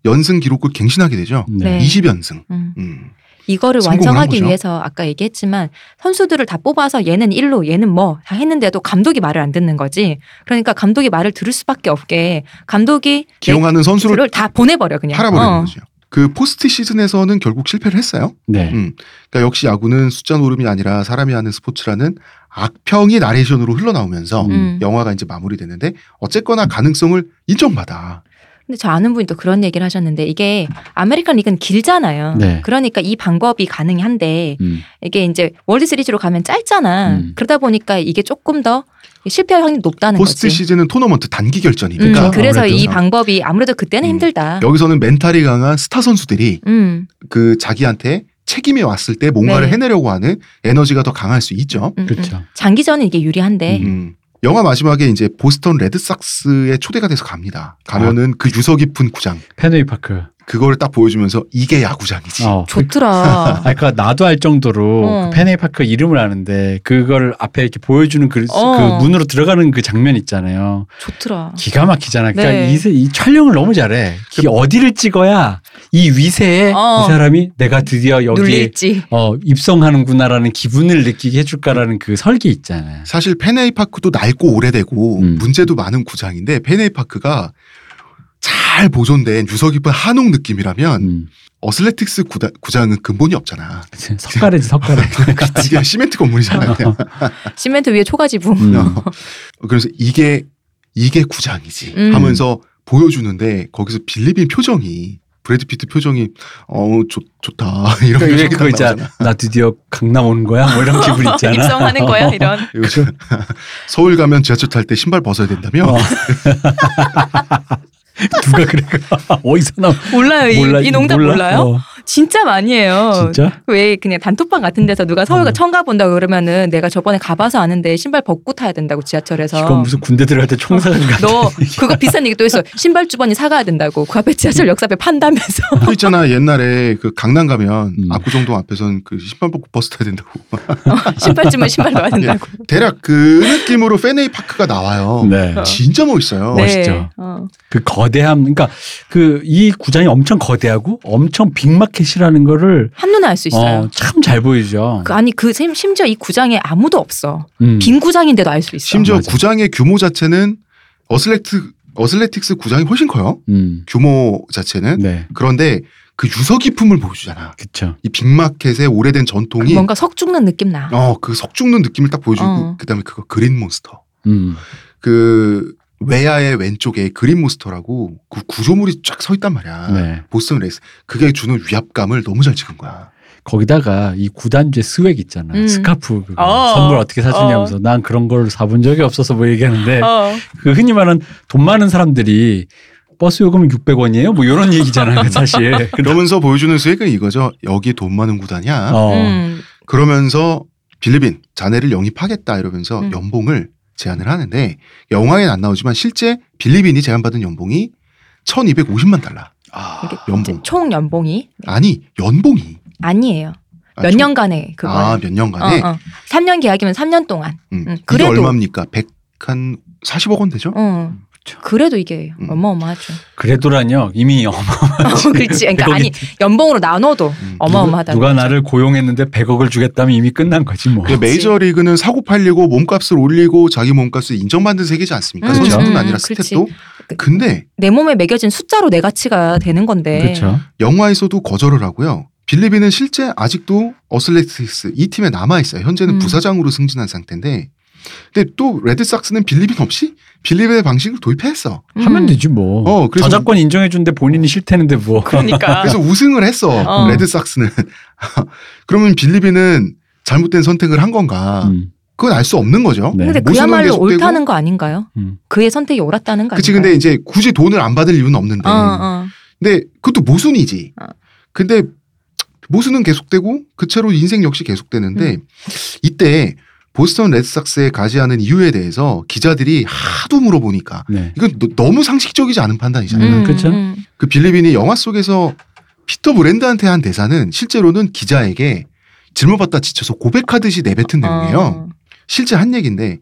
Speaker 1: 연승 기록을 갱신하게 되죠.
Speaker 2: 네.
Speaker 3: 네.
Speaker 1: 20연승.
Speaker 3: 음. 이거를
Speaker 1: 성공을 한
Speaker 3: 완성하기
Speaker 1: 거죠.
Speaker 3: 위해서 아까 얘기했지만 선수들을 다 뽑아서 얘는 일루 얘는 뭐 다 했는데도 감독이 말을 안 듣는 거지. 그러니까 감독이 말을 들을 수밖에 없게 감독이
Speaker 1: 기용하는 선수를
Speaker 3: 를 다 보내버려 그냥.
Speaker 1: 팔아버리는
Speaker 3: 어.
Speaker 1: 거죠. 그 포스트 시즌에서는 결국 실패를 했어요.
Speaker 2: 네.
Speaker 1: 음. 그러니까 역시 야구는 숫자 노름이 아니라 사람이 하는 스포츠라는 악평이 나레이션으로 흘러나오면서
Speaker 2: 음.
Speaker 1: 영화가 이제 마무리되는데 어쨌거나 가능성을 인정받아.
Speaker 3: 근데 저 아는 분이 또 그런 얘기를 하셨는데 이게 아메리칸 리그는 길잖아요.
Speaker 2: 네.
Speaker 3: 그러니까 이 방법이 가능한데
Speaker 2: 음.
Speaker 3: 이게 이제 월드 시리즈로 가면 짧잖아.
Speaker 2: 음.
Speaker 3: 그러다 보니까 이게 조금 더 실패할 확률이 높다는
Speaker 1: 포스트
Speaker 3: 거지.
Speaker 1: 시즌은 토너먼트 단기 결전이니까.
Speaker 3: 음, 그래서 이
Speaker 1: 아무래도.
Speaker 3: 방법이 아무래도 그때는
Speaker 1: 음.
Speaker 3: 힘들다.
Speaker 1: 여기서는 멘탈이 강한 스타 선수들이
Speaker 3: 음,
Speaker 1: 그 자기한테 책임이 왔을 때 뭔가를
Speaker 3: 네.
Speaker 1: 해내려고 하는 에너지가 더 강할 수 있죠.
Speaker 3: 음, 음.
Speaker 2: 그렇죠.
Speaker 3: 장기전은 이게 유리한데.
Speaker 2: 음.
Speaker 1: 음. 영화 마지막에 이제 보스턴 레드삭스에 초대가 돼서 갑니다. 가면은
Speaker 2: 아.
Speaker 1: 그 유서 깊은 구장
Speaker 2: 페네이 파크.
Speaker 1: 그거를 딱 보여주면서 이게 야구장이지.
Speaker 2: 어. [laughs]
Speaker 3: 좋더라.
Speaker 2: 아, 그러니까 나도 알 정도로
Speaker 3: 어.
Speaker 2: 그 페네이 파크 이름을 아는데 그걸 앞에 이렇게 보여주는 그,
Speaker 3: 어.
Speaker 2: 그 눈으로 들어가는 그 장면 있잖아요.
Speaker 3: 좋더라.
Speaker 2: 기가 막히잖아. 그러니까
Speaker 3: 네. 그
Speaker 2: 이, 세- 이 촬영을 너무 잘해. 이 어디를 찍어야 이 위세에
Speaker 3: 어.
Speaker 2: 이 사람이 내가 드디어 여기에
Speaker 3: 눌릴지.
Speaker 2: 어, 입성하는구나라는 기분을 느끼게 해줄까라는 그 설계 있잖아. 요
Speaker 1: 사실 페네이 파크도 낡고 오래되고
Speaker 2: 음.
Speaker 1: 문제도 많은 구장인데 페네이 파크가 잘 보존된 유서 깊은 한옥 느낌이라면
Speaker 2: 음.
Speaker 1: 어슬레틱스 구다- 구장은 근본이 없잖아. [laughs]
Speaker 2: 석가래지 석가래.
Speaker 1: 이게 시멘트
Speaker 2: 어.
Speaker 1: 건물이잖아요.
Speaker 3: 시멘트 위에 초가지 붕.
Speaker 2: 음.
Speaker 1: 그래서 이게 이게 구장이지
Speaker 3: 음.
Speaker 1: 하면서 보여주는데 거기서 빌리빈 표정이 브래드 피트 표정이 어 좋, 좋다 [laughs] 이런
Speaker 2: 그러니까 왜
Speaker 1: 표정이
Speaker 2: 그거
Speaker 1: 딱
Speaker 2: 있잖아.
Speaker 1: 나오잖아.
Speaker 2: 나 드디어 강남 오는 거야? 뭐 이런
Speaker 3: [laughs]
Speaker 2: 기분 있잖아.
Speaker 3: 입성하는 거야 이런.
Speaker 1: 요즘 서울 가면 지하철 탈 때 신발 벗어야 된다며
Speaker 2: 어.
Speaker 1: [laughs]
Speaker 2: 누가 그래? [laughs] 어디서 나
Speaker 3: 몰라요. 아, 이,
Speaker 2: 몰라
Speaker 3: 이 농담
Speaker 2: 몰라?
Speaker 3: 몰라? 요 진짜 많이 해요.
Speaker 2: 어, 진짜?
Speaker 3: 왜 그냥 단톡방 같은 데서 누가 서울가
Speaker 2: 어.
Speaker 3: 처음 가본다 그러면은 내가 저번에 가봐서 아는데 신발 벗고 타야 된다고 지하철에서.
Speaker 2: 이건 무슨 군대 들어갈 때 총사가지고
Speaker 3: 그렇죠. 너 그거 비싼 얘기 또 했어. 신발 주머니 사가야 된다고. 그 앞에 지하철 역사 앞에 판다면서. [laughs]
Speaker 1: 또뭐 있잖아 옛날에 그 강남 가면
Speaker 2: 음.
Speaker 1: 압구정동 앞에선 그 신발 벗고 버스 타야 된다고 [laughs]
Speaker 3: 신발 주머니 신발 넣어야 된다고.
Speaker 1: 대략 그 느낌으로 페네이 파크가 나와요
Speaker 2: 네.
Speaker 1: 진짜 멋있어요
Speaker 2: 네. 멋있죠.
Speaker 3: 어.
Speaker 2: 그 거대함, 그러니까 그 이 구장이 엄청 거대하고 엄청 빅마켓이라는 거를
Speaker 3: 한눈에 알 수 있어요.
Speaker 2: 어, 참 잘 보이죠.
Speaker 3: 그 아니 그 심- 심지어 이 구장에 아무도 없어.
Speaker 2: 음.
Speaker 3: 빈 구장인데도 알 수 있어.
Speaker 1: 심지어
Speaker 2: 맞아.
Speaker 1: 구장의 규모 자체는 어슬레트 어슬레틱스 구장이 훨씬 커요
Speaker 2: 음.
Speaker 1: 규모 자체는
Speaker 2: 네,
Speaker 1: 그런데 그 유서 깊음을 보여주잖아.
Speaker 2: 그렇죠.
Speaker 1: 이 빅마켓의 오래된 전통이
Speaker 3: 뭔가 석 죽는 느낌 나.
Speaker 1: 어 그 석죽는 느낌을 딱 보여주고
Speaker 3: 어.
Speaker 1: 그다음에 그거 그린 몬스터.
Speaker 2: 음.
Speaker 1: 그 외야의 왼쪽에 그린 모스터라고 그 구조물이 쫙 서 있단
Speaker 3: 아.
Speaker 1: 말이야.
Speaker 2: 네.
Speaker 1: 보스턴 레이스 그게 주는 위압감을 너무 잘 찍은 거야.
Speaker 2: 거기다가 이 구단주의 스웩 있잖아.
Speaker 3: 음.
Speaker 2: 스카프 그거.
Speaker 3: 어.
Speaker 2: 선물 어떻게 사주냐면서 난 그런 걸 사본 적이 없어서 뭐 얘기하는데
Speaker 3: 어.
Speaker 2: 그 흔히 말하는 돈 많은 사람들이 버스 요금이 600원이에요? 뭐 이런 얘기잖아요,
Speaker 3: [laughs]
Speaker 2: 사실. 근데
Speaker 1: 그러면서 보여주는 수익은 이거죠. 여기 돈 많은 구단이야.
Speaker 2: 어.
Speaker 3: 음.
Speaker 1: 그러면서 빌리빈 자네를 영입하겠다 이러면서
Speaker 3: 음.
Speaker 1: 연봉을 제안을 하는데 영화에는 안 나오지만 실제 빌리빈이 제안받은 연봉이 1250만 달러.
Speaker 3: 이게
Speaker 1: 연봉.
Speaker 3: 총 연봉이
Speaker 1: 아니 연봉이
Speaker 3: 아니에요.
Speaker 1: 아,
Speaker 3: 몇
Speaker 1: 총-
Speaker 3: 년간의 그거.
Speaker 1: 아, 몇 년간에
Speaker 3: 어, 어. 3년 계약이면 3년 동안.
Speaker 1: 음.
Speaker 3: 음,
Speaker 1: 이게
Speaker 3: 그래도-
Speaker 1: 얼마입니까? 100한 40억 원 되죠?
Speaker 3: 어. 그래도 이게
Speaker 1: 음. 아,
Speaker 3: 어마어마하죠.
Speaker 1: [laughs]
Speaker 2: 그래도라뇨. 이미 어마-
Speaker 3: 어, [laughs] 그렇지. 그러니까
Speaker 2: 백억이-
Speaker 3: 아니 연봉으로 나눠도
Speaker 1: 음.
Speaker 3: 어마어마하다.
Speaker 2: 누가 나를 고용했는데 100억을 주겠다면 이미 끝난 거지 뭐.
Speaker 1: 근데 메이저 리그는 사고 팔리고 몸값을 올리고 자기 몸값을 인정받는 세계지 않습니까?
Speaker 3: 음,
Speaker 1: 선수뿐
Speaker 3: 음,
Speaker 1: 아니라
Speaker 3: 음, 그렇지.
Speaker 1: 스텝도. 근데
Speaker 3: 내 몸에 매겨진 숫자로 내 가치가 되는 건데.
Speaker 2: [laughs] 그렇죠.
Speaker 3: 네.
Speaker 1: 영화에서도 거절을 하고요. 빌리비는 실제 아직도 어슬레틱스 이 팀에 남아 있어요. 현재는
Speaker 3: 음.
Speaker 1: 부사장으로 승진한 상태인데, 근데 또 레드삭스는 빌리빈 없이 빌리빈의 방식을 도입했어.
Speaker 2: 하면
Speaker 3: 음.
Speaker 2: 되지 뭐.
Speaker 1: 어, 그래서-
Speaker 2: 저작권 인정해 주는데 본인이 싫다는데 뭐.
Speaker 3: 그러니까.
Speaker 1: 그래서 우승을 했어
Speaker 3: 어.
Speaker 1: 레드삭스는. [laughs] 그러면 빌리빈은 잘못된 선택을 한 건가?
Speaker 3: 그러니까.
Speaker 2: 음,
Speaker 1: [laughs] 그건 알 수 없는 거죠.
Speaker 2: 네.
Speaker 3: 근데
Speaker 1: 모순은
Speaker 3: 그야말로
Speaker 1: 계속되고-
Speaker 3: 옳다는 거 아닌가요?
Speaker 2: 음.
Speaker 3: 그의 선택이 옳았다는 거
Speaker 1: 그치
Speaker 3: 아닌가요?
Speaker 1: 근데
Speaker 2: 네.
Speaker 1: 네. 이제 굳이 돈을 안 받을 이유는 없는데.
Speaker 3: 어, 어.
Speaker 1: 근데 그것도 모순이지.
Speaker 3: 어.
Speaker 1: 근데 모순은 계속되고 그 채로 인생 역시 계속되는데
Speaker 3: 음.
Speaker 1: 이때 보스턴 레드삭스에 가지 않은 이유에 대해서 기자들이 하도 물어보니까
Speaker 2: 네.
Speaker 1: 이건 너, 무 상식적이지 않은 판단이잖아요.
Speaker 2: 음, 그쵸?
Speaker 1: 그 빌리빈이 영화 속에서 피터 브랜드한테 한 대사는 실제로는 기자에게 질문받다 지쳐서 고백하듯이 내뱉은 내용이에요.
Speaker 3: 어.
Speaker 1: 실제 한 얘기인데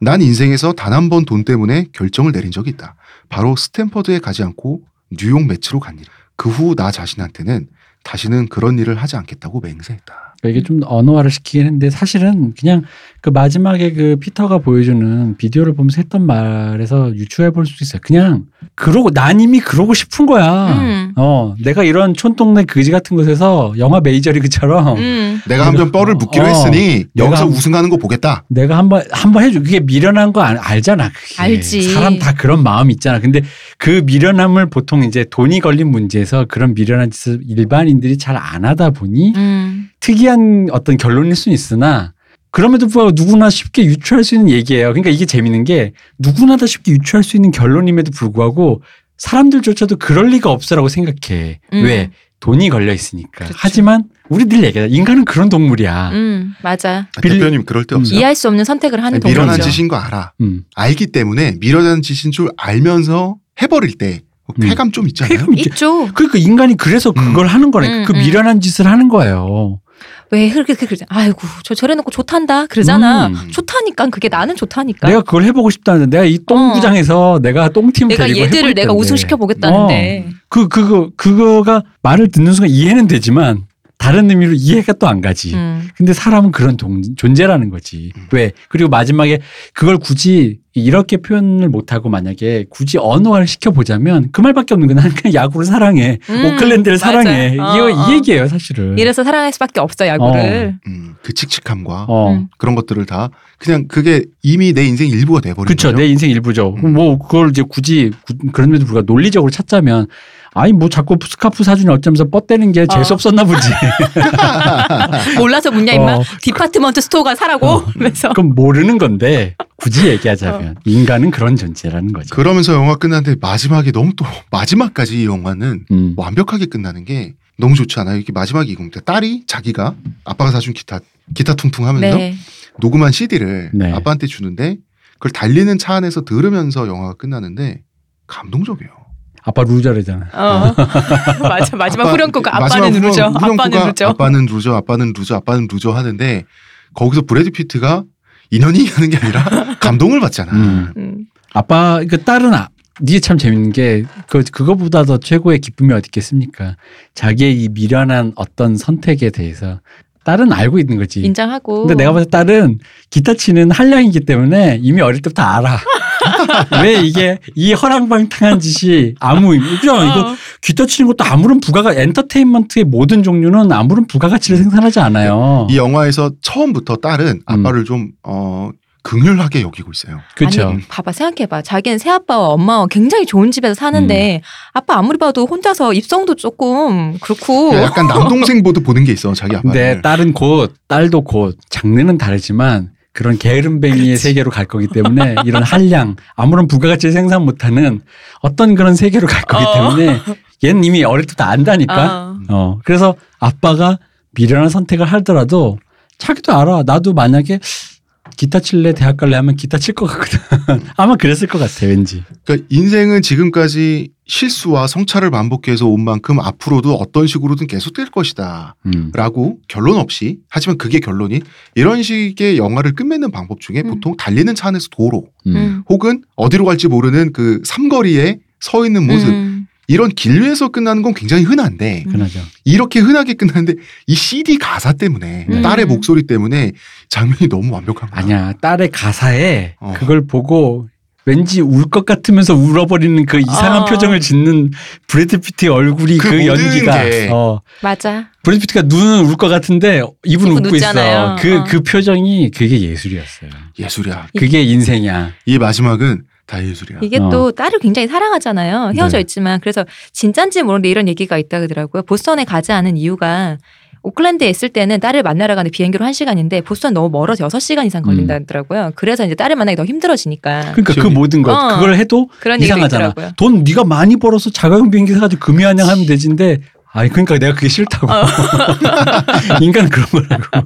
Speaker 1: 난 인생에서 단 한 번 돈 때문에 결정을 내린 적이 있다. 바로 스탠퍼드에 가지 않고 뉴욕 매치로 간 일. 그 후 나 자신한테는 다시는 그런 일을 하지 않겠다고 맹세했다.
Speaker 2: 그러니까 이게 좀 언어화를 시키긴 했는데 사실은 그냥 그 마지막에 그 피터가 보여주는 비디오를 보면서 했던 말에서 유추해 볼 수 있어요. 그냥 그러고 난 이미 그러고 싶은 거야.
Speaker 3: 음.
Speaker 2: 어, 내가 이런 촌동네 그지 같은 곳에서 영화 메이저리그처럼
Speaker 3: 음.
Speaker 1: 내가 한 번 뼈를 묻기로
Speaker 2: 어,
Speaker 1: 했으니
Speaker 2: 내가
Speaker 1: 여기서
Speaker 2: 한-
Speaker 1: 우승하는 거 보겠다.
Speaker 2: 내가 한번 한번 해줘. 그게 미련한 거 알, 알잖아. 그게.
Speaker 3: 알지.
Speaker 2: 사람 다 그런 마음 있잖아. 근데 그 미련함을 보통 이제 돈이 걸린 문제에서 그런 미련한 짓을 일반인들이 잘 안 하다 보니
Speaker 3: 음.
Speaker 2: 특이한 어떤 결론일 수는 있으나 그럼에도 불구하고 누구나 쉽게 유추할 수 있는 얘기예요. 그러니까 이게 재밌는 게 누구나 다 쉽게 유추할 수 있는 결론임에도 불구하고 사람들조차도 그럴 리가 없어라고 생각해.
Speaker 3: 음.
Speaker 2: 왜? 돈이 걸려 있으니까.
Speaker 3: 그렇죠.
Speaker 2: 하지만 우리 늘 얘기하자. 인간은 그런 동물이야.
Speaker 3: 음. 맞아.
Speaker 1: 아,
Speaker 2: 빌리-
Speaker 1: 대표님 그럴 데
Speaker 2: 음.
Speaker 1: 없어요.
Speaker 3: 이해할 수 없는 선택을 하는
Speaker 1: 아니, 미련한
Speaker 3: 동물이죠.
Speaker 1: 짓인 거 알아.
Speaker 2: 음.
Speaker 1: 알기 때문에 미련한 짓인 줄 알면서 해버릴 때그
Speaker 2: 음.
Speaker 1: 쾌감 좀 있잖아요.
Speaker 2: [laughs] 쾌감 있죠.
Speaker 3: 있죠.
Speaker 2: 그러니까 인간이 그래서 그걸 하는 거라니까.
Speaker 3: 음,
Speaker 2: 그
Speaker 3: 음.
Speaker 2: 미련한 짓을 하는 거예요.
Speaker 3: 왜 그렇게 그렇게 그러지? 아이고 저 저래 놓고 좋단다 그러잖아.
Speaker 2: 음.
Speaker 3: 좋다니까 그게 나는 좋다니까. 어.
Speaker 2: 내가 그걸 해보고 싶다는데 내가 이 똥구장에서 내가 똥팀
Speaker 3: 그러니까. 내가
Speaker 2: 데리고
Speaker 3: 얘들을
Speaker 2: 해볼
Speaker 3: 내가
Speaker 2: 텐데.
Speaker 3: 우승시켜 보겠다는데.
Speaker 1: 어.
Speaker 2: 그 그거 그거가 말을 듣는 순간 이해는 되지만 다른 의미로 이해가 또 안 가지.
Speaker 3: 음.
Speaker 2: 근데 사람은 그런 동- 존재라는 거지. 왜? 그리고 마지막에 그걸 굳이 이렇게 표현을 못하고 만약에 굳이 언어화를 시켜보자면 그 말밖에 없는 거야. 나는 그냥 야구를 사랑해.
Speaker 3: 음,
Speaker 2: 오클랜드를
Speaker 3: 맞아요.
Speaker 2: 사랑해. 이거
Speaker 3: 어, 어.
Speaker 2: 이 얘기예요, 사실은.
Speaker 3: 이래서 사랑할 수밖에 없어 야구를.
Speaker 1: 음, 그 칙칙함과
Speaker 2: 어.
Speaker 3: 음.
Speaker 1: 그런 것들을 다 그냥 그게 이미 내 인생 일부가 돼버린
Speaker 2: 그렇죠.
Speaker 1: 거죠.
Speaker 2: 내 인생 일부죠.
Speaker 1: 음.
Speaker 2: 뭐 그걸 이제 굳이 구- 그런데도 불구하고 논리적으로 찾자면 아니 뭐 자꾸 스카프 사주니 어쩌면서 뻗대는 게 재수 없었나
Speaker 3: [laughs]
Speaker 2: 보지.
Speaker 3: 몰라서 묻냐 임마.
Speaker 2: 어.
Speaker 3: 디파트먼트 스토어가 사라고. [laughs] 그래서
Speaker 2: 그럼 모르는 건데 굳이 얘기하자면
Speaker 3: 어.
Speaker 2: 인간은 그런 존재라는 거죠.
Speaker 1: 그러면서 영화 끝났는데 마지막이 너무 또 [laughs] 마지막까지 이 영화는
Speaker 2: 음.
Speaker 1: 완벽하게 끝나는 게 너무 좋지 않아요. 이렇게 마지막에 이겁니 딸이 자기가 아빠가 사준 기타 기타 퉁퉁하면서
Speaker 3: 네.
Speaker 1: 녹음한 CD를
Speaker 2: 네.
Speaker 1: 아빠한테 주는데 그걸 달리는 차 안에서 들으면서 영화가 끝나는데 감동적이에요.
Speaker 2: 아빠 루저래잖아.
Speaker 3: 어. 맞아 마지막
Speaker 1: 아빠-
Speaker 3: 후렴구가
Speaker 1: 마지막
Speaker 3: 아빠는
Speaker 1: 후렴-
Speaker 3: 누르죠.
Speaker 1: 후렴구가
Speaker 3: 아빠는 누르죠.
Speaker 1: 아빠는 루저, 아빠는 루저, 아빠는 루저 하는데 거기서 브래드 피트가 인연이 하는 게 아니라 [laughs] 감동을 받잖아.
Speaker 2: 음.
Speaker 3: 음.
Speaker 2: 아빠 그 딸은 아, 이게 참 재밌는 게그 그거보다 더 최고의 기쁨이 어디 있겠습니까? 자기의 이 미련한 어떤 선택에 대해서 딸은 알고 있는 거지.
Speaker 3: 인정하고.
Speaker 2: 근데 내가 봤을 때 딸은 기타 치는 한량이기 때문에 이미 어릴 때부터 알아. [laughs] 왜 이게 이 허랑방탕한 짓이 아무 의미, 그죠? 이거
Speaker 3: 어.
Speaker 2: 기타 치는 것도 아무런 부가가, 엔터테인먼트의 모든 종류는 예. 아무런 부가가치를 생산하지 않아요.
Speaker 3: 음.
Speaker 1: 이 영화에서 처음부터 딸은 아빠를 좀 어 극렬하게 여기고 있어요.
Speaker 2: 그렇죠.
Speaker 3: 아니, 봐봐 생각해봐. 자기는 새아빠와 엄마와 굉장히 좋은 집에서 사는데 아빠 아무리 봐도 혼자서 입성도 조금 그렇고
Speaker 1: 그러니까 약간 남동생 보듯 보는 게 있어 자기 아빠를.
Speaker 3: 네.
Speaker 2: 근데 네, 딸은 곧 딸도 곧 장르는 다르지만 그런 게으름뱅이의 세계로 갈 거기 때문에 이런 한량 아무런 부가가치를 생산 못하는 어떤 그런 세계로 갈 거기
Speaker 3: 어.
Speaker 2: 때문에 얘는 이미 어릴 때부터 안다니까.
Speaker 3: 아.
Speaker 2: 어 그래서 아빠가 미련한 선택을 하더라도 자기도 알아. 나도 만약에 기타 칠래 대학 갈래 하면 기타 칠 것 같거든. [laughs] 아마 그랬을 것 같아 왠지.
Speaker 1: 그러니까 인생은 지금까지 실수와 성찰을 반복해서 온 만큼 앞으로도 어떤 식으로든 계속될 것이다.
Speaker 2: 음.
Speaker 1: 라고 결론 없이 하지만 그게 결론이 이런 식의 영화를 끝맺는 방법 중에
Speaker 3: 음.
Speaker 1: 보통 달리는 차 안에서 도로
Speaker 3: 음.
Speaker 1: 혹은 어디로 갈지 모르는 그 삼거리에 서 있는 모습
Speaker 3: 음.
Speaker 1: 이런 길 위에서 끝나는 건 굉장히 흔한데
Speaker 2: 그나저.
Speaker 1: 이렇게 흔하게 끝나는데 이 CD 가사 때문에
Speaker 3: 음.
Speaker 1: 딸의 목소리 때문에 장면이 너무 완벽한 거야.
Speaker 2: 아니야 딸의 가사에
Speaker 1: 어.
Speaker 2: 그걸 보고 왠지 울 것 같으면서 울어버리는 그 이상한
Speaker 3: 어.
Speaker 2: 표정을 짓는 브래드 피트의 얼굴이
Speaker 1: 그
Speaker 2: 그,
Speaker 1: 모든
Speaker 2: 연기가
Speaker 1: 게.
Speaker 2: 어,
Speaker 3: 맞아.
Speaker 2: 브래드 피트가 눈은 울 것 같은데 입은
Speaker 3: 입은
Speaker 2: 웃고 있어
Speaker 3: 웃잖아요.
Speaker 2: 그 그
Speaker 3: 어.
Speaker 2: 표정이 그게 예술이었어요
Speaker 1: 예술이야.
Speaker 2: 그게 인생이야
Speaker 1: 이 마지막은 다 예술이야.
Speaker 3: 이게
Speaker 2: 어.
Speaker 3: 또 딸을 굉장히 사랑하잖아요. 헤어져
Speaker 2: 네.
Speaker 3: 있지만 그래서 진짠지 모르는데 이런 얘기가 있다 그러더라고요. 보스턴에 가지 않은 이유가 오클랜드에 있을 때는 딸을 만나러 가는 비행기로 한시간인데 보스턴 너무 멀어서 여섯 시간 이상 걸린다더라고요. 그래서 이제 딸을 만나기 너무 힘들어지니까
Speaker 2: 음. 그러니까 그
Speaker 1: 지금-
Speaker 2: 모든 것
Speaker 3: 어.
Speaker 2: 그걸 해도
Speaker 3: 그런 얘기도
Speaker 2: 이상하잖아
Speaker 3: 있더라고요.
Speaker 2: 돈 네가 많이 벌어서 자가용 비행기 사가지고 금이한양 하면 되지인데 아니 그러니까 내가 그게 싫다고
Speaker 3: 어.
Speaker 2: [laughs] 인간은 그런
Speaker 3: [laughs]
Speaker 2: 거라고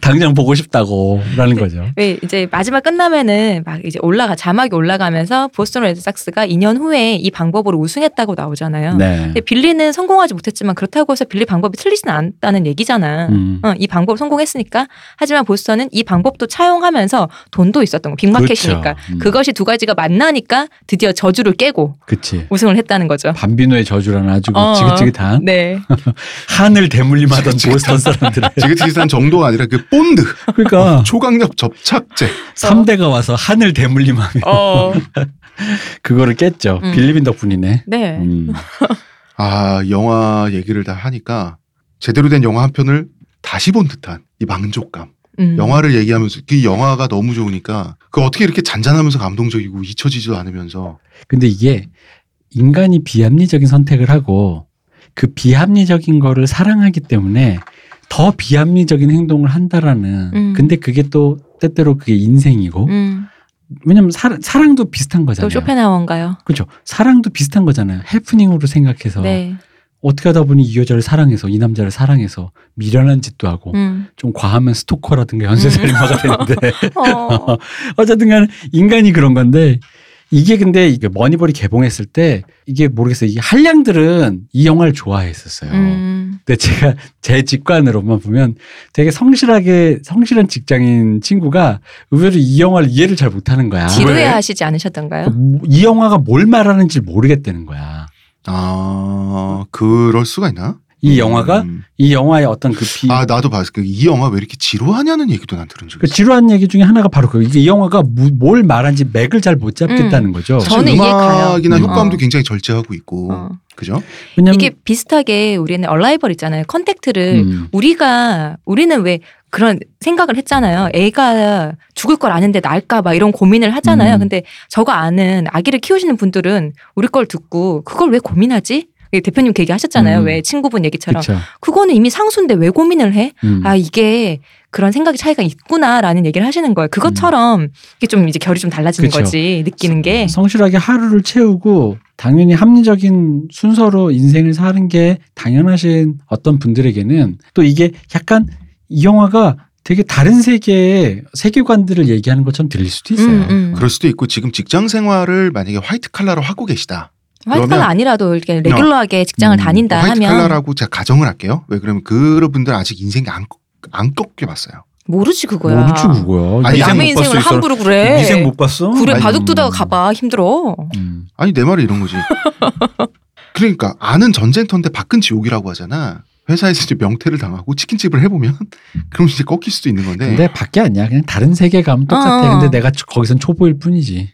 Speaker 2: 당장 보고 싶다고라는 거죠
Speaker 3: 왜 예, 이제 마지막 끝나면은 막 이제 올라가 자막이 올라가면서 보스턴 레드삭스가 2년 후에 이 방법으로 우승했다고 나오잖아요.
Speaker 2: 네.
Speaker 3: 근데 빌리는 성공하지 못했지만 그렇다고 해서 빌리 방법이 틀리진 않다는 얘기잖아.
Speaker 2: 음.
Speaker 3: 어, 이 방법 성공했으니까 하지만 보스턴은 이 방법도 차용하면서 돈도 있었던 거 빅마켓이니까
Speaker 2: 그렇죠. 음.
Speaker 3: 그것이두 가지가 만나니까 드디어 저주를 깨고
Speaker 2: 그치.
Speaker 3: 우승을
Speaker 2: [laughs]
Speaker 3: 했다는 거죠.
Speaker 2: 밤비노의 저주라는 아주 그
Speaker 3: 어.
Speaker 2: 지긋지긋한
Speaker 3: 네.
Speaker 2: 하늘 대물림하던
Speaker 1: 지긋지긋한-
Speaker 2: 보스턴 사람들의 [laughs]
Speaker 1: 지긋지긋한 정도가 아니라 그 본드
Speaker 3: 어.
Speaker 2: 그러니까
Speaker 1: 초강력 접착제
Speaker 2: 삼대가 와서 하늘 대물림하며
Speaker 3: 어.
Speaker 2: 그거를 깼죠.
Speaker 3: 음.
Speaker 2: 빌리빈 덕분이네.
Speaker 3: 네.
Speaker 2: 음.
Speaker 1: 아 영화 얘기를 다 하니까 제대로 된 영화 한 편을 다시 본 듯한 이 만족감
Speaker 3: 음.
Speaker 1: 영화를 얘기하면서 그 영화가 너무 좋으니까 그 어떻게 이렇게 잔잔하면서 감동적이고 잊혀지지도 않으면서
Speaker 2: 근데 이게 인간이 비합리적인 선택을 하고 그 비합리적인 거를 사랑하기 때문에 더 비합리적인 행동을 한다라는
Speaker 3: 음.
Speaker 2: 근데 그게 또 때때로 그게 인생이고
Speaker 3: 음.
Speaker 2: 왜냐면 사, 사랑도 비슷한
Speaker 3: 또
Speaker 2: 거잖아요.
Speaker 3: 쇼펜하우인가요?
Speaker 2: 그렇죠. 사랑도 비슷한 거잖아요. 해프닝으로 생각해서
Speaker 3: 네.
Speaker 2: 어떻게 하다 보니 이 여자를 사랑해서 이 남자를 사랑해서 미련한 짓도 하고
Speaker 3: 음.
Speaker 2: 좀 과하면 스토커라든가 연쇄살인마가 되는데 [laughs]
Speaker 3: 어.
Speaker 2: 어쨌든간 인간이 그런 건데 이게 근데 이게 머니볼이 개봉했을 때 이게 모르겠어요 이게 한량들은 이 영화를 좋아했었어요.
Speaker 3: 음.
Speaker 2: 근데 제가 제 직관으로만 보면 되게 성실하게 성실한 직장인 친구가 의외로 이 영화를 이해를 잘 못하는 거야. 그
Speaker 3: 지루해 하시지 않으셨던가요?
Speaker 2: 이 영화가 뭘 말하는지 모르겠다는 거야.
Speaker 1: 아 그럴 수가 있나?
Speaker 2: 이 영화가
Speaker 1: 음.
Speaker 2: 이 영화의 어떤 그 비,
Speaker 1: 아 나도 봤어 이 영화 왜 이렇게 지루하냐는 얘기도 난 들은 적이
Speaker 2: 그
Speaker 1: 있어.
Speaker 2: 지루한 얘기 중에 하나가 바로 그 이게 이 영화가 무- 뭘 말한지 맥을 잘 못 잡겠다는 거죠.
Speaker 3: 음. 저- 저는 이해 가요.
Speaker 1: 음악이나
Speaker 2: 음.
Speaker 1: 효과음도
Speaker 3: 어.
Speaker 1: 굉장히 절제하고 있고
Speaker 3: 어.
Speaker 1: 그죠?
Speaker 2: 왜냐면
Speaker 3: 이게 비슷하게 우리는 얼라이벌 있잖아요. 컨택트를
Speaker 2: 음,
Speaker 3: 우리가 우리는 왜 그런 생각을 했잖아요. 애가 죽을 걸 아는데 날까 봐 이런 고민을 하잖아요.
Speaker 2: 음.
Speaker 3: 근데 저거 아는 아기를 키우시는 분들은 우리 걸 듣고 그걸 왜 고민하지? 예, 대표님 그 얘기 하셨잖아요.
Speaker 2: 음.
Speaker 3: 왜 친구분 얘기처럼.
Speaker 2: 그쵸.
Speaker 3: 그거는 이미 상수인데 왜 고민을 해?
Speaker 2: 음.
Speaker 3: 아, 이게 그런 생각의 차이가 있구나라는 얘기를 하시는 거예요. 그것처럼 이게 좀 이제 결이 좀 달라지는
Speaker 2: 음. 그쵸.
Speaker 3: 거지. 느끼는 게.
Speaker 2: 성실하게 하루를 채우고 당연히 합리적인 순서로 인생을 사는 게 당연하신 어떤 분들에게는 또 이게 약간 이 영화가 되게 다른 세계의 세계관들을 얘기하는 것처럼 들릴 수도 있어요.
Speaker 3: 음, 음.
Speaker 1: 그럴 수도 있고 지금 직장 생활을 만약에 화이트 칼라로 하고 계시다.
Speaker 3: 화이트
Speaker 1: 그러면-
Speaker 3: 칼라 아니라도 이렇게 레귤러하게 직장을
Speaker 2: 음.
Speaker 3: 다닌다
Speaker 1: 화이트
Speaker 3: 하면
Speaker 1: 칼라라고 제가 가정을 할게요. 왜 그러면 그분들 아직 인생이 안, 안 꺾여봤어요.
Speaker 3: 모르지 그거야.
Speaker 2: 모르지 뭐 그거야.
Speaker 1: 아니,
Speaker 2: 인생
Speaker 3: 남의
Speaker 2: 못 봤어,
Speaker 3: 인생을
Speaker 2: 이 사람.
Speaker 3: 함부로 그래.
Speaker 2: 인생 못 봤어?
Speaker 3: 그래
Speaker 1: 아니,
Speaker 3: 바둑 두다가 가봐 힘들어.
Speaker 2: 음.
Speaker 1: 아니 내 말이 이런 거지. 그러니까 아는 전쟁터인데 밖은 지옥이라고 하잖아. 회사에서 이제 명퇴를 당하고 치킨집을 해보면 [laughs] 그럼 이제 꺾일 수도 있는 건데.
Speaker 2: 근데
Speaker 1: 근데,
Speaker 2: 밖에 아니야. 그냥 다른 세계감 똑같아.
Speaker 3: 어.
Speaker 2: 근데 내가 초- 거기선 초보일 뿐이지.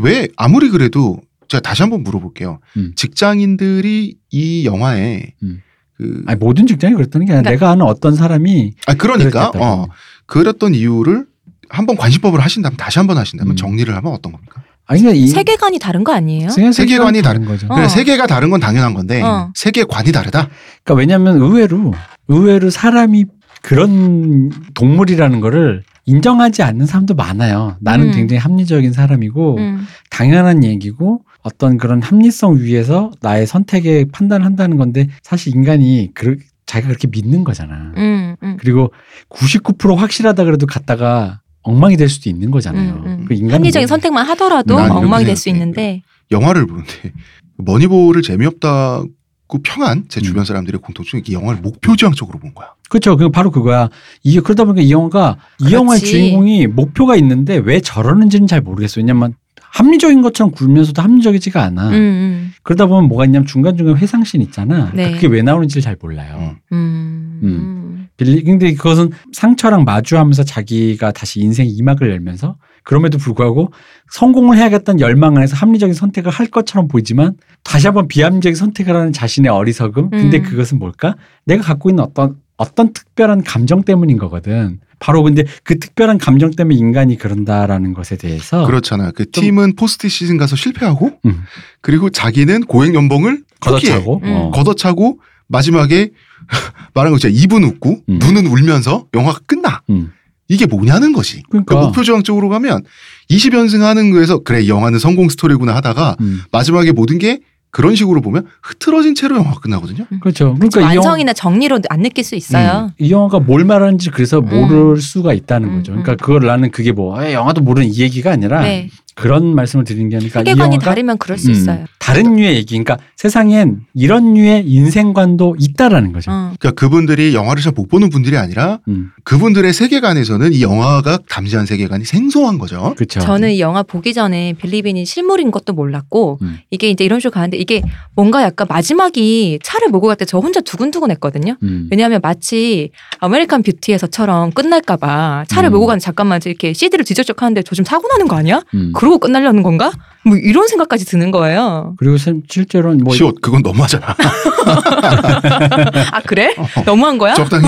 Speaker 1: 왜 아무리 그래도 제가 다시 한번 물어볼게요.
Speaker 2: 음.
Speaker 1: 직장인들이 이 영화에
Speaker 2: 음.
Speaker 1: 그,
Speaker 2: 아니, 모든 직장이 그랬다는 게 아니라
Speaker 3: 그러니까-
Speaker 2: 내가 아는 어떤 사람이
Speaker 1: 아 그러니까
Speaker 2: 그랬겠다고.
Speaker 1: 어, 그랬던 이유를 한번 관심법을 하신다면 다시 한번 하신다면
Speaker 2: 음.
Speaker 1: 정리를 하면 어떤 겁니까?
Speaker 2: 아니 그냥 이
Speaker 3: 세계관이 다른 거 아니에요?
Speaker 2: 세계-
Speaker 1: 세계관이
Speaker 2: 다른 거죠.
Speaker 3: 어.
Speaker 1: 그래, 세계가 다른 건 당연한 건데
Speaker 3: 어.
Speaker 1: 세계관이 다르다.
Speaker 2: 그러니까 왜냐하면 의외로 의외로 사람이 그런 동물이라는 거를 인정하지 않는 사람도 많아요. 나는
Speaker 3: 음.
Speaker 2: 굉장히 합리적인 사람이고
Speaker 3: 음.
Speaker 2: 당연한 얘기고 어떤 그런 합리성 위에서 나의 선택에 판단을 한다는 건데 사실 인간이 그, 자기가 그렇게 믿는 거잖아.
Speaker 3: 음, 음.
Speaker 2: 그리고 99% 확실하다 그래도 갔다가 엉망이 될 수도 있는 거잖아요.
Speaker 3: 음, 음.
Speaker 2: 그 인간은
Speaker 3: 합리적인
Speaker 2: 뭐-
Speaker 3: 선택만 하더라도
Speaker 1: 난 이렇게
Speaker 3: 엉망이 될 수
Speaker 1: 생각해.
Speaker 3: 있는데
Speaker 1: 영화를 보는데 머니볼을 재미없다고 평한
Speaker 2: 음.
Speaker 1: 제 주변 사람들의 공통점이 이 영화를 목표지향적으로 본 거야.
Speaker 2: 그렇죠. 그 바로 그거야. 이게 그러다 보니까 이 영화가 이 영화의
Speaker 3: 그렇지.
Speaker 2: 주인공이 목표가 있는데 왜 저러는지는 잘 모르겠어요. 왜냐면 합리적인 것처럼 굴면서도 합리적이지가 않아.
Speaker 3: 음,
Speaker 2: 그러다 보면 뭐가 있냐면 중간중간 회상신 있잖아.
Speaker 3: 네.
Speaker 2: 그게 왜 나오는지를 잘 몰라요.
Speaker 1: 음.
Speaker 3: 음. 음.
Speaker 2: 음. 빌리 근데 그것은 상처랑 마주하면서 자기가 다시 인생 이막을 열면서 그럼에도 불구하고 성공을 해야겠다는 열망 안에서 합리적인 선택을 할 것처럼 보이지만 다시 한번 비합리적인 선택을 하는 자신의 어리석음 근데
Speaker 3: 음.
Speaker 2: 그것은 뭘까 내가 갖고 있는 어떤 어떤 특별한 감정 때문인 거거든 바로 근데 그 특별한 감정 때문에 인간이 그런다라는 것에 대해서
Speaker 1: 그렇잖아. 그
Speaker 2: 어. 좀-
Speaker 1: 팀은 포스트 시즌 가서 실패하고
Speaker 2: 음.
Speaker 1: 그리고 자기는 고액 연봉을 포기해.
Speaker 2: 걷어차고
Speaker 3: 음.
Speaker 2: 어.
Speaker 1: 걷어차고 마지막에 [laughs] 말한 거 있잖아. 입은 웃고
Speaker 2: 음.
Speaker 1: 눈은 울면서 영화가 끝나.
Speaker 2: 음.
Speaker 1: 이게 뭐냐는 거지.
Speaker 2: 그러니까,
Speaker 1: 그러니까 목표지향 쪽으로 가면 20연승하는 거에서 그래 이 영화는 성공 스토리구나 하다가
Speaker 2: 음.
Speaker 1: 마지막에 모든 게 그런 식으로 보면 흐트러진 채로 영화가 끝나거든요.
Speaker 2: 그렇죠 그러니까 이 영화-
Speaker 3: 완성이나 정리로 안 느낄 수 있어요.
Speaker 2: 음, 이 영화가 뭘 말하는지 그래서
Speaker 3: 음.
Speaker 2: 모를 수가 있다는
Speaker 3: 음,
Speaker 2: 거죠. 그러니까
Speaker 3: 음.
Speaker 2: 그걸 나는 그게 뭐 아, 영화도 모르는 이 얘기가 아니라
Speaker 3: 네.
Speaker 2: 그런 말씀을 드리는 게 아니라 그러니까 이
Speaker 3: 세계관이
Speaker 2: 영화가
Speaker 3: 다르면 그럴 수
Speaker 2: 음,
Speaker 3: 있어요.
Speaker 2: 다른 류의 얘기. 그러니까 세상엔 이런 류의 인생관도 있다라는 거죠.
Speaker 3: 어.
Speaker 1: 그러니까 그분들이 영화를 잘 못 보는 분들이 아니라
Speaker 2: 음,
Speaker 1: 그분들의 세계관에서는 이 영화가 담지한 세계관이 생소한 거죠.
Speaker 2: 그렇죠.
Speaker 3: 저는 이 영화 보기 전에 빌리빈이 실물인 것도 몰랐고
Speaker 2: 음.
Speaker 3: 이게 이제 이런 식으로 가는데 이게 뭔가 약간 마지막이 차를 몰고 갈 때 저 혼자 두근두근했거든요.
Speaker 2: 음,
Speaker 3: 왜냐하면 마치 아메리칸 뷰티에서처럼 끝날까봐 차를
Speaker 2: 음.
Speaker 3: 몰고 가는 잠깐만 이렇게 CD를 뒤적적 하는데 저 지금 사고 나는 거 아니야?
Speaker 2: 음.
Speaker 3: 그러고 끝나려는 건가? 뭐 이런 생각까지 드는 거예요.
Speaker 2: 그리고 선- 실제로는 뭐
Speaker 1: 시옷 그건
Speaker 2: [laughs]
Speaker 1: 너무하잖아.
Speaker 2: 네.
Speaker 3: 아 그래?
Speaker 2: 어.
Speaker 3: 너무한 거야?
Speaker 1: 적당히.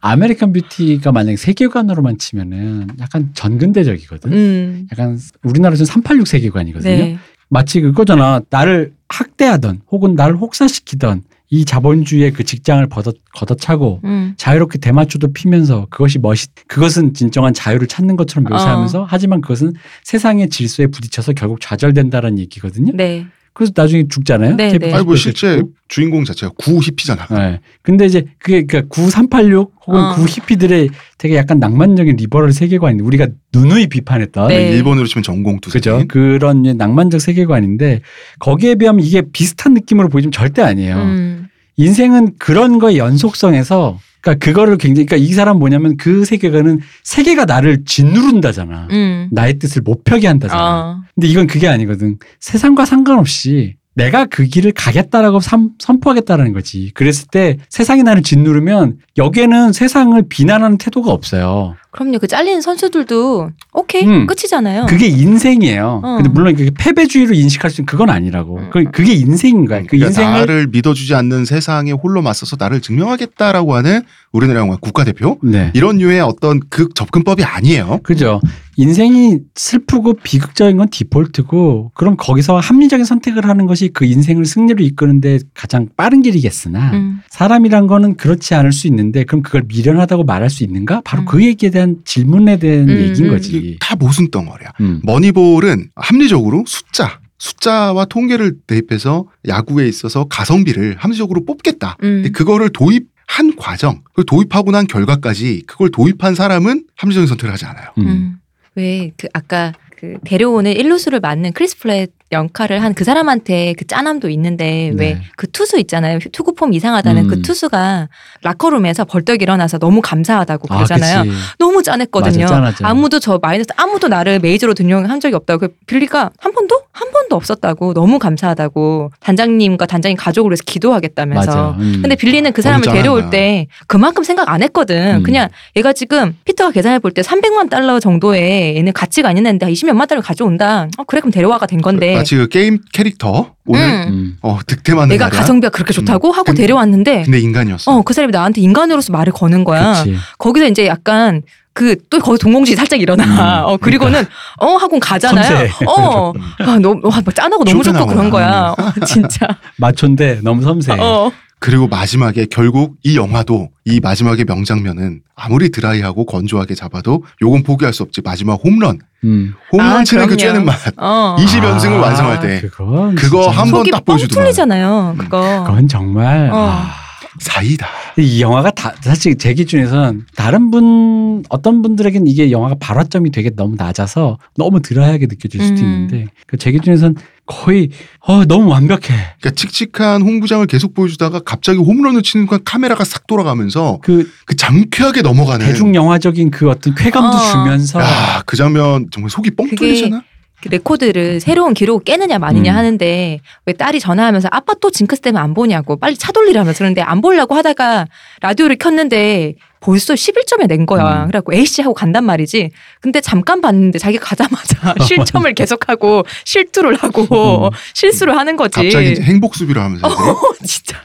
Speaker 2: 아메리칸 뷰티가 만약 세계관으로만 치면은 약간 전근대적이거든.
Speaker 3: 음.
Speaker 2: 약간 우리나라에서는 386 세계관이거든요.
Speaker 3: 네.
Speaker 2: 마치 그거잖아. 나를 학대하던 혹은 나를 혹사시키던 이 자본주의의 그 직장을 걷어, 걷어차고
Speaker 3: 음.
Speaker 2: 자유롭게 대마초도 피면서 그것이 멋있 그것은 진정한 자유를 찾는 것처럼
Speaker 3: 어.
Speaker 2: 묘사하면서 하지만 그것은 세상의 질서에 부딪혀서 결국 좌절된다라는 얘기거든요.
Speaker 3: 네.
Speaker 2: 그래서 나중에 죽잖아요.
Speaker 3: 네,
Speaker 2: 테이프
Speaker 3: 네.
Speaker 1: 아니 뭐
Speaker 2: 스페셜
Speaker 1: 실제
Speaker 2: 죽고.
Speaker 1: 주인공 자체가 구 히피잖아.
Speaker 2: 네. 근데 이제 그게 그러니까 9386 혹은
Speaker 3: 어.
Speaker 2: 9 히피들의 되게 약간 낭만적인 리버럴 세계관인데 우리가 누누이 비판했던
Speaker 3: 네.
Speaker 1: 일본으로 치면 전공투세.
Speaker 2: 그죠? 그런 이제 낭만적 세계관인데 거기에 비하면 이게 비슷한 느낌으로 보이지만 절대 아니에요.
Speaker 3: 음.
Speaker 2: 인생은 그런 거의 연속성에서 그러니까 그거를 굉장히 그러니까 이 사람 뭐냐면 그 세계관은 세계가 나를 짓누른다잖아.
Speaker 3: 음.
Speaker 2: 나의 뜻을 못 펴게 한다잖아.
Speaker 3: 어.
Speaker 2: 근데 이건 그게 아니거든. 세상과 상관없이 내가 그 길을 가겠다라고 삼- 선포하겠다라는 거지. 그랬을 때 세상이 나를 짓누르면 여기에는 세상을 비난하는 태도가 없어요.
Speaker 3: 그럼요. 그 잘리는 선수들도 오케이
Speaker 2: 음.
Speaker 3: 끝이잖아요.
Speaker 2: 그게 인생이에요.
Speaker 3: 어. 음.
Speaker 2: 근데 물론 그게 패배주의로 인식할 수 있는 그건 아니라고. 그- 그게 인생인
Speaker 3: 네,
Speaker 2: 거야. 그
Speaker 1: 그러니까
Speaker 2: 인생을
Speaker 1: 나를 믿어주지 않는 세상에 홀로 맞서서 나를 증명하겠다라고 하는 우리나라 영화 국가대표
Speaker 2: 네.
Speaker 1: 이런 류의 어떤 극 접근법이 아니에요.
Speaker 2: 그죠. 인생이 슬프고 비극적인 건 디폴트고, 그럼 거기서 합리적인 선택을 하는 것이 그 인생을 승리로 이끄는데 가장 빠른 길이겠으나,
Speaker 3: 음.
Speaker 2: 사람이란 거는 그렇지 않을 수 있는데, 그럼 그걸 미련하다고 말할 수 있는가? 바로
Speaker 3: 음.
Speaker 2: 그 얘기에 대한 질문에 대한
Speaker 3: 음,
Speaker 2: 얘기인
Speaker 3: 음.
Speaker 1: 이게
Speaker 2: 거지.
Speaker 1: 다 모순 덩어리야.
Speaker 2: 음.
Speaker 1: 머니볼은 합리적으로 숫자, 숫자와 통계를 대입해서 야구에 있어서 가성비를 합리적으로 뽑겠다.
Speaker 3: 음.
Speaker 1: 근데 그거를 도입한 과정, 그걸 도입하고 난 결과까지 그걸 도입한 사람은 합리적인 선택을 하지 않아요.
Speaker 2: 음.
Speaker 3: 음. 왜 그 아까 그 데려오는 일루수를 맡는 크리스 플랫 역할을 한 그 사람한테 그 짠함도 있는데
Speaker 2: 네.
Speaker 3: 왜 그 투수 있잖아요. 투구 폼 이상하다는
Speaker 2: 음.
Speaker 3: 그 투수가 라커룸에서 벌떡 일어나서 너무 감사하다고 그러잖아요.
Speaker 2: 그치.
Speaker 3: 너무 짠했거든요.
Speaker 2: 맞아, 짠하죠.
Speaker 3: 아무도 저 마이너스 아무도 나를 메이저로 등용한 적이 없다고 그 빌리가 한 번도 한 번도 없었다고 너무 감사하다고 단장님과 단장님 가족을 위해서 기도하겠다면서
Speaker 2: 맞아. 음.
Speaker 3: 근데 빌리는 그 사람을
Speaker 1: 너무
Speaker 3: 데려올
Speaker 1: 짠하다.
Speaker 3: 때 그만큼 생각 안 했거든.
Speaker 2: 음.
Speaker 3: 그냥 얘가 지금 피터가 계산해 볼 때 300만 달러 정도의 얘는 가치가 있는 애인데 20몇만 달러 가져온다. 어, 그래 그럼 데려와가 된 건데.
Speaker 1: 마치 그 게임 캐릭터 오늘
Speaker 3: 응.
Speaker 2: 음.
Speaker 1: 어, 득템하는
Speaker 3: 내가
Speaker 1: 날이야. 음.
Speaker 3: 가성비가 그렇게 좋다고 하고
Speaker 1: 근데-
Speaker 3: 데려왔는데
Speaker 1: 근데 인간이었어.
Speaker 3: 어, 그 사람이 나한테 인간으로서 말을 거는 거야.
Speaker 2: 그치.
Speaker 3: 거기서 이제 약간 그 또 거기서 동공지 살짝 일어나.
Speaker 2: 음,
Speaker 1: 그러니까.
Speaker 3: 어 그리고는 어 하고 가잖아요.
Speaker 2: 섬세.
Speaker 1: [laughs]
Speaker 3: 어.
Speaker 2: 음.
Speaker 3: 아, 너무 와, 막 짠하고 너무 좋고
Speaker 1: 쫓겨나와. 네.
Speaker 3: 그런 거야. 어, 진짜.
Speaker 1: [laughs]
Speaker 2: 마초인데 너무 섬세.
Speaker 3: 어.
Speaker 1: 그리고 마지막에 결국 이 영화도 이 마지막의 명장면은 아무리 드라이하고 건조하게 잡아도 요건 포기할 수 없지 마지막 홈런
Speaker 2: 음.
Speaker 1: 홈런
Speaker 3: 아,
Speaker 1: 치는 그
Speaker 3: 그럼요.
Speaker 1: 쬐는 맛
Speaker 3: 어.
Speaker 1: 20연승을 완성할 때
Speaker 2: 아, 그건
Speaker 1: 그거
Speaker 2: 진짜-
Speaker 1: 한- 한번
Speaker 3: 속이
Speaker 1: 딱 그러니까.
Speaker 3: 뻥
Speaker 1: 보여주더만.
Speaker 3: 뚫리잖아요. 그거.
Speaker 2: 그건 정말
Speaker 3: 어.
Speaker 2: 아,
Speaker 1: 사이다
Speaker 2: 이 영화가 다, 사실 제 기준에선 다른 분 어떤 분들에겐 이게 영화가 발화점이 되게 너무 낮아서 너무 드라이하게 느껴질 수도
Speaker 3: 음.
Speaker 2: 있는데 그제 기준에선 거의 어, 너무 완벽해.
Speaker 1: 그러니까 칙칙한 홍구장을 계속 보여주다가 갑자기 홈런을 치는 순간 카메라가 싹 돌아가면서
Speaker 2: 그
Speaker 1: 그 장쾌하게 넘어가는
Speaker 2: 대중 영화적인 그 어떤 쾌감도
Speaker 3: 어.
Speaker 2: 주면서
Speaker 1: 네. 야, 그 장면 정말 속이 뻥
Speaker 3: 그게-
Speaker 1: 뚫리잖아
Speaker 3: 그 레코드를 새로운 기록 깨느냐 마느냐
Speaker 2: 음.
Speaker 3: 하는데 왜 딸이 전화하면서 아빠 또 징크스 때문에 안 보냐고 빨리 차 돌리라면서 그러는데 안 보려고 하다가 라디오를 켰는데 벌써 11점에 낸 거야.
Speaker 2: 음.
Speaker 3: 그래갖고 에이씨 하고 간단 말이지. 근데 잠깐 봤는데 자기가 가자마자 실점을 계속하고 실투를 하고
Speaker 2: 음.
Speaker 3: 실수를 하는 거지.
Speaker 1: 갑자기 이제 행복 수비를 하면서 이제
Speaker 3: 어, 진짜.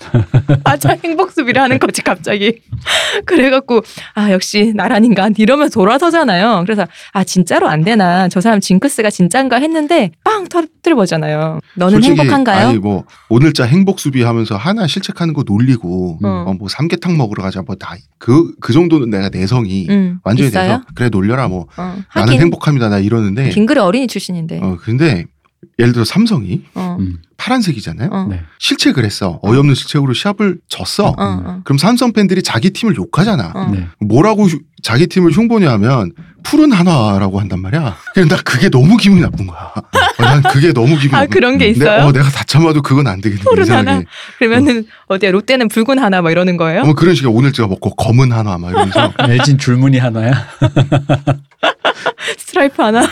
Speaker 3: 맞아. 행복수비를 하는 거지, 갑자기. [laughs] 그래갖고, 아, 역시 나란 인간. 이러면서 돌아서잖아요. 그래서, 아, 진짜로 안 되나. 저 사람 징크스가 진짠가 했는데, 빵! 터뜨려 보잖아요. 너는
Speaker 1: 솔직히
Speaker 3: 행복한가요?
Speaker 1: 아니 뭐 오늘자 행복 수비하면서 하나 실책하는 거 놀리고
Speaker 3: 어.
Speaker 1: 어, 뭐 삼계탕 먹으러 가자 뭐다그그 정도는 내가 내성이
Speaker 3: 응,
Speaker 1: 완전히
Speaker 3: 음. 있어요?
Speaker 1: 돼서 그래 놀려라 뭐
Speaker 3: 어,
Speaker 1: 나는
Speaker 3: 하긴.
Speaker 1: 행복합니다 나 이러는데
Speaker 3: 김그래 어린이 출신인데.
Speaker 1: 어 근데 예를 들어 삼성이
Speaker 3: 어,
Speaker 2: 음.
Speaker 1: 파란색이잖아요
Speaker 3: 어,
Speaker 2: 네.
Speaker 1: 실책을 했어 어이없는 실책으로 시합을 졌어
Speaker 3: 어, 어.
Speaker 1: 그럼 삼성 팬들이 자기 팀을 음. 욕하잖아
Speaker 3: 어.
Speaker 2: 네.
Speaker 1: 뭐라고 휴- 자기 팀을 흉보냐 하면 푸른 한화라고 한단 말이야 근데 나 그게 너무 기분이 나쁜 거야 어, 난 그게 너무 기분이
Speaker 3: 아,
Speaker 1: 나쁜
Speaker 3: 그런 게
Speaker 1: 내,
Speaker 3: 있어요?
Speaker 1: 어, 내가 다 참아도 그건 안 되겠네
Speaker 3: 푸른
Speaker 1: 이상하게.
Speaker 3: 한화? 그러면은, 어디야, 롯데는 붉은 하나, 막 이러는 거예요?
Speaker 1: 어, 그런 식의 오늘 제가 먹고 검은 한화 막 이러면서
Speaker 2: 엘진 줄무늬 하나야. [laughs]
Speaker 3: 스트라이프 하나?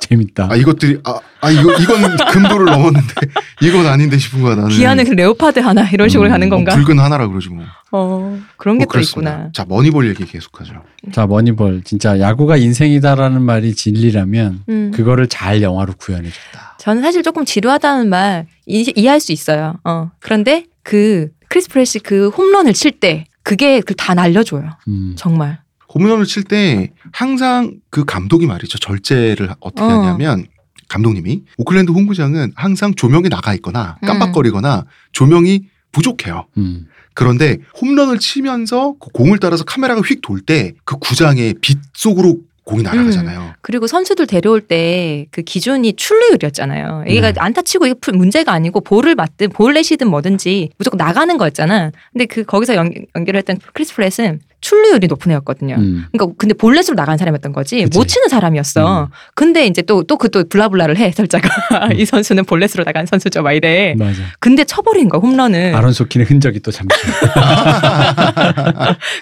Speaker 2: 재밌다.
Speaker 1: 아 이것들이 아, 아 이거 이건 금도를 넘었는데 [laughs] 이건 아닌데 싶은 거야 나는
Speaker 3: 기아는 그 레오파드 하나? 이런 식으로
Speaker 2: 음,
Speaker 3: 가는
Speaker 1: 뭐
Speaker 3: 건가?
Speaker 1: 붉은 하나라 그러지 뭐
Speaker 3: 어, 그런 게
Speaker 1: 뭐
Speaker 3: 또
Speaker 1: 그렇습니다.
Speaker 3: 있구나.
Speaker 1: 자 머니볼 얘기 계속하죠.
Speaker 2: 자 머니볼 진짜 야구가 인생이다라는 말이 진리라면
Speaker 3: 음.
Speaker 2: 그거를 잘 영화로 구현해줬다.
Speaker 3: 저는 사실 조금 지루하다는 말 이, 해할수 있어요. 어. 그런데 그 크리스 프레시 그 홈런을 칠 때 그게 그 다 날려줘요.
Speaker 2: 음.
Speaker 3: 정말.
Speaker 1: 홈런을 칠 때 항상 그 감독이 말이죠 절제를 어떻게
Speaker 3: 어.
Speaker 1: 하냐면 감독님이 오클랜드 홈구장은 항상 조명이 나가 있거나
Speaker 3: 음.
Speaker 1: 깜빡거리거나 조명이 부족해요.
Speaker 2: 음.
Speaker 1: 그런데 홈런을 치면서 그 공을 따라서 카메라가 휙 돌 때 그 구장의 빛 속으로 공이 날아가잖아요.
Speaker 3: 그리고 선수들 데려올 때 그 기준이 출루율이었잖아요. 이게
Speaker 2: 네.
Speaker 3: 안타 치고 이게 풀- 문제가 아니고 볼을 맞든 볼넷이든 뭐든지 무조건 나가는 거였잖아. 근데 그 거기서 연, 결을 했던 크리스 프레스는 출루율이 높은 애였거든요.
Speaker 2: 음.
Speaker 3: 그러니까 근데 볼넷으로 나간 사람이었던 거지
Speaker 2: 그치.
Speaker 3: 못 치는 사람이었어.
Speaker 2: 음.
Speaker 3: 근데 이제 또 또 그 또 블라블라를 해 [laughs] 설자가
Speaker 2: 음.
Speaker 3: 이 선수는 볼넷으로 나간 선수죠 막 이래.
Speaker 2: 맞아.
Speaker 3: 근데 쳐버린 거야 홈런을
Speaker 2: 아론 소킨의 흔적이 또 잠시.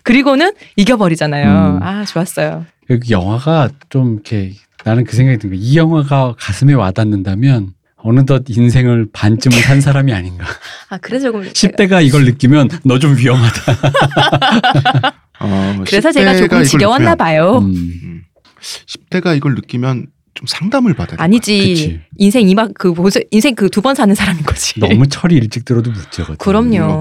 Speaker 3: 그리고는 이겨버리잖아요
Speaker 2: 음.
Speaker 3: 아 좋았어요
Speaker 2: 여기 영화가 좀 이렇게 나는 그 생각이 든 거. 이 영화가 가슴에 와닿는다면 어느덧 인생을 반쯤은 산 사람이 아닌가. [laughs]
Speaker 3: 아 그래서 조금
Speaker 2: 10대가 이걸 느끼면 너 좀 위험하다.
Speaker 1: 어,
Speaker 3: 그래서 제가
Speaker 1: 10대가
Speaker 3: 조금
Speaker 1: 이걸
Speaker 3: 지겨웠나
Speaker 1: 느끼면-
Speaker 3: 봐요
Speaker 2: 음.
Speaker 1: 10대가 이걸 느끼면 좀 상담을 받아야 될
Speaker 3: 아니지
Speaker 2: 그치.
Speaker 3: 인생 이막 그 보세- 인생 그 두 번 사는 사람인 거지
Speaker 2: 너무 철이 일찍 들어도 문제거든.
Speaker 3: 그럼요.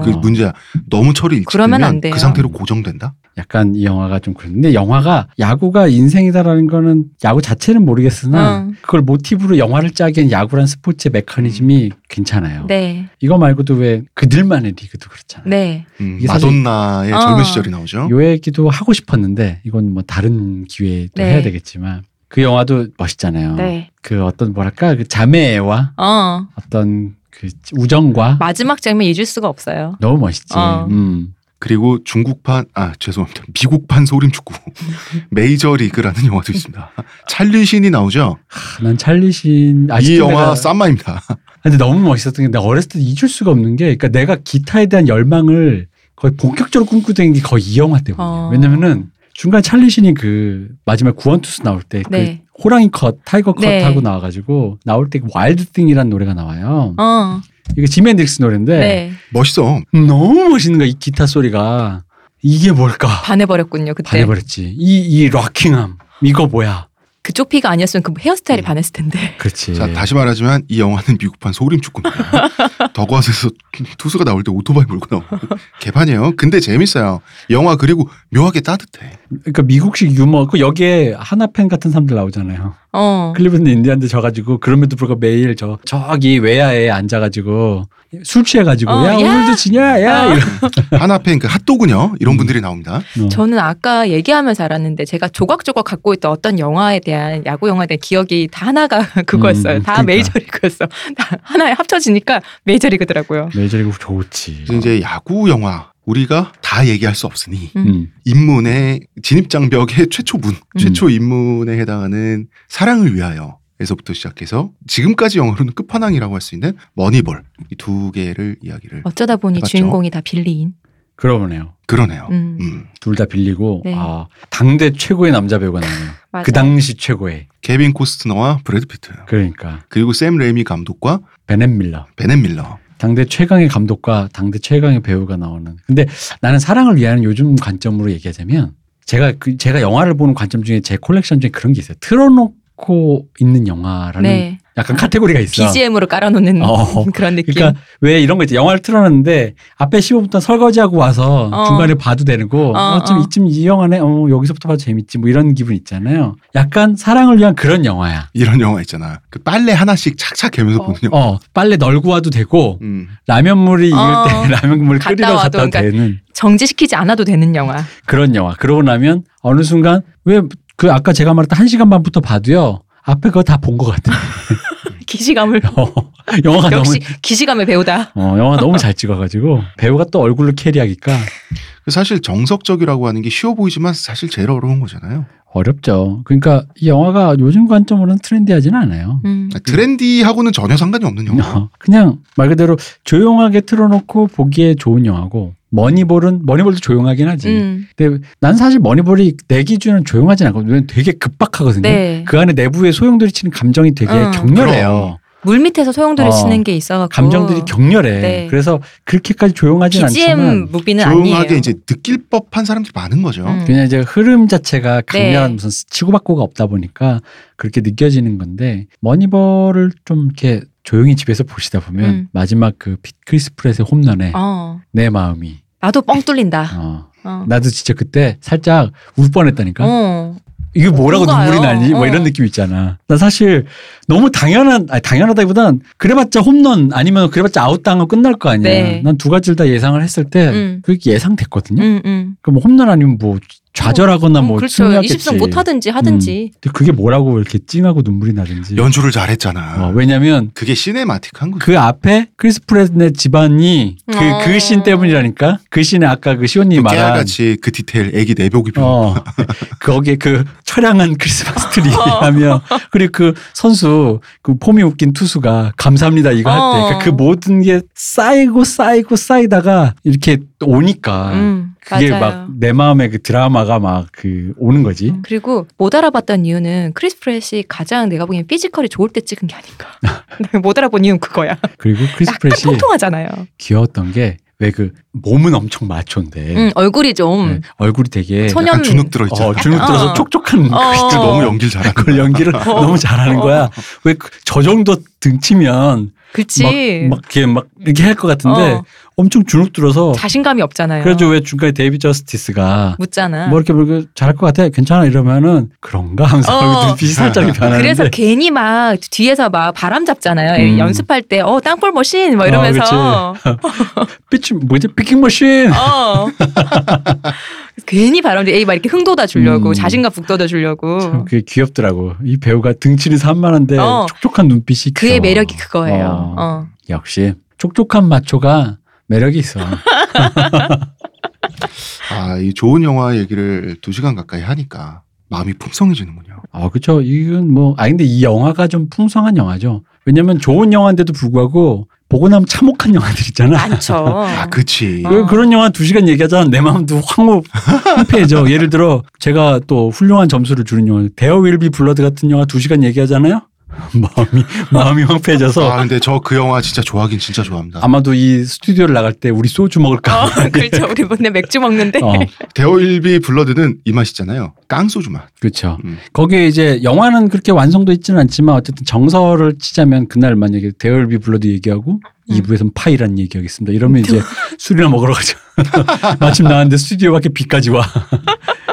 Speaker 1: 거야. 그 문제야. 너무 처리 일찍
Speaker 3: 그러면
Speaker 1: 되면
Speaker 3: 안 돼요.
Speaker 1: 그 상태로 고정된다.
Speaker 2: 약간 이 영화가 좀 그런데 영화가 야구가 인생이다라는 거는 야구 자체는 모르겠으나
Speaker 3: 응.
Speaker 2: 그걸 모티브로 영화를 짜기엔 야구란 스포츠의 메커니즘이 괜찮아요.
Speaker 3: 네,
Speaker 2: 이거 말고도 왜 그들만의 리그도 그렇잖아요.
Speaker 3: 네.
Speaker 1: 음,
Speaker 2: 이게 사실- 아.
Speaker 1: 마돈나의
Speaker 3: 어.
Speaker 1: 젊은 시절이 나오죠.
Speaker 2: 요 얘기도 하고 싶었는데 이건 뭐 다른 기회에 또
Speaker 3: 네.
Speaker 2: 해야 되겠지만 그 영화도 멋있잖아요.
Speaker 3: 네.
Speaker 2: 그 어떤 뭐랄까 그 자매와
Speaker 3: 어,
Speaker 2: 어떤 그 우정과
Speaker 3: 마지막 장면 잊을 수가 없어요.
Speaker 2: 너무 멋있지.
Speaker 3: 어.
Speaker 2: 음.
Speaker 1: 그리고 중국판 아 죄송합니다 미국판 소림
Speaker 2: [laughs]
Speaker 1: 축구 메이저 리그라는 영화도 있습니다. 찰리 신이 나오죠.
Speaker 2: 하, 아, 난 찰리신 아직도
Speaker 1: 이 영화
Speaker 2: 내가-
Speaker 1: 쌈마입니다. [laughs]
Speaker 2: 근데 너무 멋있었던 게 내가 어렸을 때 잊을 수가 없는 게 그러니까 내가 기타에 대한 열망을 거의 본격적으로 꿈꾸던 게 거의 이 영화 때문이에요.
Speaker 3: 어.
Speaker 2: 왜냐면은 중간 찰리신이 그 마지막 구원투수 나올 때 그
Speaker 3: 네.
Speaker 2: 호랑이 컷, 타이거 컷
Speaker 3: 네.
Speaker 2: 하고 나와가지고 나올 때그 와일드 띵이라는 노래가 나와요.
Speaker 3: 어,
Speaker 2: 이거 지미 앤드릭스 노래인데
Speaker 3: 네.
Speaker 1: 멋있어.
Speaker 2: 너무 멋있는 거야 이 기타 소리가 이게 뭘까
Speaker 3: 반해버렸군요 그때.
Speaker 2: 반해버렸지 이 이 락킹함 이거 뭐야
Speaker 3: 그쪽 피가 아니었으면 그 헤어스타일이
Speaker 1: 음.
Speaker 3: 반했을 텐데.
Speaker 2: 그렇지
Speaker 1: 자 다시 말하지만 이 영화는 미국판 소림
Speaker 2: [laughs]
Speaker 1: 축구입니다. 더그아웃에서
Speaker 2: [laughs]
Speaker 1: 투수가 나올 때 오토바이 몰고 나오고 개판이에요. 근데 재밌어요. 영화 그리고 묘하게 따뜻해.
Speaker 2: 그러니까 미국식 유머 그 여기에 하나팬 같은 사람들 나오잖아요.
Speaker 3: 어.
Speaker 2: 클리브랜드 인디안드 져가지고 그럼에도 불구하고 매일 저 저기 외야에 앉아가지고 술 취해가지고
Speaker 3: 어,
Speaker 2: 야,
Speaker 3: 야!
Speaker 2: 오늘도 지냐 야
Speaker 3: 어.
Speaker 2: 이런
Speaker 1: 하나팬 그 핫도그녀 이런
Speaker 2: 음.
Speaker 1: 분들이 나옵니다.
Speaker 2: 어.
Speaker 3: 저는 아까 얘기하면서 알았는데 제가 조각조각 갖고 있던 어떤 영화에 대한 야구 영화에 대한 기억이 다 하나가 [laughs] 그거였어요.
Speaker 2: 음, 그러니까.
Speaker 3: 다 메이저리그였어. [laughs] 다 하나에 합쳐지니까 메이저리그더라고요.
Speaker 2: 메이저리그 좋지.
Speaker 1: 그래서 이제 야구 영화 우리가 다 얘기할 수 없으니
Speaker 2: 음.
Speaker 1: 인문의 진입장벽의 최초문,
Speaker 3: 음.
Speaker 1: 최초 인문에 해당하는 사랑을 위하여 에서부터 시작해서 지금까지 영어로는 끝판왕이라고 할 수 있는 머니볼 이 두 개를 이야기를
Speaker 3: 어쩌다 보니
Speaker 2: 그렇죠.
Speaker 1: 맞죠.
Speaker 3: 주인공이 다 빌리인.
Speaker 2: 그러네요. 어,
Speaker 1: 그러네요.
Speaker 3: 음.
Speaker 1: 음.
Speaker 2: 둘 다 빌리고
Speaker 3: 네.
Speaker 2: 아 당대 최고의 남자 배우가 나오네요.
Speaker 3: 맞아요.
Speaker 2: 그 당시 최고의
Speaker 1: 케빈 코스트너와 브래드 피트
Speaker 2: 그러니까
Speaker 1: 그리고 샘 레이미 감독과
Speaker 2: 베넷 밀러
Speaker 1: 베넷 밀러
Speaker 2: 당대 최강의 감독과 당대 최강의 배우가 나오는. 근데 나는 사랑을 위하는 요즘 관점으로 얘기하자면 제가 그 제가 영화를 보는 관점 중에 제 콜렉션 중에 그런 게 있어요. 틀어놓고 있는 영화라는
Speaker 3: 네.
Speaker 2: 약간 카테고리가 있어.
Speaker 3: BGM으로 깔아놓는
Speaker 2: 어.
Speaker 3: [laughs] 그런 느낌.
Speaker 2: 그러니까 왜 이런 거 있지? 영화를 틀어놨는데 앞에 15분부터 설거지하고 와서
Speaker 3: 어.
Speaker 2: 중간에 봐도 되고
Speaker 3: 어,
Speaker 2: 어, 좀
Speaker 3: 어.
Speaker 2: 이쯤 이 영화네. 어, 여기서부터 봐도 재밌지. 뭐 이런 기분 있잖아요. 약간 사랑을 위한 그런 영화야.
Speaker 1: 이런 영화 있잖아. 그 빨래 하나씩 착착 개면서 보는 영화.
Speaker 2: 어, 빨래 널고 와도 되고
Speaker 1: 음.
Speaker 2: 라면물이 익을
Speaker 3: 어.
Speaker 2: 때 [laughs] 라면물
Speaker 3: 갔다
Speaker 2: 끓이러
Speaker 3: 와도
Speaker 2: 갔다 와도
Speaker 3: 그러니까
Speaker 2: 되는
Speaker 3: 정지시키지 않아도 되는 영화.
Speaker 2: 그런 영화. 그러고 나면 어느 순간 왜 그 아까 제가 말했던 1시간 반부터 봐도요. 앞에 그거 다 본 것 같아요. [laughs]
Speaker 3: 기시감을
Speaker 2: 어, 영화가 너무
Speaker 3: [laughs] 역시 기시감의 배우다.
Speaker 2: 어, 영화 너무 잘 찍어가지고 배우가 또 얼굴로 캐리하니까
Speaker 1: 그 사실 정석적이라고 하는 게 쉬워 보이지만 사실 제일 어려운 거잖아요.
Speaker 3: 음.
Speaker 2: 어렵죠. 그러니까 이 영화가 요즘 관점으로는 트렌디하진 않아요.
Speaker 3: 음.
Speaker 1: 트렌디하고는 전혀 상관이 없는 영화.
Speaker 2: 어, 그냥 말 그대로 조용하게 틀어놓고 보기에 좋은 영화고 머니볼은 머니볼도 조용하긴 하지.
Speaker 3: 음.
Speaker 2: 근데 난 사실 머니볼이 내 기준은 조용하진 않거든요. 왜냐면 되게 급박하거든요.
Speaker 3: 네.
Speaker 2: 그 안에 내부의 소용돌이치는 감정이 되게
Speaker 3: 어.
Speaker 2: 격렬해요.
Speaker 1: 그럼.
Speaker 3: 물 밑에서 소용돌이
Speaker 2: 어.
Speaker 3: 치는 게 있어갖고
Speaker 2: 감정들이 격렬해.
Speaker 3: 네.
Speaker 2: 그래서 그렇게까지 조용하진
Speaker 3: BGM
Speaker 2: 않지만
Speaker 3: 무비는
Speaker 1: 조용하게
Speaker 3: 아니에요.
Speaker 1: 이제 느낄 법한 사람들이 많은 거죠.
Speaker 3: 음.
Speaker 2: 그냥 이제 흐름 자체가
Speaker 3: 네.
Speaker 2: 강렬한 무슨 치고받고가 없다 보니까 그렇게 느껴지는 건데 머니볼을 좀 이렇게 조용히 집에서 보시다 보면
Speaker 3: 음.
Speaker 2: 마지막 그 핏 크리스 프렛의 홈런에
Speaker 3: 어.
Speaker 2: 내 마음이
Speaker 3: 나도 뻥 뚫린다.
Speaker 2: 어.
Speaker 3: 어.
Speaker 2: 나도 진짜 그때 살짝 울 뻔했다니까
Speaker 3: 어.
Speaker 2: 이게 뭐라고
Speaker 3: 뭔가요?
Speaker 2: 눈물이 나니 뭐
Speaker 3: 어.
Speaker 2: 이런 느낌 있잖아 나 사실 너무 당연한 아니 당연하다기보단 그래봤자 홈런 아니면 그래봤자 아웃당하고 끝날 거 아니야
Speaker 3: 네.
Speaker 2: 난 두 가지를 다 예상을 했을 때
Speaker 3: 음.
Speaker 2: 그게 예상됐거든요
Speaker 3: 음, 음.
Speaker 2: 그럼 뭐 홈런 아니면 뭐 좌절하거나
Speaker 3: 어,
Speaker 2: 뭐
Speaker 3: 그렇죠.
Speaker 2: 승리하겠지. 음.
Speaker 3: 20승 못 하든지 하든지.
Speaker 2: 근데 그게 뭐라고 이렇게 찡하고 눈물이 나든지.
Speaker 1: 연주를 잘했잖아.
Speaker 2: 어, 왜냐면
Speaker 1: 그게 시네마틱한 거죠.
Speaker 2: 그 앞에 크리스 프레슨의 집안이
Speaker 3: 어.
Speaker 2: 그 그 씬 때문이라니까. 그 씬에 아까 그 시온님
Speaker 1: 그
Speaker 2: 말한
Speaker 1: 깨알같이 그 디테일 애기 내복이 어.
Speaker 2: 어 거기에 그 처량한 크리스마스 트리
Speaker 3: 어.
Speaker 2: 하며 그리고 그 선수 그 폼이 웃긴 투수가 감사합니다 이거 할 때 그
Speaker 3: 어.
Speaker 2: 모든 게 쌓이고 쌓이고 쌓이다가 이렇게 오니까
Speaker 3: 음,
Speaker 2: 아, 그게 막
Speaker 3: 맞아요.
Speaker 2: 내 마음에 그 드라마가 막 그 오는 거지.
Speaker 3: 음, 그리고 못 알아봤던 이유는 크리스 프레시 가장 내가 보기엔 피지컬이 좋을 때 찍은
Speaker 2: [laughs]
Speaker 3: 게 아닌가. [laughs] 내가 못 알아본 이유는 그거야.
Speaker 2: 그리고 크리스
Speaker 3: 약간
Speaker 2: 프레시
Speaker 3: 통통하잖아요.
Speaker 2: 귀여웠던 게 왜 그 몸은 엄청 마초인데
Speaker 3: 음, 얼굴이 좀
Speaker 2: 네, 얼굴이 되게
Speaker 3: 소년-
Speaker 1: 약간
Speaker 3: 음.
Speaker 1: 주눅 들어있잖아.
Speaker 2: 어, 주눅 들어서
Speaker 3: 어.
Speaker 2: 촉촉한
Speaker 3: 어.
Speaker 2: 그
Speaker 1: 진짜
Speaker 3: 어.
Speaker 1: 너무 연기를 잘하는
Speaker 2: 그걸
Speaker 1: 거야.
Speaker 2: 연기를
Speaker 3: 어.
Speaker 2: 너무 잘하는
Speaker 3: 어.
Speaker 2: 거야. 왜그 저 정도 등치면
Speaker 3: 그치.
Speaker 2: 막 이렇게 막 이렇게 할 것 같은데
Speaker 3: 예. 어.
Speaker 2: 엄청 주눅 들어서
Speaker 3: 자신감이 없잖아요.
Speaker 2: 그래가지고 왜 중간에 데이비 저스티스가
Speaker 3: 묻잖아.
Speaker 2: 뭐 이렇게 뭐 잘할 것 같아 괜찮아 이러면은 그런가 하면서
Speaker 3: 어.
Speaker 2: 얼굴 눈빛이 살짝 변하는데
Speaker 3: 그래서 괜히 막 뒤에서 막 바람 잡잖아요.
Speaker 2: 음.
Speaker 3: 연습할 때, 어, 땅볼 머신! 뭐
Speaker 2: 어,
Speaker 3: 이러면서.
Speaker 2: 삐치 뭐지 피킹 머신 [laughs]
Speaker 3: 어. 괜히 바람, 에이, 막 이렇게 흥돋아 주려고,
Speaker 2: 음.
Speaker 3: 자신감 북돋아 주려고.
Speaker 2: 참 그게 귀엽더라고 이 배우가 등치는 산만한데
Speaker 3: 어.
Speaker 2: 촉촉한 눈빛이
Speaker 3: 그의
Speaker 2: 귀여워.
Speaker 3: 매력이 그거예요.
Speaker 2: 어.
Speaker 3: 어.
Speaker 2: 역시 촉촉한 마초가 매력이
Speaker 3: [laughs]
Speaker 2: 있어.
Speaker 1: 아, 이 좋은 영화 얘기를 두 시간 가까이 하니까 마음이 풍성해지는군요.
Speaker 2: 아 그렇죠. 이건 뭐 아 근데 이 영화가 좀 풍성한 영화죠. 왜냐면 좋은 영화인데도 불구하고 보고 나면 참혹한 영화들 있잖아.
Speaker 3: 많죠.
Speaker 1: 아, 그치.
Speaker 3: 어.
Speaker 2: 그- 그런 영화 두 시간 얘기하자면 내 마음도 황호
Speaker 1: [laughs]
Speaker 2: 황폐해져. 예를 들어 제가 또 훌륭한 점수를 주는 영화 데어 윌비 블러드 같은 영화 두 시간 얘기하잖아요. [laughs] 마음이 마음이 황폐해져서
Speaker 1: 아, 근데 저 그 영화 진짜 좋아하긴 진짜 좋아합니다.
Speaker 2: 아마도 이 스튜디오를 나갈 때 우리 소주 먹을까.
Speaker 3: 어, 그렇죠. 우리 맨날 맥주
Speaker 2: [laughs]
Speaker 3: 먹는데.
Speaker 2: 어,
Speaker 1: 데오일비 블러드는 이 맛이잖아요. 깡소주 맛.
Speaker 2: 그렇죠.
Speaker 1: 음.
Speaker 2: 거기에 이제 영화는 그렇게 완성도 있지는 않지만 어쨌든 정서를 치자면 그날 만약에 데얼비 블러드 얘기하고
Speaker 1: 음.
Speaker 2: 2부에선 파이란 얘기가 있습니다.
Speaker 1: [laughs]
Speaker 2: 이러면 이제 술이나 먹으러 가죠. [laughs] 마침 나왔는데 스튜디오 밖에 비까지 와. [laughs]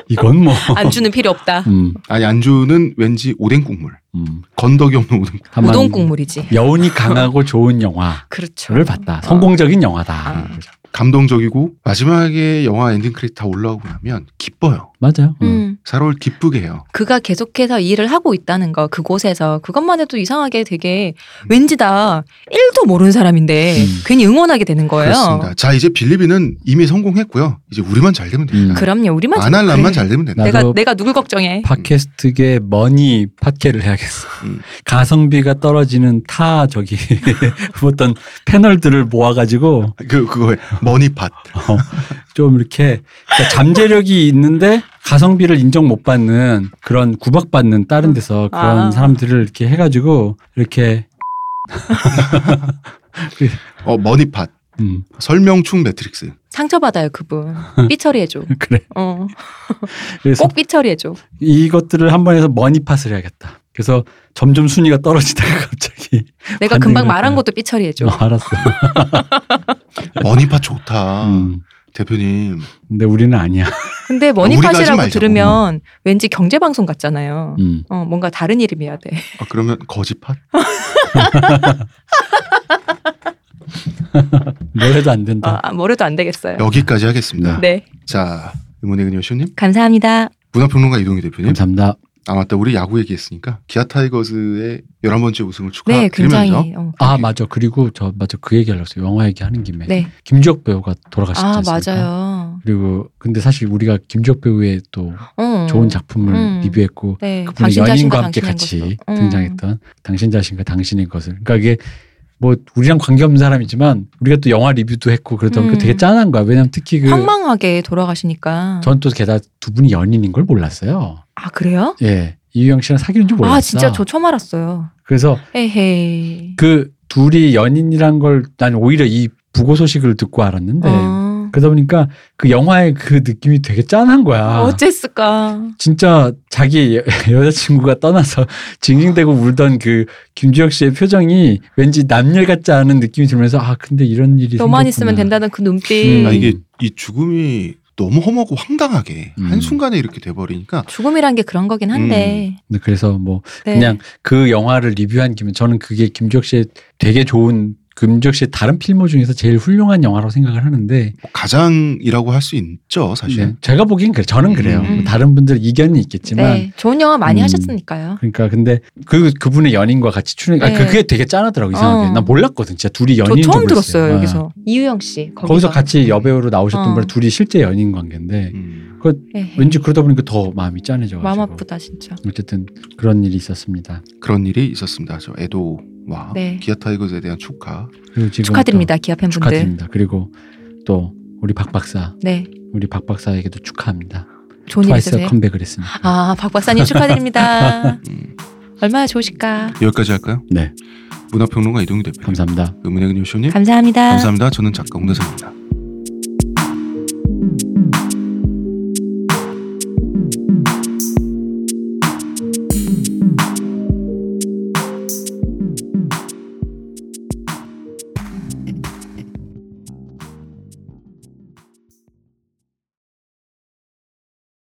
Speaker 2: 이건
Speaker 1: [laughs]
Speaker 2: 뭐.
Speaker 3: 안주는 필요 없다.
Speaker 2: 음,
Speaker 1: 아니 안주는 왠지 오뎅 국물.
Speaker 2: 음.
Speaker 1: 건더기 없는 오뎅. 국물.
Speaker 2: 다만
Speaker 3: 우동 국물이지.
Speaker 2: 여운이 강하고 좋은 영화를
Speaker 3: 그렇죠.
Speaker 2: 봤다. 성공적인 영화다.
Speaker 3: 아.
Speaker 1: 감동적이고 마지막에 영화 엔딩 크레딧 다 올라오고 나면 기뻐요.
Speaker 2: 맞아요. 음.
Speaker 3: 음.
Speaker 1: 사로를 기쁘게 해요.
Speaker 3: 그가 계속해서 이 일을 하고 있다는 거 그곳에서 그것만 해도 이상하게 되게 왠지 다 1도 모르는 사람인데
Speaker 2: 음.
Speaker 3: 괜히 응원하게 되는 거예요.
Speaker 1: 그렇습니다. 음. 자 이제 빌리비는 이미 성공했고요. 이제 우리만 잘 되면
Speaker 2: 음.
Speaker 1: 됩니다.
Speaker 3: 럼요 네. 우리만 잘-
Speaker 1: 안할람만
Speaker 3: 그래.
Speaker 1: 잘 되면 된다.
Speaker 2: 나-
Speaker 3: 내가
Speaker 2: 나도-
Speaker 3: 내가 누굴 걱정해.
Speaker 2: 팟캐스트계 머니 팟캐를 해야겠어.
Speaker 1: 음.
Speaker 2: 가성비가 떨어지는 타 저기 [laughs] 어떤 패널들을 모아가지고
Speaker 3: 네.
Speaker 1: 그 그거에 머니팟.
Speaker 2: 좀 이렇게 그러니까 잠재력이 있는데 가성비를 인정 못 받는 그런 구박받는 다른 데서 그런
Speaker 3: 아.
Speaker 2: 사람들을 이렇게 해가지고 이렇게
Speaker 1: 어 머니팟.
Speaker 2: 음, [laughs]
Speaker 1: 설명충 매트릭스.
Speaker 3: 상처받아요 그분. 삐처리해줘.
Speaker 2: 그래.
Speaker 3: 어.
Speaker 2: 그래서
Speaker 3: 꼭 삐처리해줘.
Speaker 2: 이것들을 한 번해서 머니팟을 해야겠다. 그래서 점점 순위가 떨어지다가 [laughs] 갑자기
Speaker 3: 내가
Speaker 2: 반응을
Speaker 3: 금방
Speaker 2: 할까요?
Speaker 3: 말한 것도 삐처리해줘.
Speaker 2: 어, 알았어.
Speaker 1: 머니팟 좋다.
Speaker 2: 음.
Speaker 1: 대표님.
Speaker 2: 근데 우리는 아니야.
Speaker 3: 근데
Speaker 1: 우리가 하지
Speaker 3: 머니팟이라고
Speaker 1: 말자고.
Speaker 3: 들으면 왠지 경제 방송 같잖아요.
Speaker 2: 음.
Speaker 3: 어, 뭔가 다른 이름이어야 돼.
Speaker 1: 아, 그러면 거지팟?
Speaker 3: 네.
Speaker 2: 뭘 해도 안 된다.
Speaker 3: 아, 뭐래도 안 되겠어요.
Speaker 1: 여기까지 하겠습니다.
Speaker 3: 네.
Speaker 1: 자 음원의 근요 쇼님,
Speaker 3: 감사합니다.
Speaker 1: 문화평론가 이동희 대표님.
Speaker 2: 감사합니다.
Speaker 1: 아 맞다 우리 야구 얘기했으니까 기아 타이거즈의 11번째 우승을
Speaker 3: 네, 굉장히.
Speaker 1: 축하드리면서
Speaker 3: 어.
Speaker 2: 아 맞아. 그리고 저 맞아 그 얘기하려고 했어요. 영화 얘기하는 김에
Speaker 3: 네.
Speaker 2: 김주혁 배우가 돌아가셨지
Speaker 3: 아,
Speaker 2: 않습니까?
Speaker 3: 맞아요.
Speaker 2: 그리고 근데 사실 우리가 김주혁 배우의 또
Speaker 3: 어.
Speaker 2: 좋은 작품을
Speaker 3: 음.
Speaker 2: 리뷰했고
Speaker 3: 네,
Speaker 2: 그분의
Speaker 3: 당신 자신과
Speaker 2: 연인과 함께
Speaker 3: 당신의
Speaker 2: 같이
Speaker 3: 것으로. 음.
Speaker 2: 등장했던 당신 자신과 당신의 것을 그러니까 이게 뭐 우리랑 관계없는 사람이지만 우리가 또 영화 리뷰도 했고 그러다 보니까
Speaker 3: 음.
Speaker 2: 되게 짠한 거야. 왜냐면 특히
Speaker 3: 황망하게 돌아가시니까.
Speaker 2: 그 전 또 게다가 두 분이 연인인 걸 몰랐어요.
Speaker 3: 아 그래요?
Speaker 2: 예. 이유영 씨랑 사귀는 줄 몰랐어.
Speaker 3: 아 진짜 저 처음 알았어요.
Speaker 2: 그래서
Speaker 3: 에헤이.
Speaker 2: 그 둘이 연인이란 걸 난 오히려 이 부고 소식을 듣고 알았는데
Speaker 3: 어.
Speaker 2: 그러다 보니까 그 영화의 그 느낌이 되게 짠한 거야.
Speaker 3: 어쨌을까?
Speaker 2: 진짜 자기 여- 여자친구가 떠나서 [laughs] 징징대고 울던 그 김주혁 씨의 표정이 왠지 남일 같지 않은 느낌이 들면서 아 근데 이런 일이
Speaker 3: 너만
Speaker 2: 생겼구나.
Speaker 3: 있으면 된다는 그
Speaker 2: 음.
Speaker 3: 눈빛.
Speaker 1: 아, 이게 이 죽음이 너무 험하고 황당하게
Speaker 2: 음.
Speaker 1: 한순간에 이렇게 돼버리니까
Speaker 3: 죽음이란 게 그런 거긴 한데.
Speaker 2: 근데 그래서 뭐
Speaker 3: 네.
Speaker 2: 그냥 그 영화를 리뷰한 김에 저는 그게 김주혁 씨의 되게 좋은 김주혁 씨의 다른 필모 중에서 제일 훌륭한 영화라고 생각을 하는데
Speaker 1: 뭐 가장이라고 할 수 있죠 사실
Speaker 2: 네, 제가 보기엔 그래 저는 그래요.
Speaker 1: 음.
Speaker 2: 뭐 다른 분들 이견이 있겠지만
Speaker 3: 네. 좋은 영화 많이
Speaker 2: 음.
Speaker 3: 하셨으니까요.
Speaker 2: 그러니까 근데 그 그분의 연인과 같이 출연. 아, 그-
Speaker 3: 네.
Speaker 2: 그게 되게 짠하더라고 이상하게.
Speaker 3: 어.
Speaker 2: 난 몰랐거든. 진짜 둘이 연인인 줄
Speaker 3: 저 처음
Speaker 2: 몰랐어요.
Speaker 3: 들었어요
Speaker 2: 아.
Speaker 3: 여기서 이유영 씨.
Speaker 2: 거기서 같이 여배우로 나오셨던
Speaker 3: 어.
Speaker 2: 분 둘이 실제 연인
Speaker 3: 네.
Speaker 2: 관계인데
Speaker 1: 음.
Speaker 3: 에헤이.
Speaker 2: 왠지 그러다 보니까 더 마음이 짠해져가지고.
Speaker 3: 마음 아프다 진짜.
Speaker 2: 어쨌든 그런 일이 있었습니다.
Speaker 1: 그런 일이 있었습니다 저 애도와
Speaker 3: 네.
Speaker 1: 기아 타이거즈에 대한 축하
Speaker 2: 그리고 지금
Speaker 3: 축하드립니다 기아
Speaker 2: 또
Speaker 3: 팬분들.
Speaker 2: 축하드립니다. 그리고 또 우리 박 박사,
Speaker 3: 네.
Speaker 2: 우리 박 박사에게도 축하합니다.
Speaker 3: 좋은 일
Speaker 2: 트와이스
Speaker 3: 있으세요?
Speaker 2: 컴백을 했습니다.
Speaker 3: 아박 박사님 [laughs] 축하드립니다.
Speaker 1: 음.
Speaker 3: 얼마나 좋으실까.
Speaker 1: 여기까지 할까요?
Speaker 2: 네,
Speaker 1: 문화평론가 이동희 대표님
Speaker 2: 감사합니다.
Speaker 1: 음원의 근요 쇼님
Speaker 3: 감사합니다.
Speaker 1: 감사합니다 저는 작가 홍대상입니다